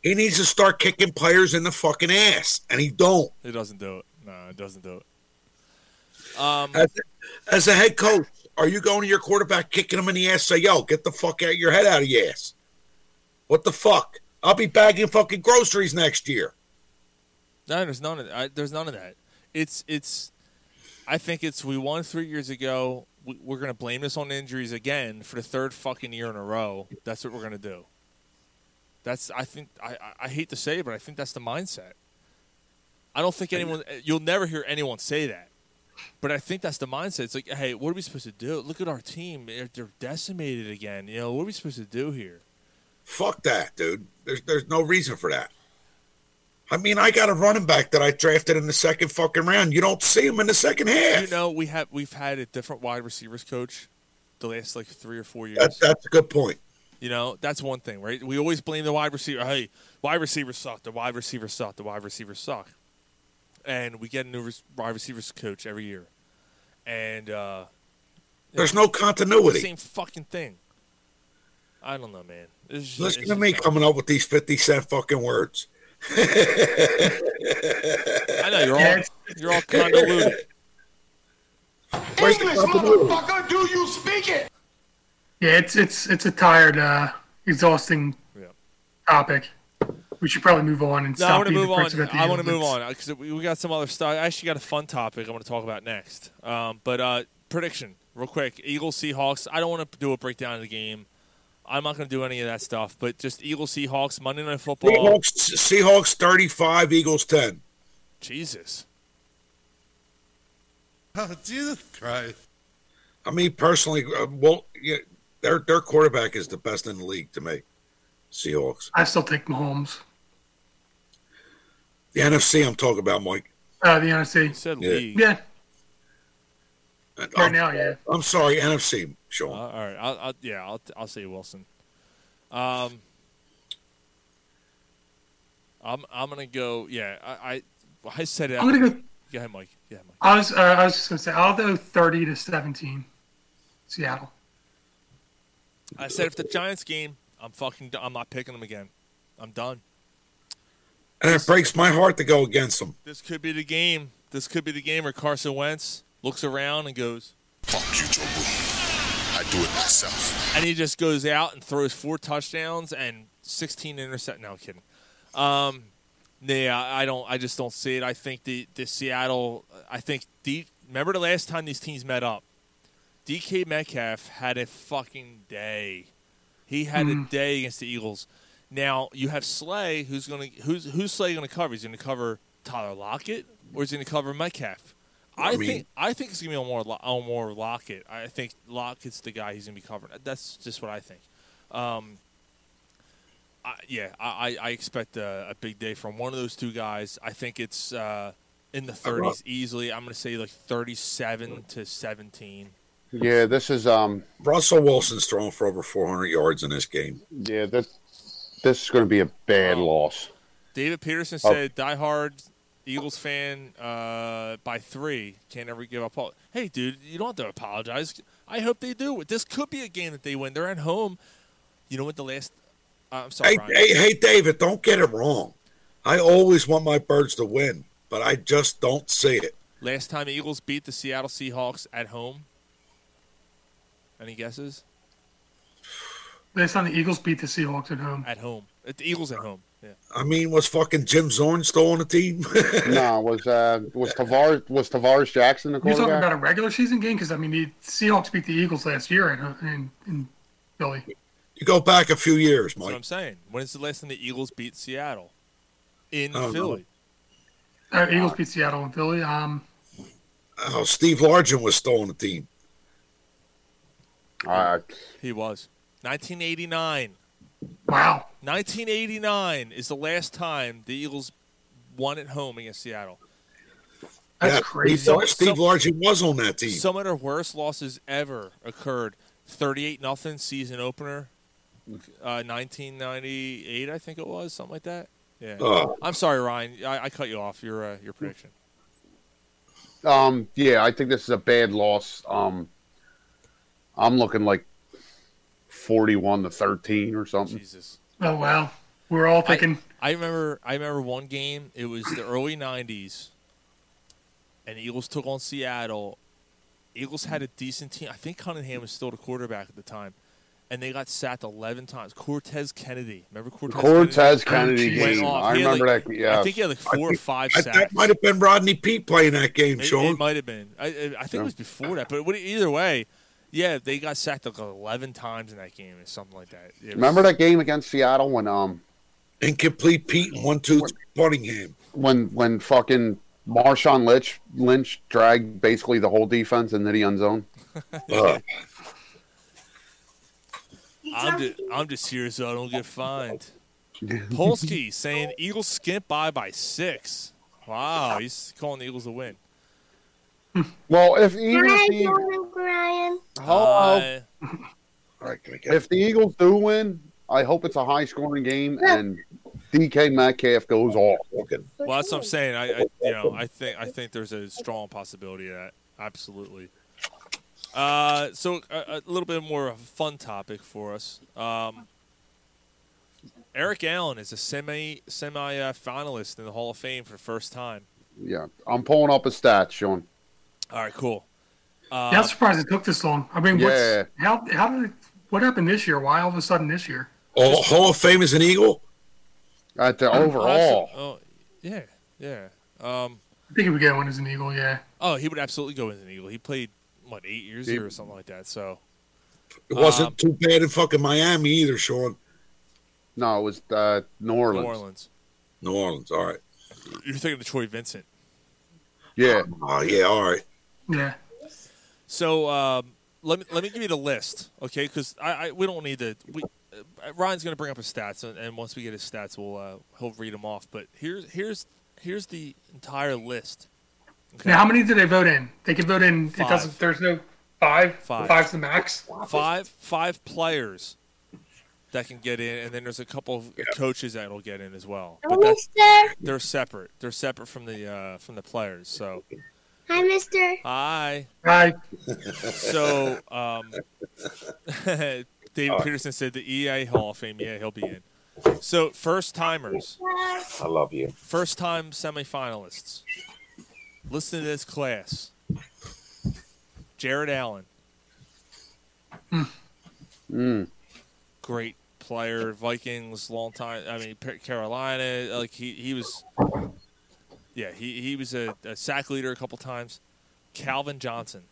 Speaker 6: He needs to start kicking players in the fucking ass, and he don't.
Speaker 7: It doesn't do it. No, it doesn't do it. Um,
Speaker 6: As, as a head coach, are you going to your quarterback kicking him in the ass? Say, yo, get the fuck out your head out of your ass. What the fuck? I'll be bagging fucking groceries next year.
Speaker 7: No, there's none of I, there's none of that. It's it's. I think it's we won three years ago. We, we're gonna blame this on injuries again for the third fucking year in a row. That's what we're gonna do. That's I think I I- I hate to say it, but I think that's the mindset. I don't think anyone you'll never hear anyone say that, but I think that's the mindset. It's like, hey, what are we supposed to do? Look at our team; they're, they're decimated again. You know, what are we supposed to do here?
Speaker 6: Fuck that, dude. There's there's no reason for that. I mean, I got a running back that I drafted in the second fucking round. You don't see him in the second half.
Speaker 7: You know, we have we've had a different wide receivers coach the last like three or four years.
Speaker 6: That, that's a good point.
Speaker 7: You know, that's one thing, right? We always blame the wide receiver. Hey, wide receiver sucked. The wide receiver sucked. The wide receiver sucked. And we get a new res- wide receivers coach every year, and uh,
Speaker 6: There's no continuity.
Speaker 7: Same fucking thing. I don't know, man. It's just-
Speaker 6: Listen
Speaker 7: it's
Speaker 6: to
Speaker 7: just-
Speaker 6: me coming up with these 50 cent fucking words.
Speaker 7: I know you're all you're all convoluted.
Speaker 10: English, motherfucker, do you speak it?
Speaker 9: Yeah, it's it's it's a tired, uh, exhausting topic. We should probably move on and
Speaker 7: No,
Speaker 9: stop
Speaker 7: I want to
Speaker 9: being
Speaker 7: move
Speaker 9: the pricks
Speaker 7: on.
Speaker 9: about the
Speaker 7: I want to move
Speaker 9: Olympics.
Speaker 7: on because we we got some other stuff. I actually got a fun topic I want to talk about next. Um, but uh, prediction, real quick: Eagles, Seahawks. I don't want to do a breakdown of the game. I'm not going to do any of that stuff. But just Eagles, Seahawks, Monday Night Football.
Speaker 6: Seahawks, Seahawks 35, Eagles 10.
Speaker 7: Jesus.
Speaker 16: Oh, Jesus Christ.
Speaker 6: I mean, personally, uh, well, yeah, their their quarterback is the best in the league to me. Seahawks,
Speaker 9: I still take Mahomes.
Speaker 6: the NFC. I'm talking about, Mike.
Speaker 9: Uh, the NFC.
Speaker 7: Said
Speaker 6: Yeah. league.
Speaker 9: Yeah.
Speaker 6: I'm-
Speaker 9: Right now, yeah.
Speaker 6: I'm sorry, NFC, Sean.
Speaker 7: Uh, all right. I'll, I'll, yeah, I'll, I'll say Wilson. Um, I'm I'm gonna go. Yeah, I I, I said it.
Speaker 9: I'm gonna go-
Speaker 7: Go ahead, Mike. Yeah, Mike.
Speaker 9: I was uh, I was just gonna say I'll go thirty to seventeen, Seattle.
Speaker 7: I said if the Giants game, I'm fucking. I'm not picking them again. I'm done.
Speaker 6: and it breaks my heart to go against them.
Speaker 7: This could be the game. This could be the game where Carson Wentz looks around and goes,
Speaker 16: Fuck you, Jobu. I do it myself.
Speaker 7: and he just goes out and throws four touchdowns and 16 intercept. No I'm kidding. Um, yeah, I don't. I just don't see it. I think the the Seattle. I think D. Remember the last time these teams met up? DK Metcalf had a fucking day. He had a
Speaker 2: Mm.
Speaker 7: day against the Eagles. Now you have Slay, who's gonna who's who's Slay gonna cover? He's gonna cover Tyler Lockett or is he gonna cover Metcalf? I,
Speaker 2: I mean-
Speaker 7: think I think it's gonna be on more on more Lockett. I think Lockett's the guy he's gonna be covering. That's just what I think. Um, I, yeah, I, I I expect a, a big day from one of those two guys. I think it's uh, in the 30s easily. I'm gonna say like 37 to 17.
Speaker 8: Yeah, this is um.
Speaker 6: Russell Wilson's thrown for over 400 yards in this game.
Speaker 8: Yeah, that this is going to be a bad loss.
Speaker 7: David Peterson
Speaker 8: Oh.
Speaker 7: said, "Die hard Eagles fan uh, by three. Can't ever give up." All- hey, dude, you don't have to apologize. I hope they do. This could be a game that they win. They're at home. You know what? The last. Uh, I'm sorry.
Speaker 6: Hey,
Speaker 7: Brian.
Speaker 6: hey, hey, David, don't get it wrong. I always want my birds to win, but I just don't see it.
Speaker 7: Last time the Eagles beat the Seattle Seahawks at home. Any guesses?
Speaker 9: Last time the Eagles beat the Seahawks at home.
Speaker 7: At home. At the Eagles at home. Yeah.
Speaker 6: I mean, was fucking Jim Zorn still on the team?
Speaker 8: no, was uh was Tavares was Tavares Jackson the
Speaker 9: You're talking about
Speaker 8: quarterback?
Speaker 9: a regular season game because I mean the Seahawks beat the Eagles last year in, in, in Philly.
Speaker 6: You go back a few years,
Speaker 7: That's what
Speaker 6: Mike.
Speaker 7: I'm saying. When is the last time the Eagles beat Seattle? In
Speaker 6: Oh, no.
Speaker 7: Philly.
Speaker 9: Uh, Eagles beat Seattle and Philly. Um,
Speaker 6: Oh, Steve Largent was still on the team.
Speaker 7: He was. 1989.
Speaker 9: Wow.
Speaker 7: 1989 is the last time the Eagles won at home against Seattle.
Speaker 6: That's
Speaker 7: crazy.
Speaker 6: Steve,
Speaker 7: So-
Speaker 6: Steve Largent was on that team.
Speaker 7: Some of their worst losses ever occurred. 38 nothing season opener. Uh, 1998, I think it was something like that. Yeah.
Speaker 6: Uh,
Speaker 8: Oh.
Speaker 7: I'm sorry, Ryan. I, I cut you off. Your uh, your prediction.
Speaker 8: Um, yeah, I think this is a bad loss. Um, I'm looking like forty-one to thirteen or something.
Speaker 7: Jesus.
Speaker 9: oh wow, we're all thinking
Speaker 7: I remember I remember one game. It was the early '90s, and the Eagles took on Seattle. Eagles had a decent team. I think Cunningham was still the quarterback at the time, and they got sacked 11 times. Cortez Kennedy, remember Cortez?
Speaker 8: Cortez Kennedy
Speaker 7: Went
Speaker 8: game.
Speaker 7: off.
Speaker 8: I
Speaker 7: He had,
Speaker 8: remember
Speaker 7: like-
Speaker 8: that. Yeah,
Speaker 7: I think he had like four or five
Speaker 6: I-
Speaker 7: sacks.
Speaker 6: that might have been Rodney Pete playing that game,
Speaker 7: It-
Speaker 6: Sean.
Speaker 7: It, might have been. I, I I think it was before that. But what, either way, yeah, they got sacked like 11 times in that game or something like that. It was-
Speaker 8: Remember that game against Seattle when um
Speaker 6: incomplete Pete and one two Cunningham.
Speaker 8: when when fucking Marshawn Lynch Lynch dragged basically the whole defense into the end zone.
Speaker 6: Ugh.
Speaker 7: I'm just, I'm just here so I don't get fined. Polsky saying Eagles skimp by by six. Wow, he's calling the Eagles a win.
Speaker 8: Well, if Eagles beat
Speaker 18: Brian.
Speaker 7: Uh,
Speaker 8: Oh. Hello.
Speaker 7: Hi.
Speaker 6: All right, can we get
Speaker 8: If the Eagles do win, I hope it's a high scoring game and DK Metcalf goes off.
Speaker 7: Well, that's what I'm saying. I, I you know, I think I think there's a strong possibility of that absolutely. Uh, so a, a little bit more of a fun topic for us. Um, Eric Allen is a semi semi uh, finalist in the Hall of Fame for the first time.
Speaker 8: Yeah, I'm pulling up a stat, Sean.
Speaker 7: All right, cool.
Speaker 9: Yeah,
Speaker 7: Uh,
Speaker 9: I'm surprised it took this long. I mean, what's
Speaker 8: Yeah.
Speaker 9: how how did it, what happened this year? Why all of a sudden this year?
Speaker 6: Oh, Hall of Fame is an Eagle.
Speaker 8: At the overall,
Speaker 7: Oh, yeah, yeah. Um,
Speaker 9: I think he would get one as an Eagle. Yeah,
Speaker 7: oh, he would absolutely go as an Eagle. He played what eight years here or something like that. So
Speaker 6: It wasn't
Speaker 7: Um,
Speaker 6: too bad in fucking Miami either, Sean.
Speaker 8: no, it was uh, New Orleans.
Speaker 7: New Orleans.
Speaker 6: New Orleans, all right.
Speaker 7: You're thinking of Troy Vincent.
Speaker 8: Yeah.
Speaker 6: Oh yeah, all right.
Speaker 9: yeah.
Speaker 7: So um, let me let me give you the list, okay? Because I, I we don't need to. We, uh, Ryan's going to bring up his stats, and, and once we get his stats, we'll uh, he'll read them off. But here's here's here's the entire list. Okay.
Speaker 9: Now, how many do they vote in? They can vote in.
Speaker 7: Five.
Speaker 9: It doesn't. There's no five.
Speaker 7: Five.
Speaker 9: Five's the max.
Speaker 7: Five five players that can get in, and then there's a couple of coaches that'll get in as well.
Speaker 18: Hello,
Speaker 7: that's-
Speaker 18: mister.
Speaker 7: they're separate. They're separate from the uh, from the players. So
Speaker 18: Hi, mister.
Speaker 7: hi.
Speaker 9: Hi.
Speaker 7: So, um, David
Speaker 18: Alright.
Speaker 7: Peterson said the EA Hall of Fame. Yeah, he'll be in. So, first timers,
Speaker 18: I
Speaker 19: love you.
Speaker 7: first time semifinalists. Listen to this class Jared Allen,
Speaker 8: Mm.
Speaker 7: great player, Vikings, long time. I mean, Pa- Carolina, like he, he was, yeah, he, he was a, a sack leader a couple times. Calvin Johnson.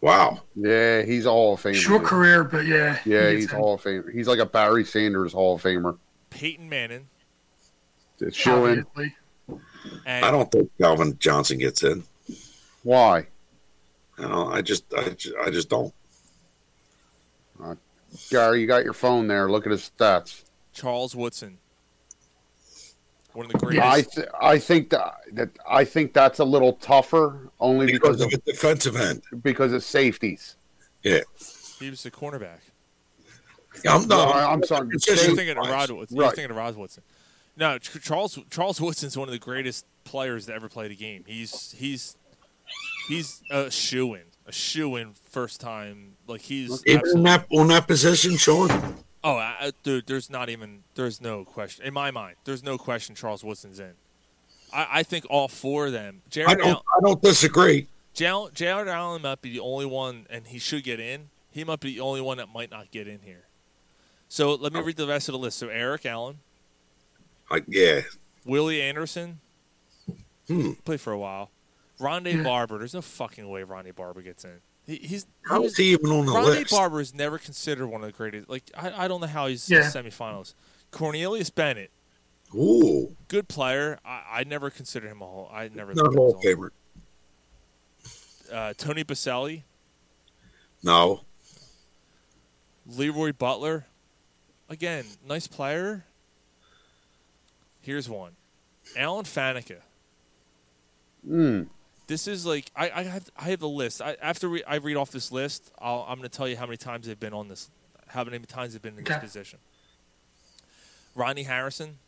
Speaker 6: Wow.
Speaker 8: Yeah, he's a Hall of Famer.
Speaker 9: Short career, but yeah.
Speaker 8: Yeah,
Speaker 9: he
Speaker 8: he's
Speaker 9: gets in.
Speaker 8: Hall of Famer. He's like a Barry Sanders Hall of Famer.
Speaker 7: Peyton Manning.
Speaker 8: It's showing
Speaker 9: Obviously.
Speaker 7: And
Speaker 6: I don't think Calvin Johnson gets in.
Speaker 8: why.
Speaker 6: You know, I just, I just, I just don't.
Speaker 8: Uh, Gary, you got your phone there. Look at his stats.
Speaker 7: Charles Woodson. One of the
Speaker 8: I
Speaker 7: greatest.
Speaker 8: th- I think that, that I think that's a little tougher only because,
Speaker 6: of the defensive end
Speaker 8: because of safeties.
Speaker 6: Yeah,
Speaker 7: He was the cornerback.
Speaker 6: I'm
Speaker 8: No,
Speaker 6: not.
Speaker 8: I- I'm sorry.
Speaker 7: You're
Speaker 8: Safety-
Speaker 7: thinking of Rod Woodson. You're
Speaker 8: Right.
Speaker 7: thinking of Rod Woodson. No, Ch- Charles Charles Woodson's one of the greatest players to ever play the game. He's he's he's a shoe in, a shoe in first time. Like he's
Speaker 6: Even
Speaker 7: absolutely-
Speaker 6: on that, on that position, Sean.
Speaker 7: Oh, I, I- dude, there's not even there's no question in my mind. There's no question Charles Woodson's in. I, I think all four of them. Jared
Speaker 6: I don't,
Speaker 7: Allen-
Speaker 6: I don't disagree.
Speaker 7: Jal- Jared Allen might be the only one, and he should get in. He might be the only one that might not get in here. So let me
Speaker 6: Oh.
Speaker 7: read the rest of the list. So Eric Allen,
Speaker 6: I, yeah,
Speaker 7: Willie Anderson,
Speaker 6: Hmm.
Speaker 7: played for a while. Rondé
Speaker 6: Yeah.
Speaker 7: Barber. There's no fucking way Rondé Barber gets in. He, he's
Speaker 6: How
Speaker 7: he was-
Speaker 6: is he even on the
Speaker 7: Rondé
Speaker 6: list?
Speaker 7: Barber is never considered one of the greatest. Like I, I don't know how he's
Speaker 6: Yeah.
Speaker 7: semifinals. Cornelius Bennett,
Speaker 6: Ooh,
Speaker 7: good player. I, I never considered him a whole. I never.
Speaker 6: not
Speaker 7: thought
Speaker 6: a
Speaker 7: he was
Speaker 6: Hall of Famer.
Speaker 7: on. Uh, Tony Baselli,
Speaker 6: No,
Speaker 7: Leroy Butler. Again, nice player. Here's one. Alan Faneca.
Speaker 8: Mm.
Speaker 7: This is like I, I have I have a list. I, after we, I read off this list, I'll, I'm going to tell you how many times they've been on this, how many times they've been in this
Speaker 9: Okay.
Speaker 7: position. Ronnie Harrison.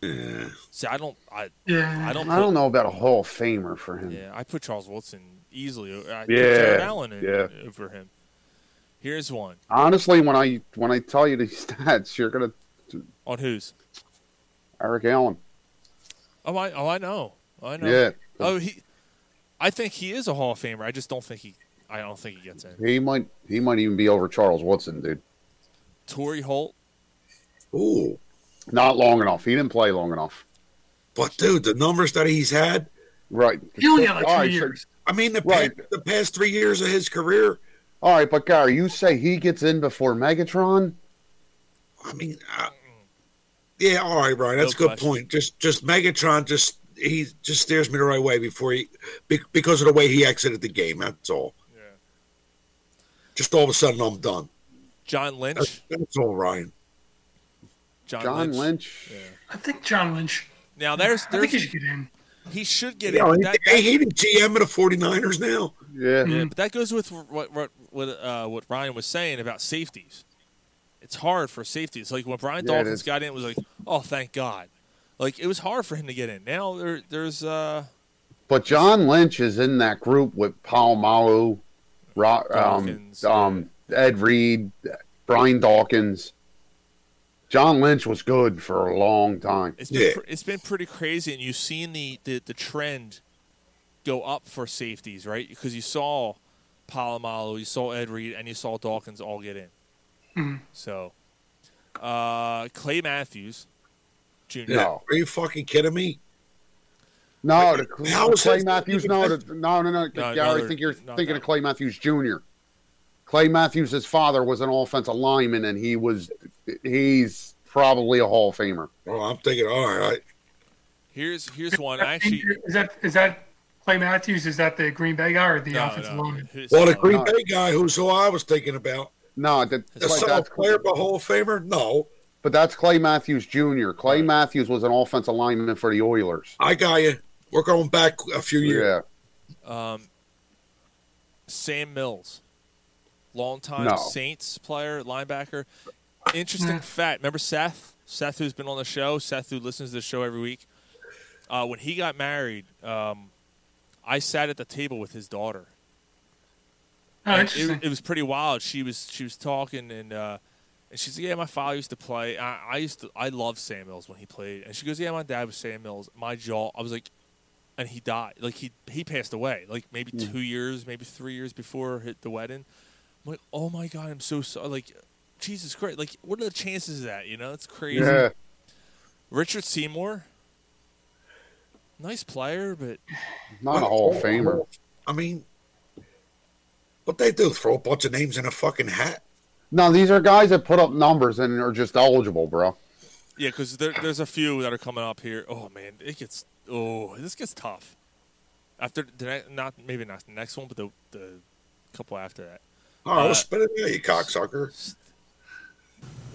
Speaker 6: Yeah.
Speaker 7: See, I don't, I,
Speaker 9: Yeah.
Speaker 7: I don't,
Speaker 8: I
Speaker 7: put-
Speaker 8: don't know about a Hall of Famer for him.
Speaker 7: Yeah, I put Charles Wilson easily. o- I put
Speaker 8: Yeah,
Speaker 7: Jared Allen in,
Speaker 8: yeah.
Speaker 7: over him. Here's one
Speaker 8: Honestly, when I when I tell you these stats, you're gonna
Speaker 7: on whose?
Speaker 8: Eric Allen.
Speaker 7: Oh, I oh I know. I know.
Speaker 8: Yeah.
Speaker 7: Oh, he. I think he is a Hall of Famer. I just don't think he. I don't think he gets in.
Speaker 8: He might he might even be over Charles Woodson, dude.
Speaker 7: Torrey Holt.
Speaker 6: Ooh,
Speaker 8: Not long enough. He didn't play long enough.
Speaker 6: but dude, the numbers that he's had.
Speaker 8: Right.
Speaker 9: He only had like two
Speaker 8: All right, so-
Speaker 9: years.
Speaker 6: I mean, the
Speaker 8: Right.
Speaker 6: past, the past three years of his career.
Speaker 8: All right, but Gary, you say he gets in before Megatron?
Speaker 6: I mean, I, yeah, all right, Brian, that's
Speaker 7: No
Speaker 6: a good
Speaker 7: question.
Speaker 6: point. Just, just Megatron, just he just steers me the right way before he, be, because of the way he exited the game. That's all.
Speaker 7: Yeah.
Speaker 6: Just all of a sudden, I'm done.
Speaker 7: John Lynch.
Speaker 6: That's all, Ryan.
Speaker 7: John,
Speaker 8: John
Speaker 7: Lynch.
Speaker 8: Lynch.
Speaker 9: I think John Lynch.
Speaker 7: Now there's
Speaker 9: I think he
Speaker 7: there's
Speaker 9: should get in.
Speaker 7: he should get
Speaker 6: You know,
Speaker 7: in.
Speaker 6: he-
Speaker 7: That-
Speaker 6: hey, he the GM of the 49ers now.
Speaker 8: Yeah.
Speaker 7: yeah but that goes with what what what, uh, what Ryan was saying about safeties. It's hard for safeties. Like when Brian
Speaker 8: Yeah, it
Speaker 7: Dawkins
Speaker 8: is.
Speaker 7: got in, it was like, oh, thank God. Like it was hard for him to get in. Now there there's uh
Speaker 8: But John Lynch is in that group with Paul Malu, Ro- um, um, Ed Reed, Brian Dawkins. John Lynch was good for a long time.
Speaker 7: It's been pr- it's been pretty crazy, and you've seen the the, the trend go up for safeties, right? Because you saw Palomalu, you saw Ed Reed, and you saw Dawkins all get in.
Speaker 9: Mm-hmm.
Speaker 7: So, uh, Clay Matthews, Jr.
Speaker 6: No. Are you fucking kidding me?
Speaker 8: No, the,
Speaker 6: How is
Speaker 8: Clay
Speaker 6: that-
Speaker 8: Matthews. No, the, no, no, no, Gary.
Speaker 7: no,
Speaker 8: I think you're
Speaker 7: no,
Speaker 8: thinking
Speaker 7: no.
Speaker 8: of Clay Matthews Jr. Clay Matthews, his father was an offensive lineman, and he was he's probably a Hall of Famer.
Speaker 6: Oh, I'm thinking, all right.
Speaker 7: Here's here's one. I actually,
Speaker 9: Is that is that Clay Matthews? Is that the Green Bay guy or the
Speaker 7: No,
Speaker 9: offensive
Speaker 7: no.
Speaker 9: line?
Speaker 6: Well, the Green Bay guy who's who I was thinking about.
Speaker 8: No, that,
Speaker 6: The
Speaker 8: like,
Speaker 6: South
Speaker 8: that's-
Speaker 6: player, but Hall of Famer? No.
Speaker 8: But that's Clay Matthews Jr. Clay Matthews was an offensive lineman for the Oilers.
Speaker 6: I got you. We're going back a few years.
Speaker 8: Yeah.
Speaker 7: um, Sam Mills, longtime
Speaker 8: No.
Speaker 7: Saints player, linebacker. Interesting fact. Remember Seth? Seth, who's been on the show, Seth, who listens to the show every week. Uh, when he got married, um, I sat at the table with his daughter.
Speaker 9: Oh,
Speaker 7: And
Speaker 9: interesting.
Speaker 7: it, it was pretty wild. She was she was talking and uh, and she's like, yeah, my father used to play. I, I used to I loved Sam Mills when he played. And she goes, yeah, my dad was Sam Mills. My jaw, I was like, and he died. Like he he passed away. Like maybe
Speaker 9: Hmm.
Speaker 2: Mm.
Speaker 7: two years, maybe three years before hit the wedding. I'm like, oh my god, I'm so sorry. Like, Jesus Christ. Like, what are the chances of that? You know, it's crazy.
Speaker 8: Yeah.
Speaker 7: Richard Seymour, nice player, but
Speaker 8: Not a Hall of Famer.
Speaker 6: I mean, what they do? Throw a bunch of names in a fucking hat?
Speaker 8: No, these are guys that put up numbers and are just eligible, bro.
Speaker 7: yeah, because there, there's a few that are coming up here. Oh man, it gets oh this gets tough. After the ne- not maybe not the next one, but the the couple after that.
Speaker 6: All right,
Speaker 7: Uh,
Speaker 6: well, spit it out, you cocksucker.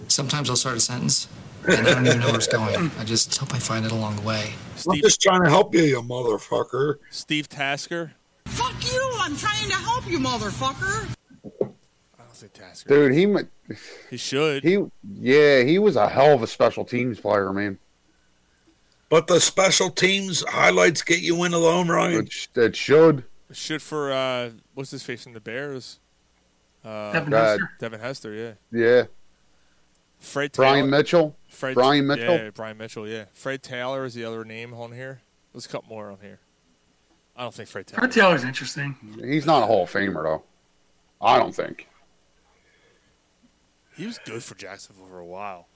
Speaker 18: Sometimes I'll start a sentence and I don't even know where it's going. I just hope I find it along the way.
Speaker 6: I'm just trying to help you, you motherfucker.
Speaker 7: Steve Tasker.
Speaker 19: Fuck you! I'm trying to help you, motherfucker.
Speaker 7: I don't think Tasker.
Speaker 8: Dude, he mi-
Speaker 7: He should.
Speaker 8: He yeah, he was a hell of a special teams player, man.
Speaker 6: But the special teams highlights get you in alone, Ryan.
Speaker 8: It, sh- it should.
Speaker 7: Should for uh, what's his face in the Bears? Uh,
Speaker 8: Devin God. Hester.
Speaker 7: Devin Hester, yeah.
Speaker 8: Yeah.
Speaker 7: Fred Taylor.
Speaker 8: Brian Mitchell.
Speaker 7: Fred,
Speaker 8: Brian Mitchell.
Speaker 7: Yeah, Brian Mitchell, yeah. Fred Taylor is the other name on here. There's a couple more on here. I don't think Fred Taylor.
Speaker 9: Fred Taylor's interesting.
Speaker 8: He's not a Hall of Famer though. I don't think.
Speaker 7: He was good for Jacksonville for a while.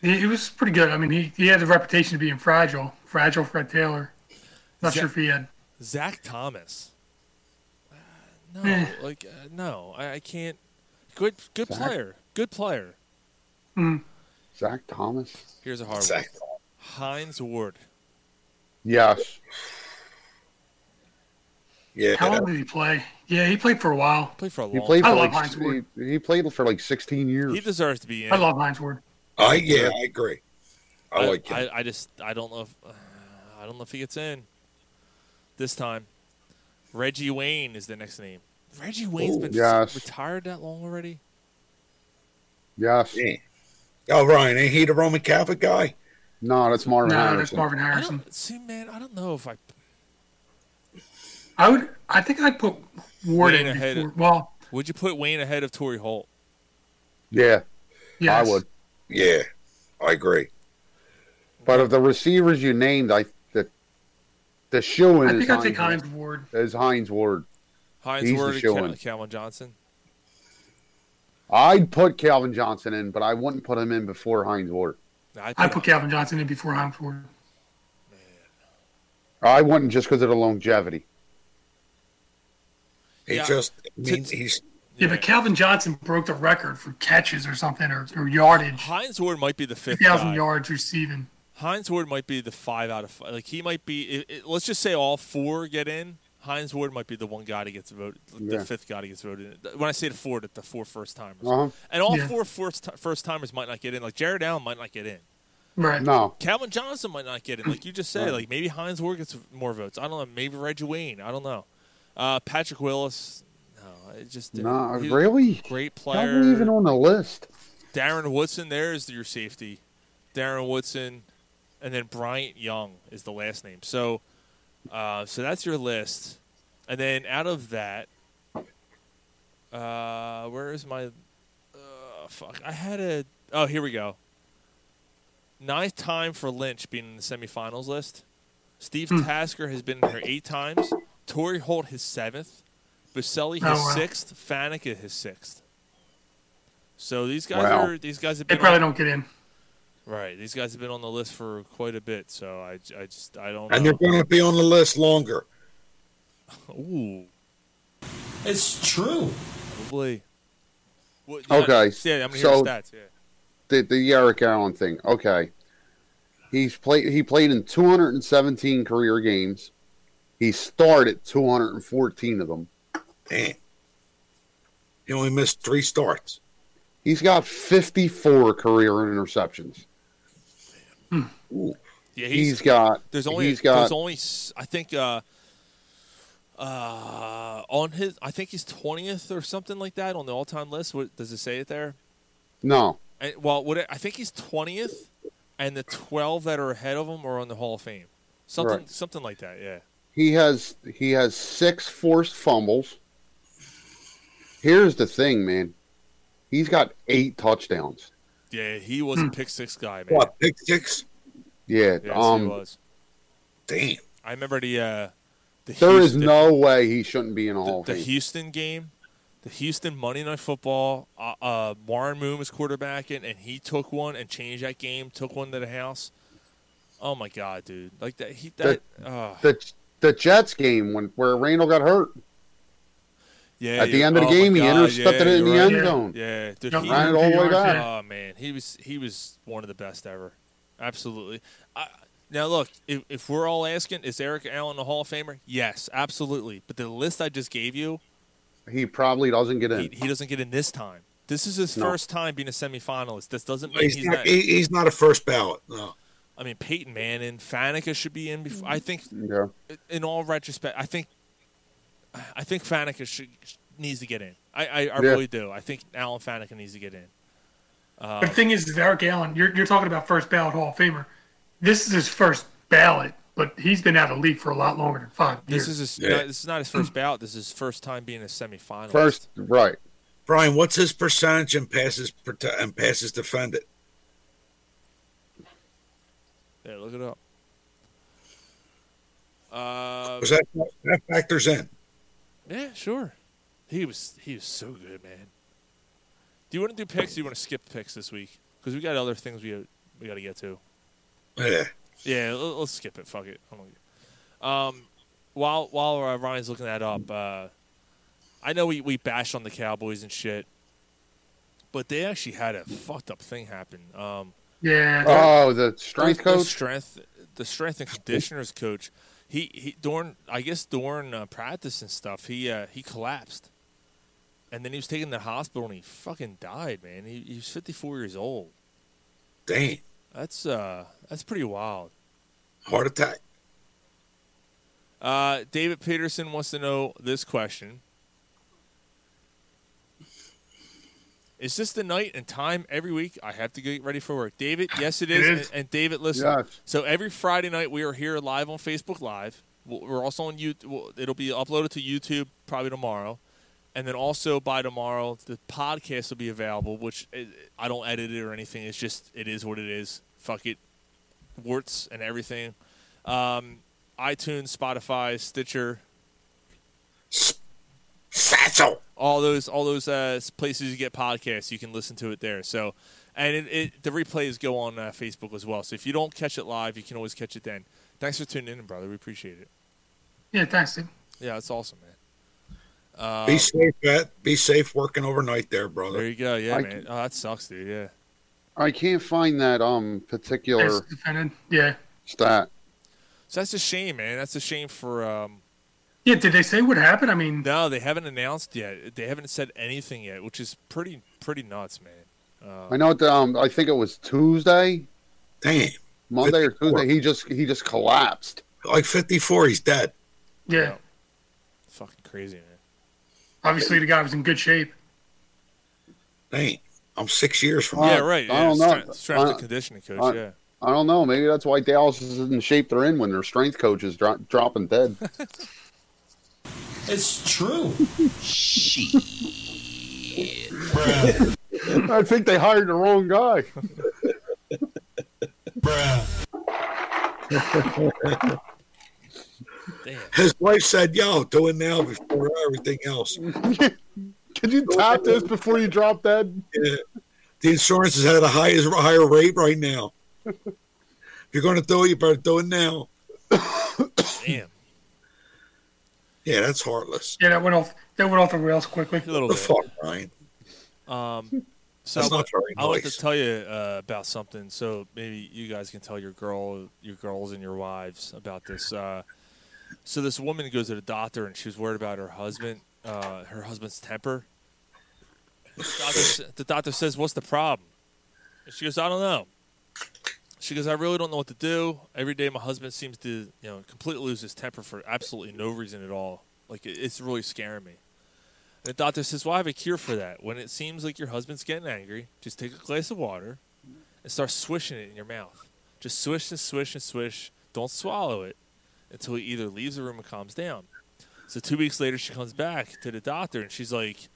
Speaker 9: He, he was pretty good. I mean, he, he had the reputation of being fragile. Fragile Fred Taylor. Not
Speaker 7: Zach-
Speaker 9: sure if he had.
Speaker 7: Zach Thomas. Uh, No,
Speaker 9: Eh.
Speaker 7: like uh, no, I, I can't. Good, good
Speaker 8: Zach?
Speaker 7: player, good player.
Speaker 8: Zach Thomas.
Speaker 7: Here's a hard
Speaker 8: Zach.
Speaker 7: one. Heinz Ward.
Speaker 8: Yes.
Speaker 6: Yeah.
Speaker 9: How long did he play? Yeah, he played for a while.
Speaker 7: Played for a
Speaker 8: He played
Speaker 9: I
Speaker 8: for
Speaker 9: love
Speaker 8: like
Speaker 9: Heinz Ward.
Speaker 8: he, he played for like sixteen years.
Speaker 7: He deserves to be in.
Speaker 9: I love Heinz Ward.
Speaker 6: I yeah, I agree. I,
Speaker 7: I
Speaker 6: like him.
Speaker 7: I, I just I don't know if uh, I don't know if he gets in this time. Reggie Wayne is the next name. Reggie Wayne's
Speaker 8: Ooh,
Speaker 7: been
Speaker 8: Oh, yes.
Speaker 7: retired that long already.
Speaker 8: Yes.
Speaker 6: Oh, Ryan, ain't he the Roman Catholic guy?
Speaker 8: No, that's Marvin
Speaker 9: No,
Speaker 8: Harrison.
Speaker 9: that's Marvin
Speaker 7: I
Speaker 9: Harrison.
Speaker 7: don't, see, man, I don't know if I.
Speaker 9: I, would. I think I'd put Ward
Speaker 7: Wayne
Speaker 9: in
Speaker 7: ahead
Speaker 9: before.
Speaker 7: of-
Speaker 9: Well,
Speaker 7: Would you put Wayne ahead of Torrey Holt?
Speaker 8: Yeah.
Speaker 9: Yes.
Speaker 8: I would.
Speaker 6: Yeah, I agree.
Speaker 8: But of the receivers you named, I the the shoe
Speaker 9: I
Speaker 8: in is
Speaker 9: think I'd take
Speaker 8: Heinz,
Speaker 9: Heinz Ward.
Speaker 8: is Heinz Ward.
Speaker 7: Heinz
Speaker 8: He's the
Speaker 7: Ward, and
Speaker 8: shoe-in.
Speaker 7: Cal- Calvin Johnson.
Speaker 8: I'd put Calvin Johnson in, but I wouldn't put him in before Heinz Ward.
Speaker 7: I
Speaker 9: I put Calvin Johnson in before Heinz Ward.
Speaker 8: I wouldn't just because of the longevity.
Speaker 6: He
Speaker 9: Yeah.
Speaker 6: just I mean, he's
Speaker 9: Yeah, but Calvin Johnson broke the record for catches or something or, or yardage,
Speaker 7: Heinz Ward might be the fifth
Speaker 9: thousand
Speaker 7: guy.
Speaker 9: yards receiving.
Speaker 7: Heinz Ward might be the five out of five. Like he might be. It, it, let's just say all four get in. Heinz Ward might be the one guy that gets voted.
Speaker 8: Yeah.
Speaker 7: The fifth guy that gets voted. in. When I say the four, the, the four first timers,
Speaker 8: Uh-huh.
Speaker 7: and all
Speaker 8: Yeah.
Speaker 7: four first first timers might not get in. Like Jared Allen might not get in.
Speaker 9: Right.
Speaker 8: No.
Speaker 7: Calvin Johnson might not get it, like you just said. Like maybe Heinz Ward gets more votes. I don't know. Maybe Reggie Wayne. I don't know. Uh, Patrick Willis. No, it just didn't.
Speaker 8: Nah,
Speaker 7: He's a
Speaker 8: really?
Speaker 7: Great
Speaker 8: How
Speaker 7: player.
Speaker 8: are we even on the list?
Speaker 7: Darren Woodson. There's your safety. Darren Woodson, and then Bryant Young is the last name. So, uh, so that's your list, and then out of that, uh, where is my? Uh, fuck, I had a. Oh, here we go. Ninth time for Lynch being in the semifinals list. Steve
Speaker 9: Hmm.
Speaker 7: Tasker has been there eight times. Torrey Holt his seventh. Baselli his
Speaker 9: Oh, wow.
Speaker 7: sixth. Faneca his sixth. So these guys
Speaker 9: Wow.
Speaker 7: are these guys have
Speaker 9: They
Speaker 7: been
Speaker 9: probably
Speaker 7: on-
Speaker 9: don't get in.
Speaker 7: Right, these guys have been on the list for quite a bit. So I, j- I just I don't.
Speaker 6: And
Speaker 7: know.
Speaker 6: they're going to be on the list longer.
Speaker 7: Ooh.
Speaker 10: It's true.
Speaker 7: Probably. What, you
Speaker 8: Okay.
Speaker 7: got- yeah, I'm gonna
Speaker 8: so
Speaker 7: hear the stats. Yeah.
Speaker 8: the the Eric Allen thing. Okay, he's played. He played in 217 career games. He started 214 of them.
Speaker 6: Damn. He only missed three starts.
Speaker 8: He's got 54 career interceptions. Ooh.
Speaker 7: Yeah, he's-
Speaker 8: he's got.
Speaker 7: There's only
Speaker 8: he's got.
Speaker 7: there's only s- I think uh, uh, on his I think he's twentieth or something like that on the all time list. What does it say it there?
Speaker 8: no,
Speaker 7: And, well, what it, I think he's twentieth, and the twelve that are ahead of him are on the Hall of Fame. Something
Speaker 8: Right.
Speaker 7: something like that. Yeah.
Speaker 8: he has he has six forced fumbles. Here's the thing, man. He's got eight touchdowns.
Speaker 7: Yeah, he was a
Speaker 8: Hmm.
Speaker 7: pick six guy, man.
Speaker 6: What, pick six?
Speaker 8: Yeah.
Speaker 7: Yes,
Speaker 8: um.
Speaker 7: he was.
Speaker 6: Damn.
Speaker 7: I remember the uh, the
Speaker 8: There is
Speaker 7: Houston-
Speaker 8: no way he shouldn't be in a Hall
Speaker 7: the,
Speaker 8: of
Speaker 7: the
Speaker 8: Fame.
Speaker 7: Houston game, the Houston Monday Night Football. Uh, uh, Warren Moon was quarterbacking, and he took one and changed that game. Took one to the house. Oh my god, dude! Like that, he that.
Speaker 8: The-
Speaker 7: uh,
Speaker 8: the the Jets game when where Randall got hurt.
Speaker 7: yeah,
Speaker 8: at the
Speaker 7: yeah.
Speaker 8: end of the
Speaker 7: Oh my
Speaker 8: game, he
Speaker 7: God,
Speaker 8: intercepted
Speaker 7: yeah,
Speaker 8: it in
Speaker 7: you're
Speaker 8: the
Speaker 7: right.
Speaker 8: end zone.
Speaker 7: Yeah, dude,
Speaker 8: Jumped
Speaker 7: he-
Speaker 8: ran it all the way back.
Speaker 7: Oh man, he was he was one of the best ever. Absolutely. I, now look, if, if we're all asking, is Eric Allen a Hall of Famer? Yes, absolutely. But the list I just gave you,
Speaker 8: He probably doesn't get in.
Speaker 7: he, he doesn't get in this time. This is his
Speaker 8: No.
Speaker 7: first time being a semifinalist. This doesn't mean
Speaker 6: He's,
Speaker 7: he's,
Speaker 6: not,
Speaker 7: not.
Speaker 6: he, he's not a first ballot. No.
Speaker 7: I mean, Peyton Manning, Faneca should be in. Before, I think,
Speaker 8: yeah.
Speaker 7: in all retrospect, I think, I think Faneca should needs to get in. I, I, I
Speaker 8: Yeah.
Speaker 7: really do. I think Alan Faneca needs to get in. Um,
Speaker 9: But the thing is, is Eric Allen, you're, you're talking about first ballot Hall of Famer. This is his first ballot, but he's been out of the league for a lot longer than five
Speaker 7: this
Speaker 9: years.
Speaker 7: is his, this is not his first bout. This is his first time being a semifinalist.
Speaker 8: First, right.
Speaker 6: Brian, what's his percentage and passes prote- and passes defended?
Speaker 7: Yeah, look it up. Uh,
Speaker 6: Because that, that factors in.
Speaker 7: yeah, sure. He was he was so good, man. Do you want to do picks? Or do you want to skip picks this week? Because we got other things we we got to get to.
Speaker 6: Yeah.
Speaker 7: Yeah, l- let's skip it. Fuck it. I don't- Um, while while uh, Ryan's looking that up, uh, I know we we bashed on the Cowboys and shit, but they actually had a fucked up thing happen. Um,
Speaker 9: Yeah.
Speaker 8: Oh, the strength
Speaker 7: the, The
Speaker 8: coach.
Speaker 7: strength, the strength and conditioners coach. He he during I guess during uh, practice and stuff, he uh, he collapsed, and then he was taken to the hospital and he fucking died, man. He, he was fifty four years old.
Speaker 6: Damn.
Speaker 7: That's uh that's pretty wild.
Speaker 6: Heart attack.
Speaker 7: Uh, David Peterson wants to know this question. Is this the night and time every week I have to get ready for work? David, yes, it is.
Speaker 9: It is.
Speaker 7: And, and David, listen.
Speaker 8: Yes.
Speaker 7: So every Friday night we are here live on Facebook Live. We'll- We're also on YouTube. It'll be uploaded to YouTube probably tomorrow, and then also by tomorrow the podcast will be available. Which eh, I don't edit it or anything. It's just it is what it is. Fuck it warts and everything. Um, iTunes, Spotify, Stitcher,
Speaker 6: Satchel.
Speaker 7: all those all those uh, places you get podcasts, you can listen to it there. So, and it, it, the replays go on uh, Facebook as well. So if you don't catch it live, you can always catch it then. Thanks for tuning in, brother. We appreciate it.
Speaker 9: yeah, thanks, dude.
Speaker 7: Yeah, it's awesome, man. Um,
Speaker 6: Be safe, Matt. Be safe working overnight there, brother.
Speaker 7: There you go. Yeah,
Speaker 8: I
Speaker 7: man. Oh, that sucks, dude. Yeah.
Speaker 8: I can't find that um particular
Speaker 9: Passes defended. Yeah.
Speaker 8: stat.
Speaker 7: So that's a shame, man. That's a shame for. Um,
Speaker 9: Yeah. Did they say what happened? I mean,
Speaker 7: no, they haven't announced yet. They haven't said anything yet, which is pretty pretty nuts, man. Um,
Speaker 8: I know. It, um, I think it was Tuesday.
Speaker 6: Damn.
Speaker 8: Monday or Tuesday, he just he just collapsed.
Speaker 6: Like 54, he's dead.
Speaker 9: Yeah.
Speaker 7: Fucking crazy, man.
Speaker 9: Obviously, the guy was in good shape.
Speaker 6: Dang, I'm six years from
Speaker 7: yeah,
Speaker 6: now.
Speaker 7: right.
Speaker 8: I
Speaker 7: yeah,
Speaker 8: don't know.
Speaker 7: Strength, strength
Speaker 8: I-
Speaker 7: and conditioning coach.
Speaker 8: I-
Speaker 7: yeah.
Speaker 8: I don't know. Maybe that's why Dallas is in the shape they're in when their strength coach is dro- dropping dead.
Speaker 10: It's true. Shit.
Speaker 8: I think they hired the wrong guy.
Speaker 6: His wife said, "Yo, do it now before everything else."
Speaker 8: Could you tap this before you drop dead?
Speaker 6: Yeah. The insurance is at a highest higher rate right now. If you're going to do it, you better do it now.
Speaker 7: Damn.
Speaker 6: Yeah, that's heartless.
Speaker 9: Yeah, that went off. That went off the rails quickly.
Speaker 7: A little
Speaker 6: The
Speaker 7: bit.
Speaker 6: fuck, Ryan?
Speaker 7: Um, so I,
Speaker 6: That's not very
Speaker 7: I like to
Speaker 6: nice.
Speaker 7: tell you uh, about something. So maybe you guys can tell your girl, your girls, and your wives about this. Uh, so this woman goes to the doctor and she was worried about her husband, uh, her husband's temper. The doctor, s- the doctor says, "What's the problem?" And she goes, "I don't know." She goes, "I really don't know what to do. Every day, my husband seems to, you know, completely lose his temper for absolutely no reason at all. Like it, it's really scaring me." And the doctor says, Well, I have a cure for that. When it seems like your husband's getting angry, just take a glass of water and start swishing it in your mouth. Just swish and swish and swish. Don't swallow it until he either leaves the room or calms down. So two weeks later, she comes back to the doctor and she's like,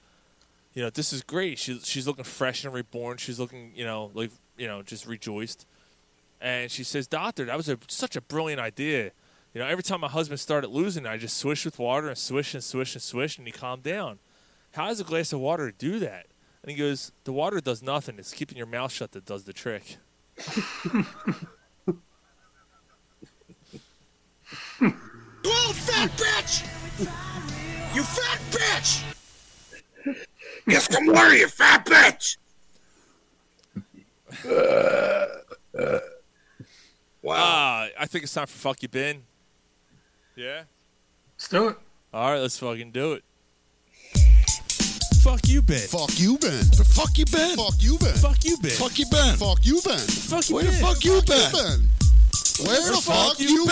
Speaker 7: you know, this is great. She, she's looking fresh and reborn. She's looking, you know, like, you know, just rejoiced. And she says, Doctor, that was a, such a brilliant idea. You know, every time my husband started losing, I just swish with water and swish and swish and swish, and he calmed down. How does a glass of water do that? And he goes, The water does nothing. It's keeping your mouth shut that does the trick.
Speaker 10: You old fat bitch! You fat bitch!
Speaker 6: Get some water, you fat bitch.
Speaker 7: Wow. Uh, I think it's time for Fuck You Ben. Yeah?
Speaker 9: Let's do it.
Speaker 7: All right, let's fucking do it.
Speaker 2: Fuck you, Ben.
Speaker 16: Fuck you, Ben. Fuck you, Ben. Fuck you, Ben.
Speaker 2: Fuck you, Ben.
Speaker 16: Fuck you, Ben. Fuck you, Ben.
Speaker 2: Fuck you,
Speaker 16: Where the
Speaker 2: Ben.
Speaker 16: fuck you, Ben?
Speaker 2: Where
Speaker 16: Where the fuck you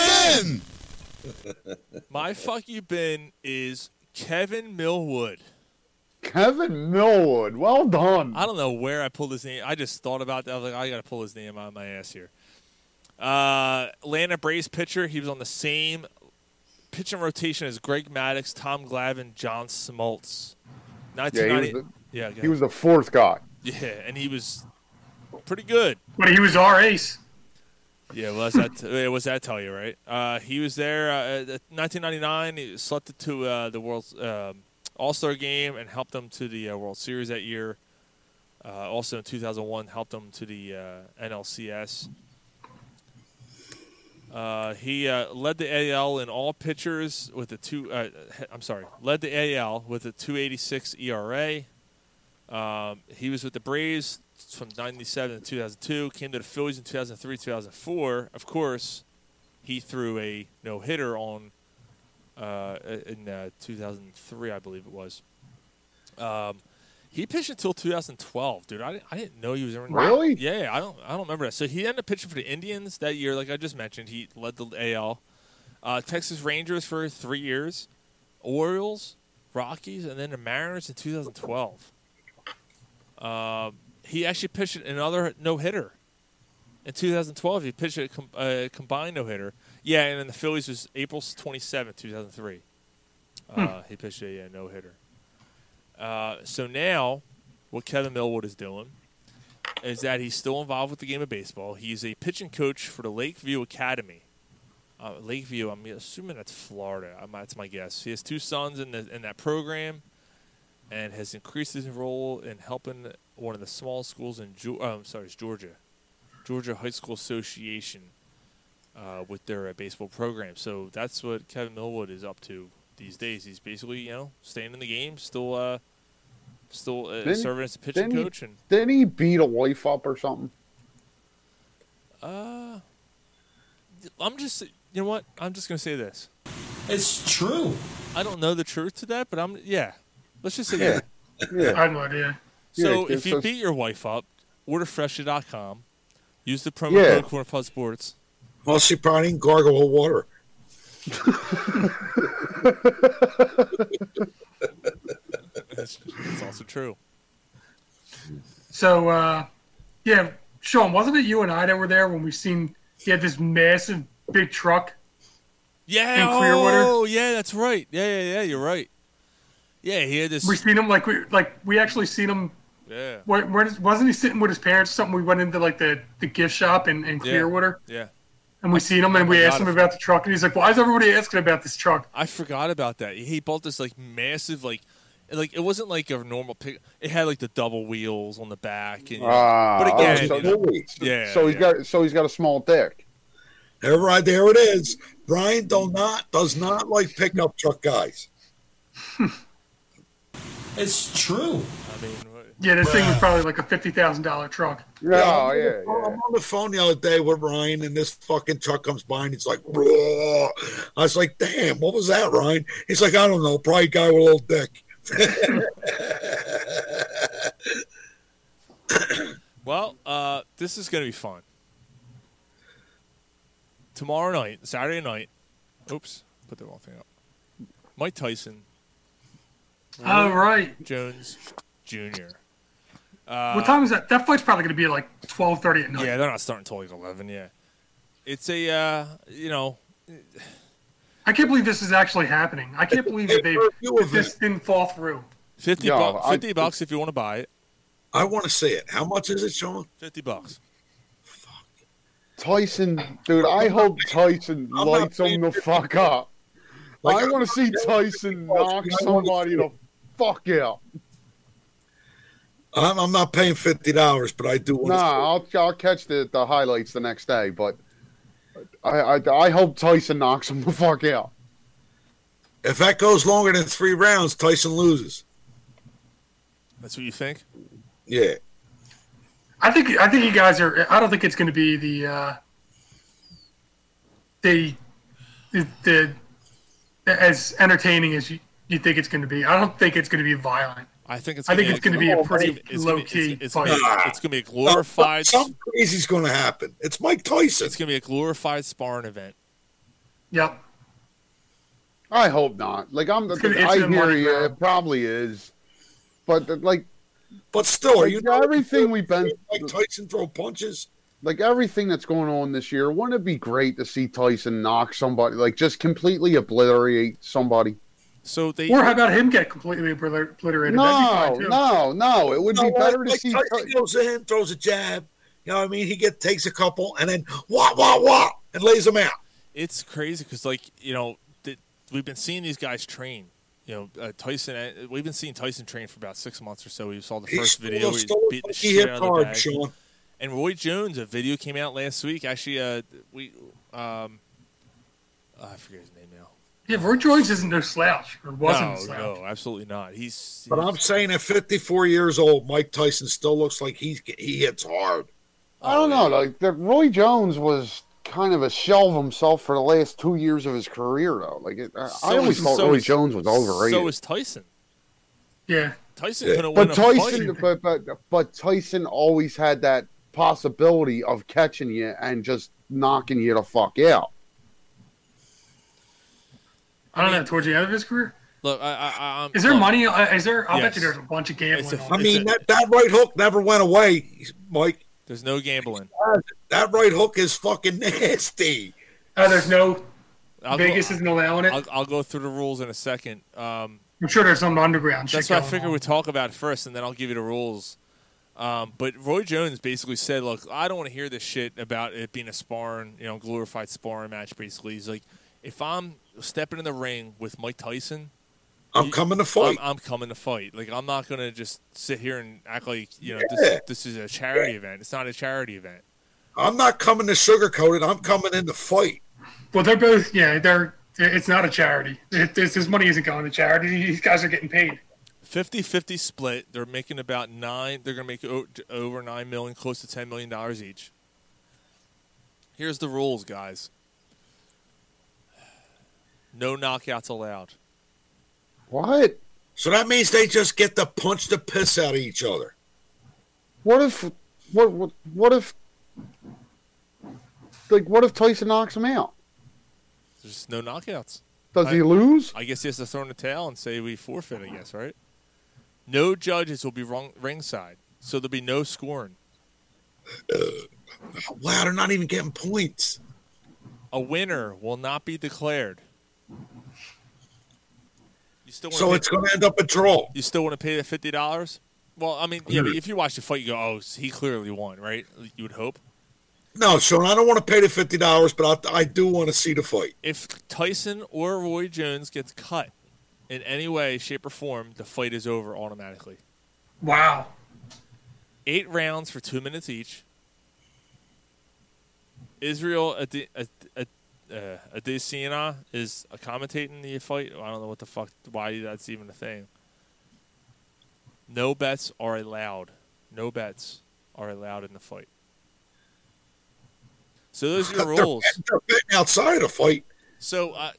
Speaker 16: been?
Speaker 7: My Fuck You Ben is Kevin Millwood.
Speaker 8: Kevin Millwood. Well done.
Speaker 7: I don't know where I pulled his name. I just thought about that. I was like, I got to pull his name out of my ass here. Uh, Atlanta Braves pitcher. He was on the same pitching rotation as Greg Maddox, Tom Glavine, John Smoltz.
Speaker 8: Yeah, he was
Speaker 7: 1990.
Speaker 8: the,
Speaker 7: yeah, go
Speaker 8: he was the fourth guy.
Speaker 7: Yeah, and he was pretty good.
Speaker 9: But he was our ace.
Speaker 7: Yeah, well, was that it was that tell you right? Uh, he was there uh, at 1999. He selected to uh, the World um All Star game and helped them to the uh, World Series that year. Uh, also in 2001, helped them to the uh, NLCS. Uh, he uh, led the AL in all pitchers with a two. Uh, I'm sorry, led the AL with a E 2.86 ERA. Um, he was with the Braves from 97 to 2002, came to the Phillies in 2003, 2004. Of course, he threw a no hitter on uh, in uh, 2003, I believe it was. Um, he pitched until 2012, dude. I didn't, I didn't know he was ever
Speaker 8: Really?
Speaker 7: Yeah, I don't I don't remember that. So he ended up pitching for the Indians that year, like I just mentioned. He led the AL, uh, Texas Rangers for three years, Orioles, Rockies, and then the Mariners in 2012. Um, he actually pitched another no hitter in 2012. He pitched a com- uh, combined no hitter. Yeah, and then the Phillies was April 27, 2003. Uh, he pitched a uh, no hitter. Uh, so now, what Kevin Millwood is doing is that he's still involved with the game of baseball. He's a pitching coach for the Lakeview Academy. Uh, Lakeview, I'm assuming that's Florida. I'm, that's my guess. He has two sons in, the, in that program and has increased his role in helping one of the small schools in Ge- oh, I'm sorry, it's Georgia, Georgia High School Association uh, with their uh, baseball program. So that's what Kevin Millwood is up to these days. He's basically you know staying in the game, still uh, still uh,
Speaker 8: Didn't-
Speaker 7: serving as a pitching
Speaker 8: didn't he-
Speaker 7: coach, and
Speaker 8: Didn't he beat a wife up or something?
Speaker 7: uh, I'm just you know what I'm just gonna say this.
Speaker 10: It's true.
Speaker 7: I don't know the truth to that, but I'm yeah. Let's just say
Speaker 8: Yeah.
Speaker 7: that.
Speaker 8: Yeah.
Speaker 9: I have no idea.
Speaker 7: So
Speaker 8: Yeah,
Speaker 7: if you
Speaker 8: so-
Speaker 7: beat your wife up, order Freshly.com. Use the promo
Speaker 6: Yeah.
Speaker 7: code Corner Pub Sports.
Speaker 6: Well, she probably didn't gargle with water.
Speaker 7: That's, that's also true.
Speaker 9: So, uh, yeah, Sean, wasn't it you and I that were there when we seen he had this massive big truck?
Speaker 7: Yeah.
Speaker 9: In Clearwater?
Speaker 7: Oh, yeah. That's right. Yeah, yeah, yeah. You're right. Yeah, he had this.
Speaker 9: We seen him like we like we actually seen him.
Speaker 7: Yeah.
Speaker 9: Where, where does- wasn't he sitting with his parents or something? We went into like the, the gift shop in, in
Speaker 7: Yeah.
Speaker 9: Clearwater
Speaker 7: Yeah.
Speaker 9: and we seen him and we
Speaker 7: Oh my
Speaker 9: asked
Speaker 7: God.
Speaker 9: him about the truck and he's like, "Why is everybody asking about this truck?"
Speaker 7: I forgot about that. He bought this like massive like like it wasn't like a normal pick. It had like the double wheels on the back. And, you know,
Speaker 8: Ah,
Speaker 7: but again,
Speaker 8: so,
Speaker 7: you know, yeah.
Speaker 8: so he's
Speaker 7: yeah.
Speaker 8: got so he's got a small dick.
Speaker 6: There, right there it is. Brian do not does not like pickup truck guys.
Speaker 10: It's true.
Speaker 7: I mean,
Speaker 9: Yeah, this thing was probably like a fifty thousand dollar truck.
Speaker 8: Oh,
Speaker 6: I'm, on the phone- I'm on the phone the other day with Ryan, and this fucking truck comes by, and he's like, "Roar." I was like, "Damn, what was that, Ryan?" He's like, "I don't know, probably a guy with a little dick."
Speaker 7: Well, uh, this is going to be fun. Tomorrow night, Saturday night. Oops, put the wrong thing up. Mike Tyson.
Speaker 9: Oh, right.
Speaker 7: Jones Jr. Uh,
Speaker 9: what time is that? That fight's probably going to be like twelve thirty at night.
Speaker 7: Yeah, they're not starting until like eleven. Yeah, it's a uh, you know
Speaker 9: I can't believe this is actually happening. I can't believe that they that this didn't fall through.
Speaker 7: fifty
Speaker 9: Yeah,
Speaker 7: bucks.
Speaker 9: I-
Speaker 7: Fifty bucks if you want to buy it.
Speaker 6: I want to see it. How much is it, Sean?
Speaker 7: Fifty bucks.
Speaker 8: Tyson, dude, I hope Tyson lights him the fuck up.
Speaker 6: Like,
Speaker 8: I want to see Tyson knock
Speaker 6: I wanna
Speaker 8: somebody the fuck out.
Speaker 6: I'm, I'm not paying fifty dollars, but I do want.
Speaker 8: Nah, I'll I'll catch the, the highlights the next day, but I, I I hope Tyson knocks him the fuck out.
Speaker 6: to If that goes longer than three rounds, Tyson loses.
Speaker 7: That's what you think?
Speaker 6: Yeah.
Speaker 9: I think I think you guys are. I don't think it's going to be the uh, the, the the as entertaining as you, you think it's going to be. I don't think it's going to be violent.
Speaker 7: I think it's.
Speaker 9: I think
Speaker 7: gonna
Speaker 9: it's going to be a pretty
Speaker 7: it's
Speaker 9: low
Speaker 7: gonna be-
Speaker 9: key
Speaker 7: It's, it's,
Speaker 9: fight.
Speaker 7: gonna be- it's gonna be a glorified.
Speaker 6: Something crazy's going to happen. It's Mike Tyson.
Speaker 7: It's gonna be a glorified sparring event.
Speaker 9: Yep.
Speaker 8: I hope not. Like I'm,
Speaker 7: It's gonna- it's
Speaker 8: I
Speaker 7: gonna
Speaker 8: hear
Speaker 7: money
Speaker 8: you. It probably is, but the- like,
Speaker 6: but still,
Speaker 8: are you everything we've been
Speaker 6: Mike Tyson throw punches.
Speaker 8: like everything that's going on this year. Wouldn't it be great to see Tyson knock somebody, like just completely obliterate somebody?
Speaker 7: So they
Speaker 9: Or how about him get completely obliter- obliterated?
Speaker 8: No,
Speaker 9: That'd be fine, too.
Speaker 8: no, no. It would
Speaker 6: You
Speaker 8: be
Speaker 6: know what?
Speaker 8: better to
Speaker 6: Mike
Speaker 8: see.
Speaker 6: Tyson goes in, throws a jab. You know what I mean? He get takes a couple and then wah wah wah and lays him out.
Speaker 7: It's crazy because, like, you know, th- we've been seeing these guys train. You know, uh, Tyson. uh, We've been seeing Tyson train for about six months or so. We saw the
Speaker 6: He
Speaker 7: first
Speaker 6: stole-
Speaker 7: video. Where he's
Speaker 6: stole
Speaker 7: beating the
Speaker 6: Mikey
Speaker 7: shit out of the
Speaker 6: Hipcard,
Speaker 7: bag.
Speaker 6: Sean.
Speaker 7: And Roy Jones, a video came out last week. Actually, uh, we um, oh, I forget his name now.
Speaker 9: Yeah, Roy Jones isn't no slouch or wasn't a
Speaker 7: no,
Speaker 9: slouch.
Speaker 7: no, absolutely not. He's
Speaker 6: But I'm saying at 54 years old, Mike Tyson still looks like he's he hits hard.
Speaker 8: I don't know. Like the, Roy Jones was kind of a shell of himself for the last two years of his career, though. Like it, I- I
Speaker 7: so
Speaker 8: always
Speaker 7: is-
Speaker 8: thought
Speaker 7: so
Speaker 8: Roy
Speaker 7: is-
Speaker 8: Jones was overrated.
Speaker 7: So is Tyson.
Speaker 9: Yeah,
Speaker 7: Tyson couldn't win
Speaker 8: but
Speaker 7: a
Speaker 8: Tyson,
Speaker 7: fight.
Speaker 8: but, but but Tyson always had that possibility of catching you and just knocking you the fuck out.
Speaker 9: I don't know. Towards the end of his career,
Speaker 7: Look, I, I, I, I'm,
Speaker 9: is there
Speaker 7: look,
Speaker 9: money? uh, Is there? I will bet
Speaker 7: Yes.
Speaker 9: you there's a bunch of gambling.
Speaker 7: It's a-
Speaker 9: on
Speaker 6: I
Speaker 9: it.
Speaker 6: mean, that, that right hook never went away, Mike.
Speaker 7: There's no gambling.
Speaker 6: That right hook is fucking nasty.
Speaker 9: Oh, there's no.
Speaker 7: I'll
Speaker 9: Vegas
Speaker 7: go,
Speaker 9: isn't allowing it.
Speaker 7: I'll, I'll go through the rules in a second. Um,
Speaker 9: I'm sure there's some underground.
Speaker 7: That's
Speaker 9: shit
Speaker 7: what I
Speaker 9: going
Speaker 7: figure we talk about first, and then I'll give you the rules. Um, but Roy Jones basically said, "Look, I don't want to hear this shit about it being a sparring, you know, glorified sparring match. Basically, he's like, if I'm stepping in the ring with Mike Tyson,
Speaker 6: I'm coming to fight.
Speaker 7: I'm, I'm coming to fight. Like, I'm not gonna just sit here and act like you know
Speaker 6: Yeah.
Speaker 7: this, this is a charity event. It's not a charity event.
Speaker 6: I'm not coming to sugarcoat it. I'm coming in to fight.
Speaker 9: Well, they're both. Yeah, they're. It's not a charity. It, this, this money isn't going to charity. These guys are getting paid.
Speaker 7: 50-50 split. They're making about nine. They're going to make o- over nine million, close to ten million dollars each. Here's the rules, guys. No knockouts allowed.
Speaker 8: What?
Speaker 6: So that means they just get to punch the piss out of each other.
Speaker 8: What if what what, what if Like, what if Tyson knocks him out?
Speaker 7: There's no knockouts.
Speaker 8: Does
Speaker 7: I-
Speaker 8: he lose?
Speaker 7: I guess he has to throw in the towel and say we forfeit. I guess right. No judges will be wrong, ringside, so there'll be no scoring.
Speaker 6: wow, they're not even getting points.
Speaker 7: A winner will not be declared. You still wanna
Speaker 6: So
Speaker 7: pay-
Speaker 6: it's going to end up a draw.
Speaker 7: You still want to pay the fifty dollars? Well, I mean, yeah, but if you watch the fight, you go, "Oh, he clearly won," right? You would hope.
Speaker 6: No, Sean, I don't want to pay the fifty dollars, but I, I do want to see the fight.
Speaker 7: If Tyson or Roy Jones gets cut in any way, shape, or form, the fight is over automatically.
Speaker 9: Wow.
Speaker 7: Eight rounds for two minutes each. Israel Ade- Ade- Ade- uh, Adesina is commentating the fight. I don't know what the fuck, why that's even a thing. No bets are allowed. No bets are allowed in the fight. So those are your
Speaker 6: They're-
Speaker 7: rules.
Speaker 6: They're betting outside of the fight.
Speaker 7: So uh,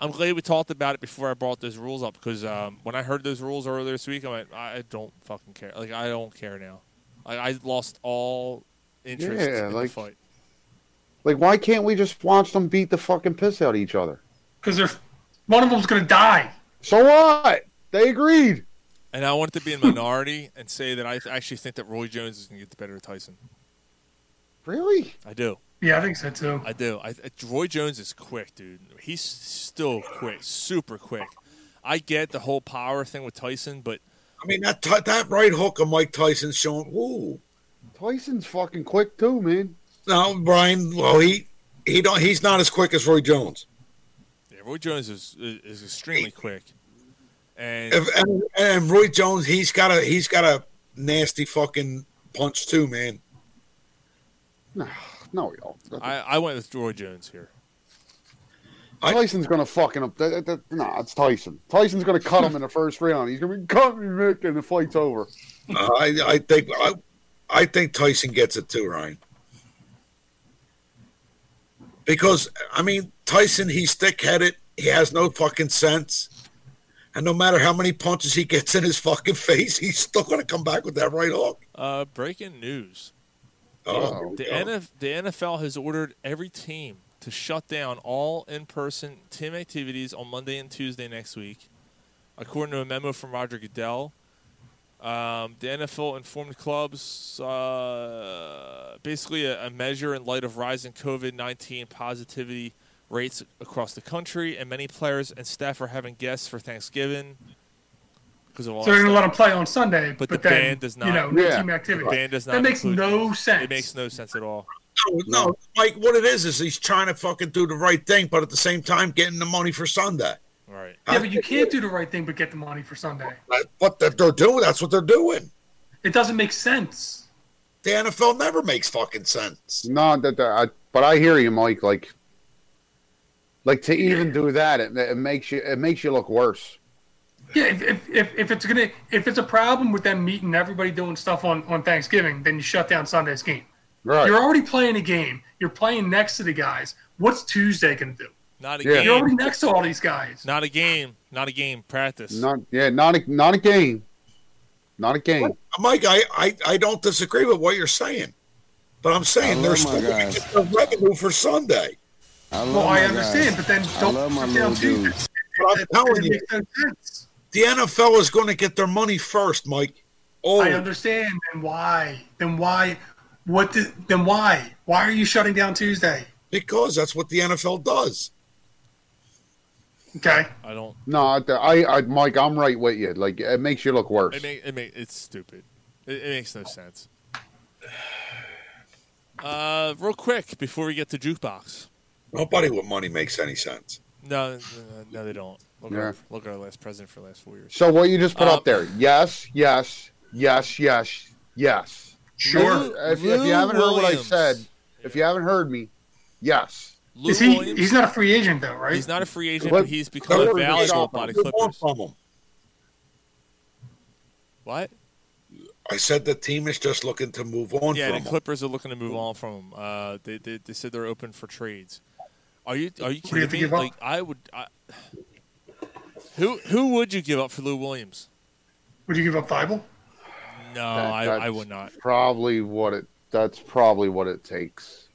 Speaker 7: I'm glad we talked about it before I brought those rules up because um, when I heard those rules earlier this week, I went, I don't fucking care. Like I don't care now. Like I lost all interest
Speaker 8: Yeah,
Speaker 7: in
Speaker 8: like-
Speaker 7: the fight.
Speaker 8: Like, why can't we just watch them beat the fucking piss out of each other?
Speaker 9: Because they're one of them's gonna die.
Speaker 8: So what? They agreed.
Speaker 7: And I wanted to be in minority and say that I th- actually think that Roy Jones is going to get the better of Tyson.
Speaker 8: Really?
Speaker 7: I do.
Speaker 9: Yeah, I think so too.
Speaker 7: I do. I, I- Roy Jones is quick, dude. He's still quick, super quick. I get the whole power thing with Tyson, but
Speaker 6: I mean that t- that right hook of Mike Tyson showing. Ooh,
Speaker 8: Tyson's fucking quick too, man.
Speaker 6: no, Brian. Well, he he don't he's not as quick as Roy Jones.
Speaker 7: yeah, Roy Jones is is, is extremely quick. And
Speaker 6: If, and, and Roy Jones, he's got a he's got a nasty fucking punch too, man.
Speaker 8: No, we don't.
Speaker 7: I, I went with Roy Jones here.
Speaker 8: Tyson's gonna fucking up. That, that, nah, it's Tyson. Tyson's gonna cut him in the first round. He's gonna be cut me, Mick, and the fight's over.
Speaker 6: I I think I, I think Tyson gets it too, Ryan. Because I mean, Tyson, he's thick-headed. He has no fucking sense, and no matter how many punches he gets in his fucking face, he's still gonna come back with that right hook.
Speaker 7: Uh, breaking news.
Speaker 6: Oh,
Speaker 7: the,
Speaker 6: yeah.
Speaker 7: NF, the NFL has ordered every team to shut down all in person team activities on Monday and Tuesday next week, according to a memo from Roger Goodell. Um, the NFL informed clubs uh, basically a, a measure in light of rising COVID 19 positivity rates across the country, and many players and staff are having guests for Thanksgiving. 'cause of all
Speaker 9: So
Speaker 7: that
Speaker 9: they're gonna
Speaker 7: stuff.
Speaker 9: let them play on Sunday, but,
Speaker 7: But the
Speaker 9: then
Speaker 7: band does not.
Speaker 9: you know no team activity.
Speaker 7: The band does not.
Speaker 9: That makes
Speaker 7: include-
Speaker 9: no sense.
Speaker 7: It makes no sense at all.
Speaker 6: No, no, Mike. What it is is he's trying to fucking do the right thing, but at the same time getting the money for Sunday.
Speaker 7: Right.
Speaker 9: yeah, but you can't do the right thing but get the money for Sunday.
Speaker 6: What they're they're doing, that's what they're doing.
Speaker 9: It doesn't make sense.
Speaker 6: The NFL never makes fucking sense.
Speaker 8: No, that, that I, but I hear you, Mike. Like, like to even do that, it, it makes you it makes you look worse.
Speaker 9: Yeah, if, if, if, if it's gonna if it's a problem with them meeting everybody doing stuff on, on Thanksgiving, then you shut down Sunday's game.
Speaker 8: Right.
Speaker 9: You're already playing a game. You're playing next to the guys. What's Tuesday gonna do?
Speaker 7: Not a
Speaker 8: Yeah.
Speaker 9: You're
Speaker 7: game.
Speaker 9: already next to all these guys.
Speaker 7: Not a game. Not a game. Practice.
Speaker 8: Not yeah, not a not a game, not a game.
Speaker 6: Mike, I, I, I don't disagree with what you're saying, but I'm saying
Speaker 12: I
Speaker 6: there's
Speaker 12: love my
Speaker 6: still gonna
Speaker 12: guys.
Speaker 6: get the revenue for Sunday.
Speaker 12: I love
Speaker 9: Well,
Speaker 12: my
Speaker 9: I
Speaker 12: guys.
Speaker 9: understand, but then
Speaker 12: I
Speaker 9: don't
Speaker 12: love my
Speaker 9: shut down
Speaker 12: little
Speaker 9: Tuesday.
Speaker 12: dudes.
Speaker 6: But I'm telling you, the NFL is going to get their money first, Mike. Oh,
Speaker 9: I understand. Then why? Then why? What? The, then why? Why are you shutting down Tuesday?
Speaker 6: because that's what the NFL does.
Speaker 9: Okay.
Speaker 7: I don't.
Speaker 8: No, I, I, I, Mike, I'm right with you. Like, it makes you look worse.
Speaker 7: It make, it make, It's stupid. It, it makes no sense. Uh, real quick before we get to jukebox.
Speaker 6: Nobody with money makes any sense.
Speaker 7: No, no, no they don't. Look, at our,
Speaker 8: Yeah.
Speaker 7: look at our last president for the last four years.
Speaker 8: So what you just put
Speaker 7: Uh,
Speaker 8: up there? Yes, yes, yes, yes, yes.
Speaker 9: Sure.
Speaker 8: If, if you haven't heard what I said, if you haven't heard me, yes.
Speaker 7: Lou
Speaker 9: Is he?
Speaker 7: Williams-
Speaker 9: He's not a free agent though, right?
Speaker 7: He's not a free agent,
Speaker 8: What-
Speaker 7: but he's become
Speaker 8: what-
Speaker 7: valuable by
Speaker 6: What
Speaker 7: the
Speaker 6: do you want
Speaker 7: Clippers.
Speaker 6: from 'em?
Speaker 7: What?
Speaker 6: I said the team is just looking to move on
Speaker 7: Yeah,
Speaker 6: from
Speaker 7: the
Speaker 6: 'em.
Speaker 7: Clippers are looking to move on from him. Uh, they, they they said they're open for trades. Are you are you
Speaker 9: do you have
Speaker 7: kidding
Speaker 9: to
Speaker 7: me?
Speaker 9: give up?
Speaker 7: Like I would. I, who who would you give up for Lou Williams?
Speaker 9: Would you give up Bible?
Speaker 7: No,
Speaker 8: That-
Speaker 7: Oh, I, I
Speaker 8: that's
Speaker 7: would not.
Speaker 8: Probably what it that's probably what it takes.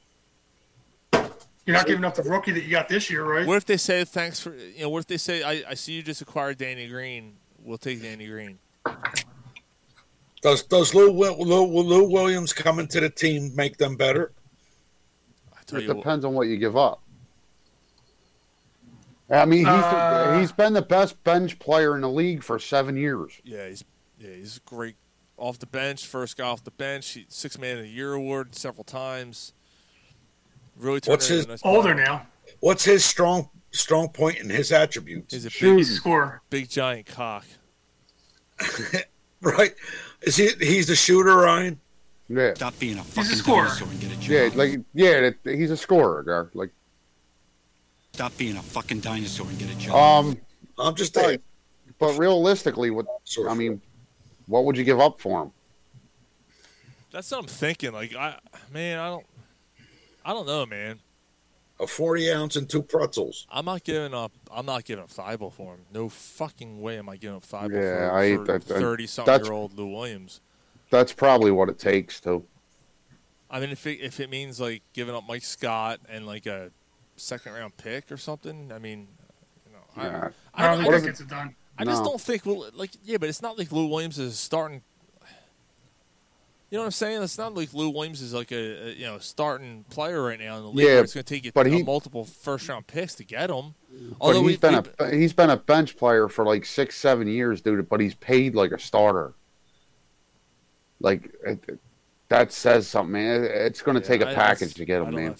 Speaker 9: You're not giving up the rookie that you got this year, right?
Speaker 7: What if they say thanks for you know? What if they say I, I see you just acquired Danny Green? We'll take Danny Green.
Speaker 6: Does does Lou, Wil- Lou, Lou Williams coming to the team make them better?
Speaker 7: tell
Speaker 8: It
Speaker 7: you what-
Speaker 8: depends on what you give up. I mean, he's,
Speaker 7: Uh,
Speaker 8: he's been the best bench player in the league for seven years.
Speaker 7: Yeah, he's yeah he's great off the bench. First guy off the bench. He, six man of the year award several times. Really turned
Speaker 6: What's
Speaker 7: it into
Speaker 6: his
Speaker 7: a nice
Speaker 6: What's his strong strong point and his attributes?
Speaker 7: Is it
Speaker 9: Shooting. score?
Speaker 7: Big giant cock.
Speaker 6: right? Is he? He's the shooter, Ryan.
Speaker 8: Yeah.
Speaker 5: Stop being a
Speaker 6: He's a
Speaker 5: fucking
Speaker 6: scorer.
Speaker 5: dinosaur and get a job.
Speaker 8: Yeah, like yeah, that- he's a scorer, Gar. Like
Speaker 5: Stop being a fucking dinosaur and get a job.
Speaker 8: Um,
Speaker 6: I'm just
Speaker 8: saying. But realistically, what I mean, what would you give up for him?
Speaker 7: That's what I'm thinking. Like I man, I don't I don't know, man.
Speaker 6: A forty ounce and two pretzels.
Speaker 7: I'm not giving up. I'm not giving up Thibault for him. No fucking way am I giving up Thibault
Speaker 8: Yeah, I
Speaker 7: for,
Speaker 8: hate that- that-
Speaker 7: thirty something
Speaker 8: that's-
Speaker 7: year old Lou Williams.
Speaker 8: That's probably what it takes to.
Speaker 7: I mean, if it, if it means like giving up Mike Scott and like a second round pick or something, I mean, you know, I-
Speaker 8: Yeah.
Speaker 7: I,
Speaker 9: I don't think
Speaker 7: I-
Speaker 9: that gets it done.
Speaker 7: I just
Speaker 9: No.
Speaker 7: don't think we'll like. Yeah, but it's not like Lou Williams is starting. You know what I'm saying? It's not like Lou Williams is like a, a you know starting player right now in the league.
Speaker 8: Yeah,
Speaker 7: where it's going to take you
Speaker 8: but
Speaker 7: uh,
Speaker 8: he-
Speaker 7: multiple first round picks to get him.
Speaker 8: But
Speaker 7: Although
Speaker 8: he's
Speaker 7: we,
Speaker 8: been
Speaker 7: we,
Speaker 8: a he's been a bench player for like six, seven years, dude. But he's paid like a starter. Like it, it- that says something. man. It- it's going to take a
Speaker 6: I-
Speaker 8: package to get him, man.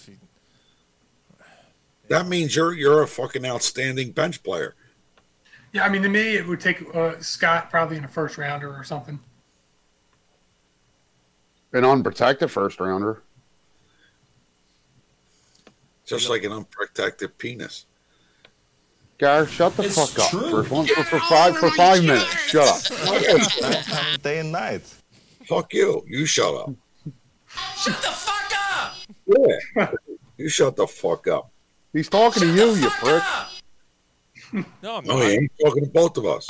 Speaker 6: That means you're you're a fucking outstanding bench player.
Speaker 9: Yeah, I mean, to me, it would take uh, Scott probably in a first rounder or something.
Speaker 8: An unprotected first rounder.
Speaker 6: Just like an unprotected penis.
Speaker 8: Gar, shut the
Speaker 6: It's
Speaker 8: fuck up.
Speaker 6: true.
Speaker 8: For, one, for, for five for five minutes. Shut up.
Speaker 6: Day and night. Fuck you. You shut up.
Speaker 10: Shut the fuck up!
Speaker 6: Yeah. you shut the fuck up.
Speaker 8: He's talking to you, you prick.
Speaker 7: No, I'm
Speaker 6: Oh, yeah, he's talking to both of us.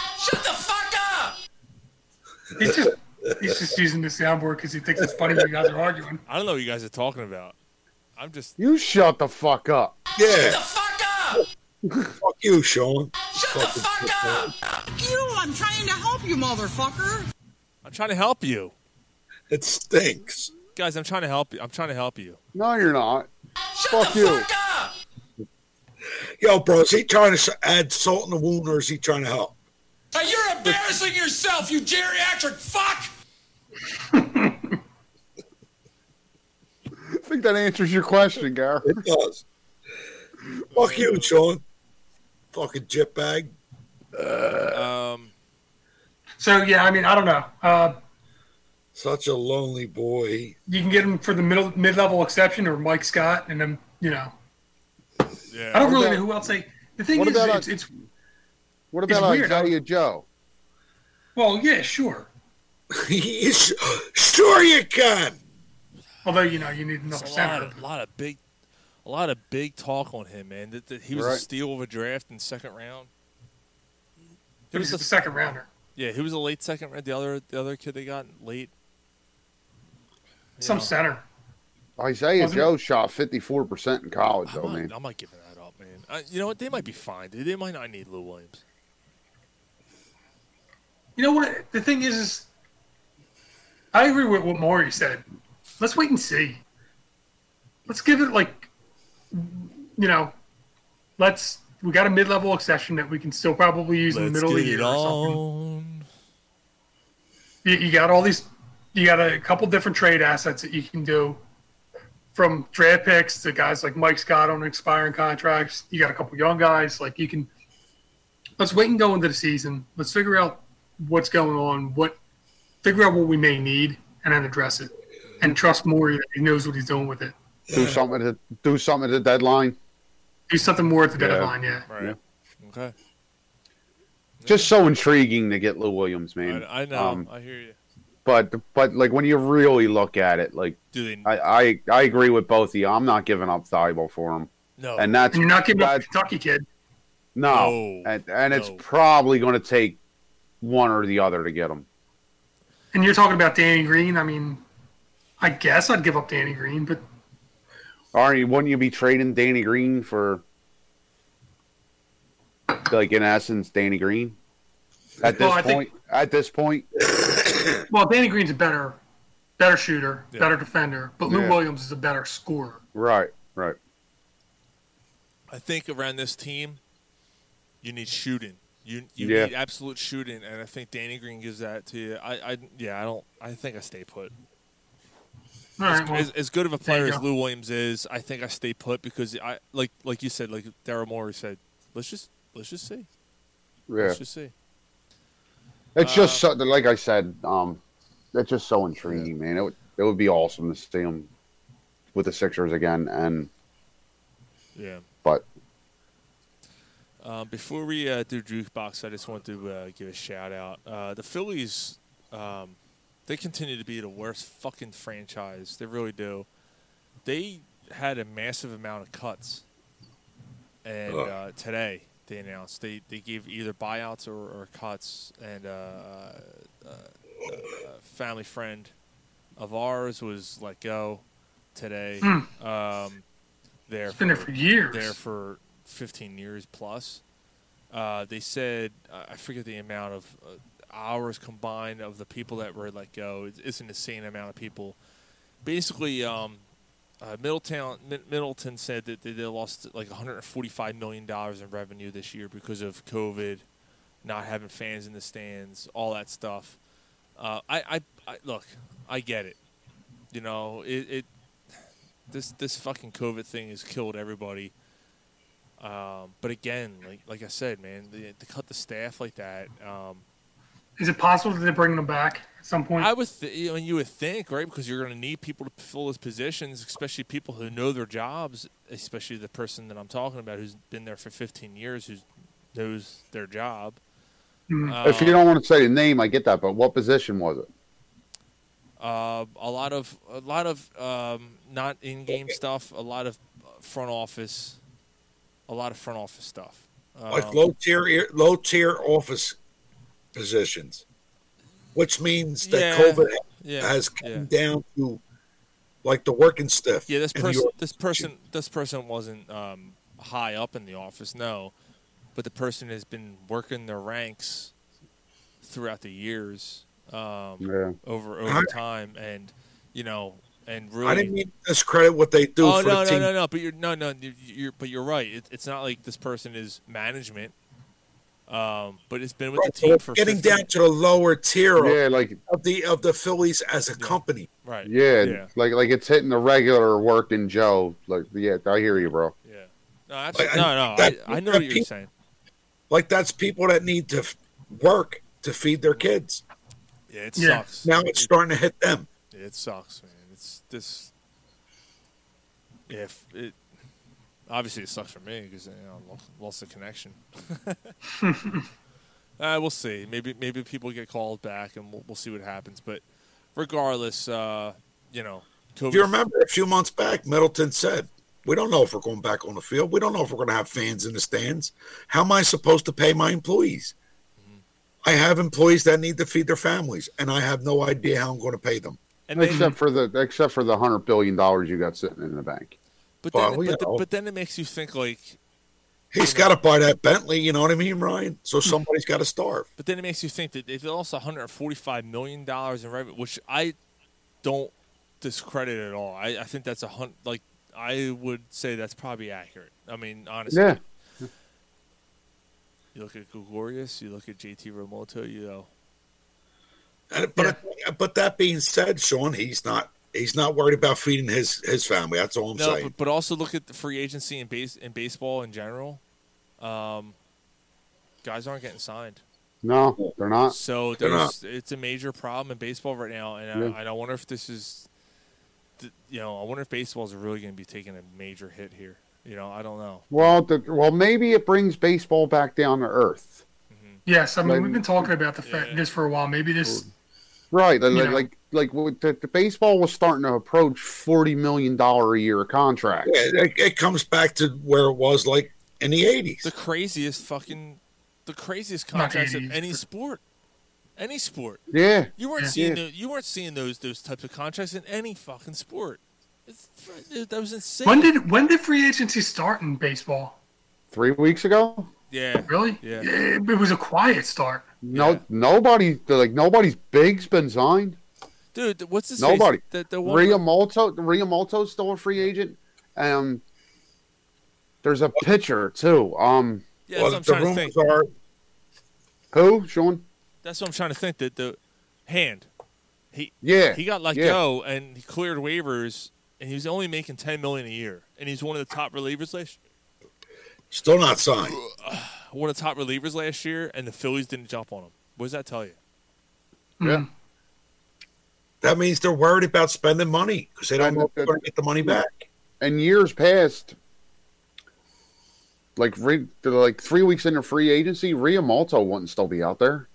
Speaker 9: He's just he's just using the soundboard because he thinks it's funny when you guys are arguing.
Speaker 7: I don't know what you guys are talking about. I'm just
Speaker 8: You shut the fuck up.
Speaker 6: Yeah.
Speaker 19: Fuck
Speaker 6: Fuck you, Sean. Fucking-
Speaker 19: up! Fuck you! I'm trying to help you, motherfucker.
Speaker 7: I'm trying to help you.
Speaker 6: It stinks,
Speaker 7: guys. I'm trying to help you. I'm trying to help you.
Speaker 8: No, you're not. fuck you.
Speaker 6: Yo, bro, is he trying to s- add salt in the wound or is he trying to help?
Speaker 10: Hey, you're embarrassing yourself, you geriatric fuck!
Speaker 8: I think that answers your question, Gar.
Speaker 6: It does. Fuck you, Sean. Fucking jetbag.
Speaker 7: um.
Speaker 9: So yeah, I mean, I don't know. Uh,
Speaker 6: Such a lonely boy.
Speaker 9: you can get him for the middle mid level exception or Mike Scott, and then you know.
Speaker 7: Yeah.
Speaker 9: I don't
Speaker 8: What
Speaker 9: really
Speaker 8: about-
Speaker 9: know who else they. The thing
Speaker 8: what
Speaker 9: is,
Speaker 8: about, uh,
Speaker 9: it's, it's
Speaker 8: What
Speaker 9: It's
Speaker 8: about
Speaker 9: weird.
Speaker 8: Isaiah Joe?
Speaker 9: well, yeah, sure.
Speaker 6: Yes, sure you can.
Speaker 9: Although you know you need another
Speaker 7: There's a lot
Speaker 9: center.
Speaker 7: of, lot of big, a lot of big talk on him, man. That, that he was a
Speaker 9: Right.
Speaker 7: steal of a draft in second round.
Speaker 9: It was the second rounder.
Speaker 7: Yeah, he was a late second round. The other, the other kid they got late.
Speaker 9: Some
Speaker 7: Yeah.
Speaker 9: center.
Speaker 8: Isaiah
Speaker 7: Wasn't
Speaker 8: Joe shot 54% in college, though,
Speaker 7: I'm
Speaker 8: man.
Speaker 7: not, I'm not giving that up, man. I, you know what? They might be fine. Dude. They might not need Lou Williams.
Speaker 9: You know what? The thing is, is I agree with what Maury said. Let's wait and see. Let's give it like, you know, let's. We got a mid-level exception that we can still probably use in the
Speaker 7: Let's
Speaker 9: middle of the
Speaker 7: get
Speaker 9: year
Speaker 7: it
Speaker 9: or something.
Speaker 7: on.
Speaker 9: You, you got all these. You got a couple different trade assets that you can do, from draft picks to guys like Mike Scott on expiring contracts. You got a couple young guys like you can. Let's wait and go into the season. Let's figure out what's going on. What figure out what we may need and then address it. And trust Maury that he knows what he's doing with it.
Speaker 8: Do something to do something at the deadline.
Speaker 9: Do something more at the
Speaker 8: Yeah.
Speaker 9: deadline. Yeah.
Speaker 8: Yeah.
Speaker 7: Okay.
Speaker 8: Just so intriguing to get Lou Williams, man.
Speaker 7: I, I know.
Speaker 8: Um,
Speaker 7: I hear you.
Speaker 8: but but like when you really look at it, like
Speaker 7: Do they-
Speaker 8: I, I I agree with both of you. I'm not giving up Thibault for him.
Speaker 7: No.
Speaker 8: and that's
Speaker 9: you're not giving up
Speaker 8: that-
Speaker 9: Kentucky kid.
Speaker 8: no, and, and it's probably going to take one or the other to get him.
Speaker 9: And you're talking about Danny Green. I mean, I guess I'd give up Danny Green, but
Speaker 8: Aren't you? Wouldn't you be trading Danny Green for, like in essence, Danny Green? At this
Speaker 9: Well, I think-
Speaker 8: point, at this point,
Speaker 9: well, Danny Green's a better, better shooter,
Speaker 8: Yeah.
Speaker 9: better defender, but Lou
Speaker 8: Yeah.
Speaker 9: Williams is a better scorer.
Speaker 8: right, right.
Speaker 7: I think around this team, you need shooting. You you
Speaker 8: Yeah.
Speaker 7: need absolute shooting, and I think Danny Green gives that to you. I, I yeah, I don't. I think I stay put.
Speaker 9: All
Speaker 7: as,
Speaker 9: right, well,
Speaker 7: as, as good of a
Speaker 9: there you
Speaker 7: player as
Speaker 9: go.
Speaker 7: Lou Williams is, I think I stay put because I like like you said, like Daryl Morey said, let's just let's just see.
Speaker 8: Yeah.
Speaker 7: Let's just see.
Speaker 8: It's just
Speaker 7: Uh,
Speaker 8: so, like I said. Um, that's just so intriguing, man. It would it would be awesome to see him with the Sixers again, and
Speaker 7: Yeah.
Speaker 8: but
Speaker 7: Um, before we uh, do jukebox, I just want to uh, give a shout out. Uh, the Phillies, um, they continue to be the worst fucking franchise. They really do. They had a massive amount of cuts, and
Speaker 2: Ugh.
Speaker 7: uh, today they announced they they gave either buyouts or, or cuts. And uh, uh, uh, a family friend of ours was let go today.
Speaker 9: Hmm.
Speaker 7: Um, there
Speaker 9: He's been there for years.
Speaker 7: There for 15 years plus. Uh, they said I I forget the amount of uh, hours combined of the people that were let go. It's, it's an insane amount of people. Basically, um, uh, Middletown Mid- Middleton said that they, they lost like 145 million dollars in revenue this year because of COVID, not having fans in the stands, all that stuff. Uh, I, I, I look, I get it. You know, it, it this this fucking COVID thing has killed everybody. Um, but again, like like I said, man, they, to cut the staff like that, um,
Speaker 9: Is it possible that they're bringing him back at some point?
Speaker 7: I would, th- you, know, you would think, right? Because you're going to need people to fill those positions, especially people who know their jobs, especially the person that I'm talking about who's been there for 15 years, who knows their job.
Speaker 8: if you
Speaker 7: Um,
Speaker 8: don't want to say the name, I get that. But what position was it?
Speaker 7: uh, a lot of a lot of um, not in-game stuff, a lot of uh, front office, a lot of front office stuff.
Speaker 6: like
Speaker 7: Um,
Speaker 6: low tier, low tier office positions, which means that
Speaker 7: Yeah,
Speaker 6: COVID
Speaker 7: yeah,
Speaker 6: has come
Speaker 7: yeah.
Speaker 6: down to like the working stiff.
Speaker 7: Yeah, this
Speaker 6: in the
Speaker 7: person,
Speaker 6: org-
Speaker 7: this person, this person wasn't um, high up in the office, no, but the person has been working their ranks throughout the years, um,
Speaker 6: Yeah.
Speaker 7: over
Speaker 6: I-
Speaker 7: over time, and you know, and really,
Speaker 6: I didn't mean to discredit what they do
Speaker 7: oh
Speaker 6: for
Speaker 7: no,
Speaker 6: the
Speaker 7: no,
Speaker 6: team.
Speaker 7: no, no, but you're no, no, you- you're, but you're right. It, it's not like this person is management, um, but it's been with
Speaker 6: Right,
Speaker 7: the
Speaker 6: so
Speaker 7: team
Speaker 6: we're
Speaker 7: for
Speaker 6: getting
Speaker 7: 15
Speaker 6: down to the lower tier of,
Speaker 8: Yeah, like
Speaker 6: of the of the Phillies as a company.
Speaker 7: right,
Speaker 8: yeah,
Speaker 7: yeah,
Speaker 8: like like it's hitting the regular working Joe. Like yeah, I hear you, bro.
Speaker 7: yeah. No, absolutely,
Speaker 6: I-
Speaker 7: no, no.
Speaker 6: that-
Speaker 7: I, I know
Speaker 6: that
Speaker 7: what you're
Speaker 6: people-
Speaker 7: saying.
Speaker 6: Like that's people that need to f- work to feed their kids.
Speaker 7: Yeah, it
Speaker 6: Yeah.
Speaker 7: sucks.
Speaker 6: Now it's starting to hit them.
Speaker 7: It sucks, man. It's this. If it obviously it sucks for me because you know, I lost, lost the connection. uh, we'll see. Maybe maybe people get called back and we'll, we'll see what happens. But regardless, uh, you know, COVID,
Speaker 6: If you remember a few months back, Middleton said, "We don't know if we're going back on the field. We don't know if we're going to have fans in the stands. How am I supposed to pay my employees?
Speaker 7: Mm-hmm.
Speaker 6: I have employees that need to feed their families, and I have no idea how I'm going to pay them."
Speaker 8: except for the except for the hundred billion dollars you got sitting in the bank.
Speaker 7: but
Speaker 6: well,
Speaker 7: then,
Speaker 6: we
Speaker 7: but, the-
Speaker 6: know.
Speaker 7: but then it makes you think like,
Speaker 6: He's got to buy that Bentley. You know what I mean, Ryan? So
Speaker 7: Hmm.
Speaker 6: somebody's got to starve.
Speaker 7: but then it makes you think that they lost 145 million dollars in revenue, which I don't discredit at all. I, I think that's a hunt like I would say that's probably accurate. I mean, honestly.
Speaker 8: Yeah.
Speaker 7: You look at Gregorius, you look at JT Romoto, you know.
Speaker 6: And, but but that being said, Sean, he's not he's not worried about feeding his his family. That's all I'm
Speaker 7: no,
Speaker 6: saying.
Speaker 7: but, but also look at the free agency in base in baseball in general. Um, guys aren't getting signed.
Speaker 8: No, they're not.
Speaker 7: So
Speaker 8: They're
Speaker 7: there's, it's a major problem in baseball right now, and
Speaker 8: Yeah.
Speaker 7: I, and I wonder if this is, th- you know, I wonder if baseball is really going to be taking a major hit here. You know, I don't know.
Speaker 8: Well, the, well, maybe it brings baseball back down to earth.
Speaker 9: Mm-hmm. yes, I mean
Speaker 8: Like-
Speaker 9: we've been talking about the fact this for a while. Maybe this.
Speaker 8: Right, like
Speaker 9: You
Speaker 8: like,
Speaker 9: know.
Speaker 8: like, like with the, the baseball was starting to approach forty million dollar a year contracts.
Speaker 6: Yeah, it, it comes back to where it was like in the '80s.
Speaker 7: The craziest fucking, the craziest contracts of any sport. Any sport.
Speaker 8: Yeah.
Speaker 7: You weren't
Speaker 8: Yeah.
Speaker 7: seeing
Speaker 8: Yeah.
Speaker 7: tho- you weren't seeing those those types of contracts in any fucking sport. It's, it- that was insane.
Speaker 9: When did when did free agency start in baseball?
Speaker 8: Three weeks ago,
Speaker 7: Yeah.
Speaker 9: Really?
Speaker 7: Yeah.
Speaker 9: It, it was a quiet start.
Speaker 8: no, nobody, like nobody's big's been signed.
Speaker 7: Dude, th- what's this?
Speaker 8: Nobody.
Speaker 7: The, the one
Speaker 8: Riamoto, Riamoto's still a free agent. Um, there's a pitcher too. Um,
Speaker 7: Yeah, that's Well, what I'm the trying to rumors think.
Speaker 8: are who Sean?
Speaker 7: That's what I'm trying to think. That the hand, he
Speaker 8: Yeah,
Speaker 7: he got let
Speaker 8: yeah.
Speaker 7: go and he cleared waivers, and he was only making ten million a year, and he's one of the top relievers last.
Speaker 6: Still not signed.
Speaker 7: One of the top relievers last year, and the Phillies didn't jump on him. What does that tell you?
Speaker 8: Yeah.
Speaker 6: That means they're worried about spending money because they don't know if they're going to get the money back.
Speaker 8: In years past, like re, they're like three weeks into free agency, Riamoto wouldn't still be out there.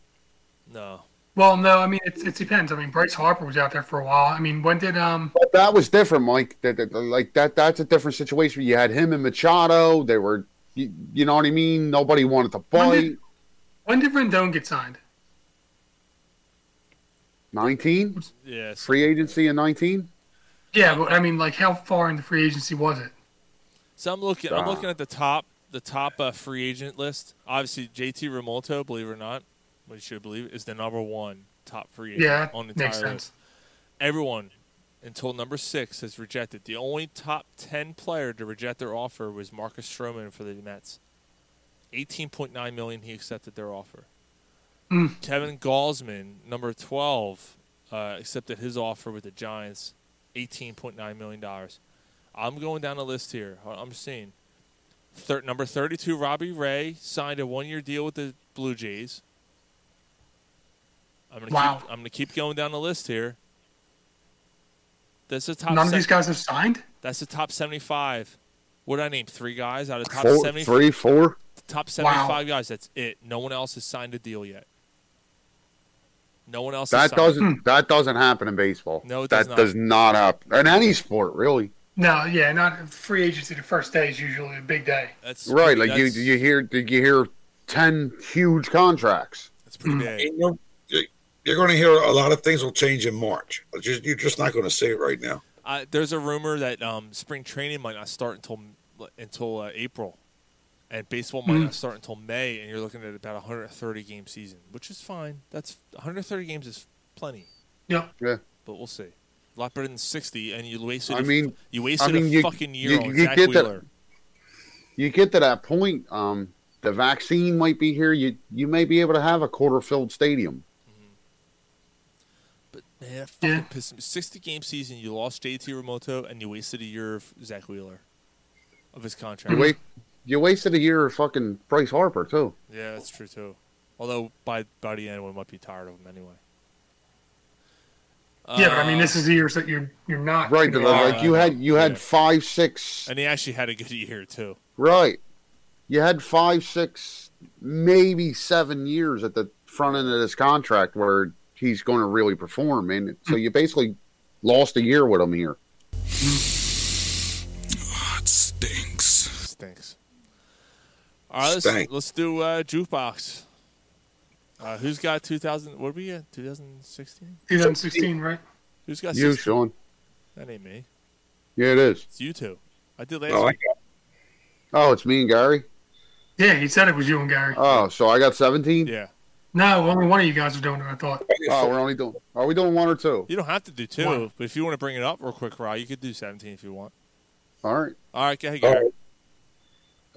Speaker 7: No.
Speaker 9: Well, no. I mean, it, it depends. I mean, Bryce Harper was out there for a while. I mean, when did um?
Speaker 8: But that was different, Mike. That, that- like that that's a different situation. You had him and Machado. They were, you, you know what I mean. Nobody wanted to
Speaker 9: When
Speaker 8: bite.
Speaker 9: did, when did Rendon get signed?
Speaker 8: Nineteen.
Speaker 7: Yes.
Speaker 8: Free agency in nineteen.
Speaker 9: Yeah, but I mean, like, how far into free agency was it?
Speaker 7: So I'm looking. I'm
Speaker 9: Ah.
Speaker 7: looking at the top, the top uh, free agent list. Obviously, JT Remolto, believe it or not, what you should believe, is the number one top free agent
Speaker 9: Yeah,
Speaker 7: on the entire
Speaker 9: makes sense.
Speaker 7: list. Everyone until number six has rejected. The only top ten player to reject their offer was Marcus Stroman for the Mets. Eighteen point nine million. He accepted their offer.
Speaker 9: Mm.
Speaker 7: Kevin Galsman, number twelve, uh, accepted his offer with the Giants, eighteen point nine million dollars. I'm going down the list here. I- I'm seeing Thir- number thirty-two, Robbie Ray signed a one-year deal with the Blue Jays. I'm gonna
Speaker 9: Wow.
Speaker 7: keep. I'm gonna keep going down the list here. That's the top.
Speaker 9: None of
Speaker 7: se-
Speaker 9: these guys have signed.
Speaker 7: That's the top seventy-five. What did I name? Three guys out of top
Speaker 8: Four,
Speaker 7: seventy.
Speaker 8: three, four.
Speaker 7: Top
Speaker 8: Wow.
Speaker 7: 75 guys. That's it. No one else has signed a deal yet. No one else. has
Speaker 8: That
Speaker 7: signed.
Speaker 8: doesn't
Speaker 9: Hmm.
Speaker 8: that doesn't happen in baseball.
Speaker 7: No, it
Speaker 8: that
Speaker 7: does not.
Speaker 8: does not happen in any sport, really.
Speaker 9: No, yeah, not free agency. The first day is usually a big day.
Speaker 7: That's
Speaker 8: right? Like you you hear did you hear ten huge contracts?
Speaker 7: That's pretty big.
Speaker 6: And You're, you- you're going to hear a lot of things will change in March. It's just- You're just not going to see it right now.
Speaker 7: Uh, there's a rumor that um, spring training might not start until until uh, April, and baseball might
Speaker 9: Mhm.
Speaker 7: not start until May. And you're looking at about 130 game season, which is fine. That's 130 games is plenty,
Speaker 9: Yeah.
Speaker 8: Yeah.
Speaker 7: but we'll see. A lot better than 60. And you wasted.
Speaker 8: I
Speaker 7: a-
Speaker 8: mean,
Speaker 7: you wasted
Speaker 8: I mean,
Speaker 7: a
Speaker 8: you-
Speaker 7: fucking year
Speaker 8: you-
Speaker 7: on
Speaker 8: you
Speaker 7: Zach
Speaker 8: get that-
Speaker 7: Wheeler.
Speaker 8: You get to that point, um, the vaccine might be here. You you may be able to have a quarter filled stadium.
Speaker 7: Man, that fucking pissed me. 60 game season, you lost JT Remoto, and you wasted a year of Zach Wheeler, of his contract.
Speaker 8: You
Speaker 9: Hmm.
Speaker 8: wait, you wasted a year of fucking Bryce Harper too.
Speaker 7: Yeah, that's true too. Although by by the end, we might be tired of him anyway.
Speaker 9: yeah, but I mean,
Speaker 7: Uh,
Speaker 9: this is the years that you're you're not
Speaker 8: Right,
Speaker 9: gonna
Speaker 8: like
Speaker 9: get-
Speaker 8: you had you had five six
Speaker 7: and he actually had a good year too.
Speaker 8: right. You had five six maybe seven years at the front end of this contract where he's going to really perform, and so you basically lost a year with him here.
Speaker 16: it stinks.
Speaker 7: Stinks. All right, let's
Speaker 8: Stank.
Speaker 7: let's do uh, jukebox. Uh, who's got 2000? What are we at? 2016.
Speaker 9: 2016, right?
Speaker 7: Who's got
Speaker 8: You,
Speaker 7: 16?
Speaker 8: Sean.
Speaker 7: That ain't me.
Speaker 8: Yeah, it is.
Speaker 7: It's you two. I did last
Speaker 8: Oh,
Speaker 7: week.
Speaker 8: Oh, it's me and Gary.
Speaker 9: Yeah, he said it was you and Gary.
Speaker 8: Oh, so I got seventeen.
Speaker 7: Yeah.
Speaker 9: No, only one of you guys are doing it. I thought.
Speaker 8: Oh, we're only doing. Are we doing one or two?
Speaker 7: You don't have to do two,
Speaker 8: Wow.
Speaker 7: but if you want to bring it up real quick, Rye, you could do 17 if you want.
Speaker 8: All right.
Speaker 7: All right, go ahead,
Speaker 6: All
Speaker 7: Gary.
Speaker 6: right.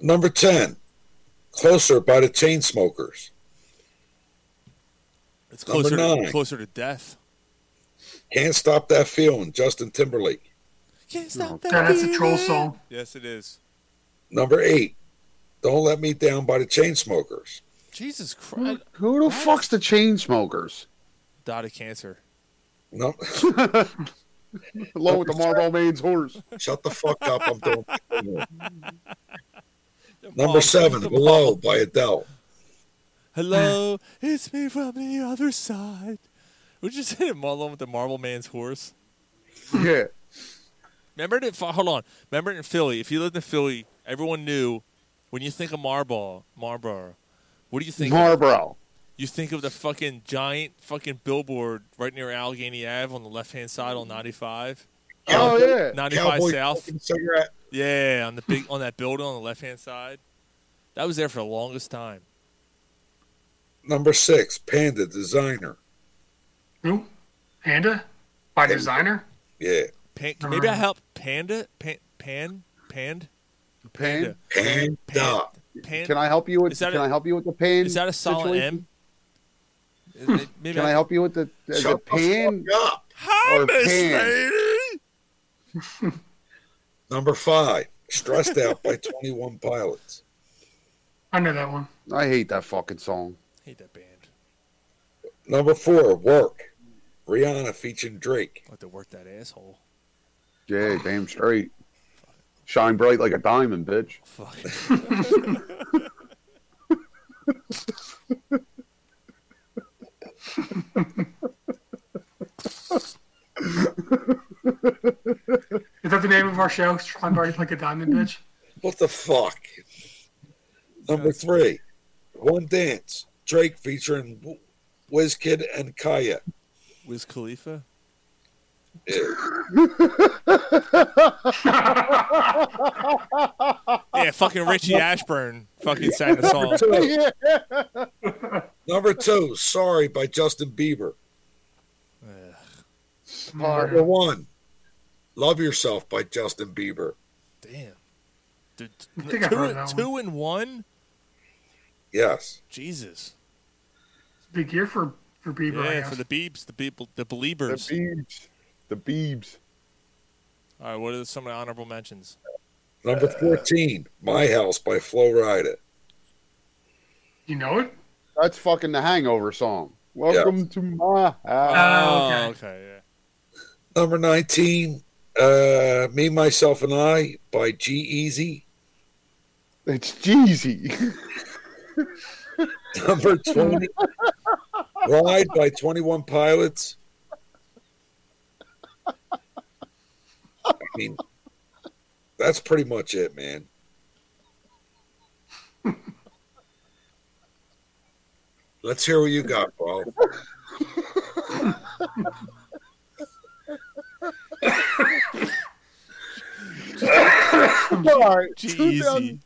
Speaker 6: Number 10, Closer by the Chainsmokers.
Speaker 7: It's
Speaker 6: Number
Speaker 7: closer, to,
Speaker 6: nine.
Speaker 7: closer to death.
Speaker 6: Can't Stop That Feeling, Justin Timberlake.
Speaker 7: Can't stop
Speaker 9: God, that's a troll song.
Speaker 7: Yes, it is.
Speaker 6: Number 8, Don't Let Me Down by the Chainsmokers.
Speaker 7: Jesus Christ.
Speaker 8: Who the fuck's the chain smokers?
Speaker 7: Died of cancer.
Speaker 6: No.
Speaker 8: Along with the Marlboro Man's horse.
Speaker 6: Shut the fuck up. I'm doing.
Speaker 7: Mom,
Speaker 6: Number 7,
Speaker 7: the
Speaker 6: Below by Adele.
Speaker 9: Hmm.
Speaker 7: Hello, it's me from the other side. We just hit him along with the Marble Man's horse.
Speaker 8: Yeah.
Speaker 7: Remember it? in Ph- Hold on. Remember it in Philly. If you lived in Philly, everyone knew when you think of Marlboro, Marlboro. What do you think? of?
Speaker 8: Marlboro.
Speaker 7: You think of the fucking giant fucking billboard right near Allegheny Ave on the left hand side on 95.
Speaker 8: Oh, yeah.
Speaker 7: 95
Speaker 8: Cowboy
Speaker 7: South.
Speaker 6: Cigarette.
Speaker 7: Yeah, on the big on that building on the left hand side. That was there for the longest time.
Speaker 6: Number six, Panda Designer.
Speaker 9: Who? Panda? By designer?
Speaker 6: Yeah.
Speaker 7: Pan, maybe I help Panda Pan Pan Pand
Speaker 8: Pan?
Speaker 6: Panda.
Speaker 7: Pan.
Speaker 8: Can I help you with?
Speaker 7: Is that
Speaker 8: Can
Speaker 7: a-
Speaker 8: I help you with the pain?
Speaker 7: Is that a solid
Speaker 8: situation? Hmm.
Speaker 7: M? Is it- Maybe
Speaker 8: Can I help you with the, the, the pan?
Speaker 7: Hi,
Speaker 8: Or
Speaker 7: Miss
Speaker 8: pan.
Speaker 7: Lady.
Speaker 6: Number five, Stressed Out by 21 Pilots.
Speaker 9: I know that one.
Speaker 8: I hate that fucking song.
Speaker 7: Hate that band.
Speaker 6: Number four, Work. Rihanna featuring Drake.
Speaker 7: I'll have to work that asshole.
Speaker 8: Yeah, damn straight. Shine bright like a diamond, bitch.
Speaker 7: Fuck.
Speaker 9: Is that the name of our show? Shine bright like a diamond, bitch.
Speaker 6: What the fuck? Number three, One Dance. Drake featuring W- Wizkid and Kaya.
Speaker 7: Wiz Khalifa. Yeah, fucking Richie Ashburn fucking sang the song.
Speaker 6: Number two, Sorry by Justin Bieber.
Speaker 8: Sorry.
Speaker 6: Number one, Love Yourself by Justin Bieber.
Speaker 7: Damn. Dude,
Speaker 9: I
Speaker 7: two,
Speaker 9: think I heard that one.
Speaker 7: two and one?
Speaker 6: Yes.
Speaker 7: Jesus.
Speaker 9: Big year for for Bieber. I
Speaker 7: yeah,
Speaker 9: guess.
Speaker 7: for the Beebs, the people, the Believers.
Speaker 8: Beebs. The Beebs.
Speaker 7: All right, what are some of the honorable mentions?
Speaker 6: Number 14, My House by Flo Rida.
Speaker 9: You know it?
Speaker 8: That's fucking the Hangover song. Welcome to my house.
Speaker 9: Oh, okay.
Speaker 7: Oh, okay,
Speaker 6: Number 19, uh, Me, Myself, and I by G Easy.
Speaker 8: It's Jeezy.
Speaker 6: Number 20, Ride by 21 Pilots. I mean, that's pretty much it, man. Let's hear what you got, Paul.
Speaker 8: All right,
Speaker 7: Jeezy.
Speaker 8: 2000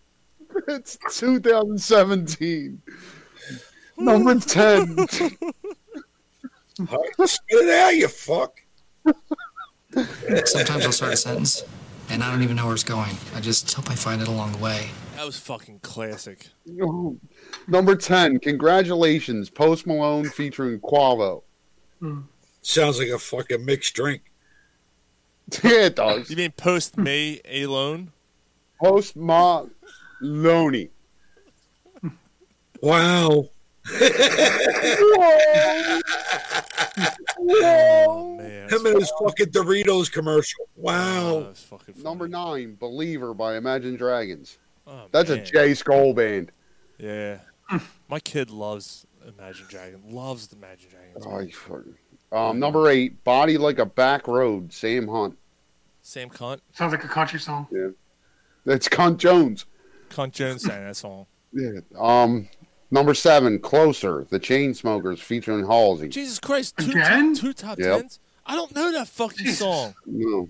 Speaker 8: It's 2017. Number 10.
Speaker 6: Spit it out, you fuck.
Speaker 18: Sometimes I'll start a sentence and I don't even know where it's going. I just hope I find it along the way.
Speaker 7: yeah. That was fucking classic.
Speaker 8: Number 10. Congratulations, Post Malone featuring Quavo.
Speaker 6: Sounds like a fucking mixed drink.
Speaker 8: Yeah, it does.
Speaker 7: You mean post May alone?
Speaker 8: Post Maloney.
Speaker 6: Wow.
Speaker 8: Oh.
Speaker 7: Man,
Speaker 6: Him and his fucking Doritos commercial. Wow.
Speaker 7: that was fucking funny.
Speaker 8: Number 9. Believer by Imagine Dragons.
Speaker 7: Oh,
Speaker 8: That's a
Speaker 7: man.
Speaker 8: Jay Skull band.
Speaker 7: Yeah. My kid loves Imagine Dragon. Loves the Imagine Dragons.
Speaker 8: Oh, you fucking- um, number 8. Body Like a Back Road, Sam Hunt.
Speaker 7: Sam cunt.
Speaker 9: Sounds like a country song.
Speaker 8: That's Cunt Jones.
Speaker 7: Cunt Jones sang that song.
Speaker 8: Yeah. Um, number seven, Closer, the Chainsmokers featuring Halsey.
Speaker 7: Jesus Christ, two,
Speaker 9: Again?
Speaker 7: top, two top
Speaker 8: Yep.
Speaker 7: tens? I don't know that fucking song.
Speaker 8: No.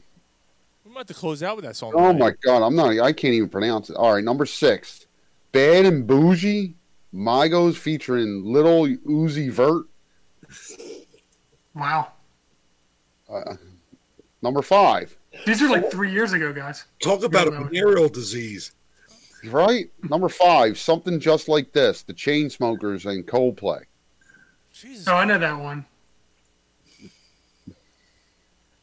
Speaker 7: We might have to close out with that song.
Speaker 8: Oh
Speaker 7: tonight.
Speaker 8: my God, I'm not. I can't even pronounce it. All right, number six, Bad and Bougie, Migos featuring Little Uzi Vert.
Speaker 9: Wow.
Speaker 8: Uh, Number five,
Speaker 9: These are like three years ago, guys.
Speaker 6: Talk about a venereal disease.
Speaker 8: right? Number five, something just like this, the Chainsmokers and Coldplay.
Speaker 7: Jesus.
Speaker 9: So I know that one.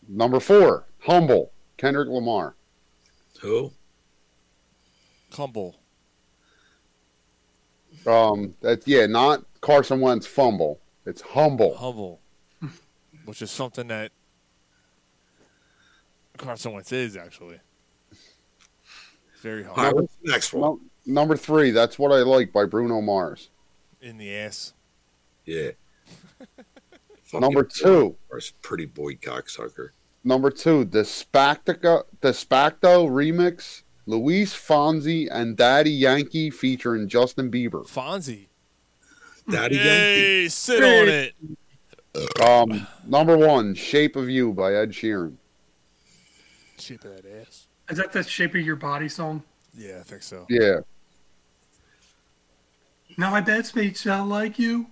Speaker 8: Number four, Humble, Kendrick Lamar.
Speaker 6: Who?
Speaker 7: Cumble.
Speaker 8: Um, that's yeah, not Carson Wentz fumble. It's Humble.
Speaker 7: Hubble, which is something that Carson Wentz is actually very
Speaker 6: All right,
Speaker 7: humble
Speaker 6: what's the next one?
Speaker 8: Num- number three, that's what I like by Bruno Mars.
Speaker 7: in the ass.
Speaker 6: Yeah. Fucking
Speaker 8: Number two.
Speaker 6: first Pretty boy cocksucker.
Speaker 8: Number two, the Spactica, the Spacto remix, Luis Fonzi and Daddy Yankee featuring Justin Bieber.
Speaker 7: Fonzie,
Speaker 6: Daddy
Speaker 7: Hey,
Speaker 6: Yankee.
Speaker 7: sit on it.
Speaker 8: Um, number one, Shape of You by Ed Sheeran.
Speaker 7: Shape of that ass.
Speaker 9: Is that the Shape of Your Body song?
Speaker 7: Yeah, I think so.
Speaker 8: Yeah.
Speaker 9: Now my bad speech sound like you.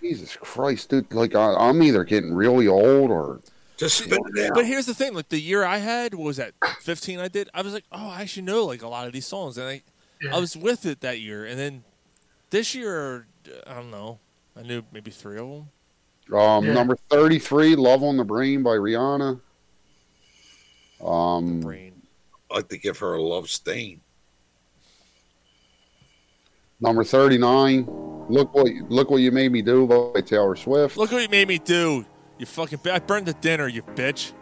Speaker 8: Jesus Christ, dude! Like I, I'm either getting really old or
Speaker 6: just spit it out.
Speaker 7: But here's the thing: like the year I had what was that 15. I did. I was like, oh, I actually know like a lot of these songs, and I, I was with it that year. And then this year, I don't know. I knew maybe three of them.
Speaker 8: Um,
Speaker 7: Yeah.
Speaker 8: Number 33, Love on the Brain by Rihanna. Um,
Speaker 6: I'd like to give her a love stain.
Speaker 8: Number 39, Look What Look What You Made Me Do by Taylor Swift.
Speaker 7: Look what you made me do. You fucking. I burned the dinner, you bitch.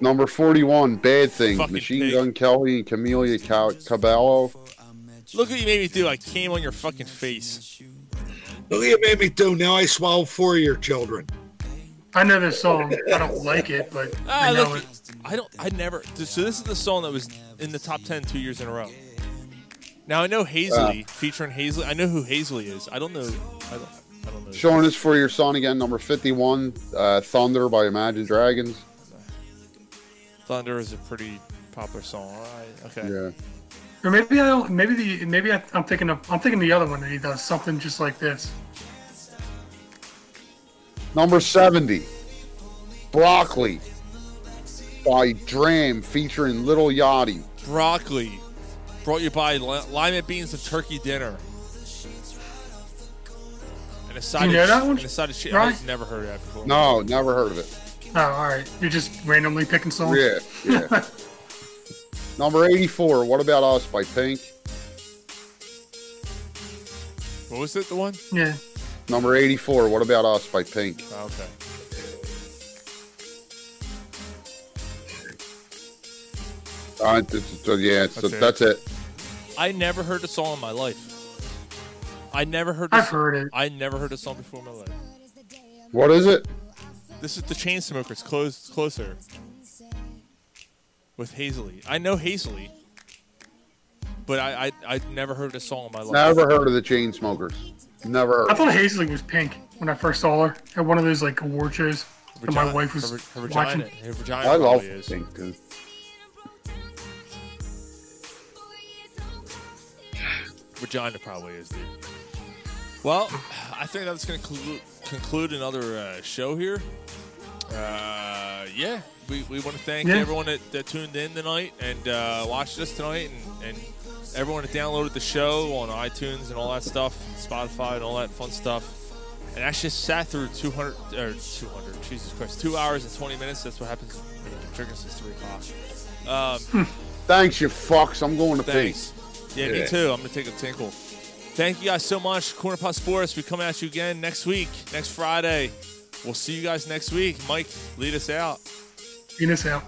Speaker 8: Number 41, Bad Things,
Speaker 7: Fucking
Speaker 8: Machine
Speaker 7: pig.
Speaker 8: Gun Kelly and Camelia Ca- Cabello.
Speaker 7: Look what you made me do. I came on your fucking face.
Speaker 6: Look what you made me do. Now I swallow four of your children.
Speaker 9: I know this song. I don't like it, but
Speaker 7: Ah,
Speaker 9: I know
Speaker 7: look,
Speaker 9: it.
Speaker 7: I don't. I never. So this is the song that was in the top ten two years in a row. Now I know Hazley featuring Hazley. I know who Hazley is. I don't know. I don't. I don't know.
Speaker 8: Showing Us for Your Son again, number 51, uh, Thunder by Imagine Dragons.
Speaker 7: Thunder is a pretty popular song. All right. Okay.
Speaker 8: Yeah.
Speaker 9: Or maybe I don't. Maybe the maybe I, I'm thinking of I'm thinking the other one that he does something just like this.
Speaker 8: Number 70, Broccoli by Dram featuring Little Yachty.
Speaker 7: Broccoli, brought you by li- lima beans and turkey dinner. And a side
Speaker 9: You know
Speaker 7: of,
Speaker 9: that one?
Speaker 7: And a side of shit.
Speaker 9: Right?
Speaker 7: I've never heard of that before.
Speaker 8: No, never heard of it.
Speaker 9: Oh, all right. You're just randomly picking songs.
Speaker 8: Yeah, yeah. Number 84, What About Us by Pink.
Speaker 7: What was it? The one?
Speaker 9: Yeah.
Speaker 8: Number 84, What About Us by Pink.
Speaker 7: Oh, okay.
Speaker 8: Uh, it's- it's- uh, yeah, it's-
Speaker 7: That's it.
Speaker 8: that's it.
Speaker 7: I never heard a song in my life. I never heard.
Speaker 9: I've
Speaker 7: song,
Speaker 9: heard it.
Speaker 7: I never heard a song before in my life.
Speaker 8: What is it?
Speaker 7: This is the chain smokers close closer with Hazley. I know Hazley, but I I I never heard a song in my life.
Speaker 8: Never heard of the chain smokers. Never heard.
Speaker 9: I thought Hazley was pink when I first saw her at one of those like award shows. and my
Speaker 7: Vagina-
Speaker 9: wife was
Speaker 7: her- her
Speaker 9: watching.
Speaker 7: vagina- her vagina
Speaker 8: I love
Speaker 7: probably is.
Speaker 8: Pink, dude.
Speaker 7: Vagina probably is, dude. Well, I think that's going to conclu- conclude another uh, show here. Uh, yeah, we, we want to thank
Speaker 9: Yeah.
Speaker 7: everyone that, that tuned in tonight and uh, watched us tonight, and, and everyone that downloaded the show on iTunes and all that stuff, Spotify and all that fun stuff. And actually sat through 200, or 200, Jesus Christ, two hours and 20 minutes. That's what happens when you've been drinking since 3 o'clock. Um,
Speaker 8: Thanks, you fucks. I'm going to
Speaker 7: Thanks.
Speaker 8: Pink.
Speaker 7: Yeah, me
Speaker 8: Yeah.
Speaker 7: too. I'm gonna take a tinkle. Thank you guys so much, Corner Pop Sports. We come at you again next week, next Friday. We'll see you guys next week. Mike, lead us out.
Speaker 9: Venus out.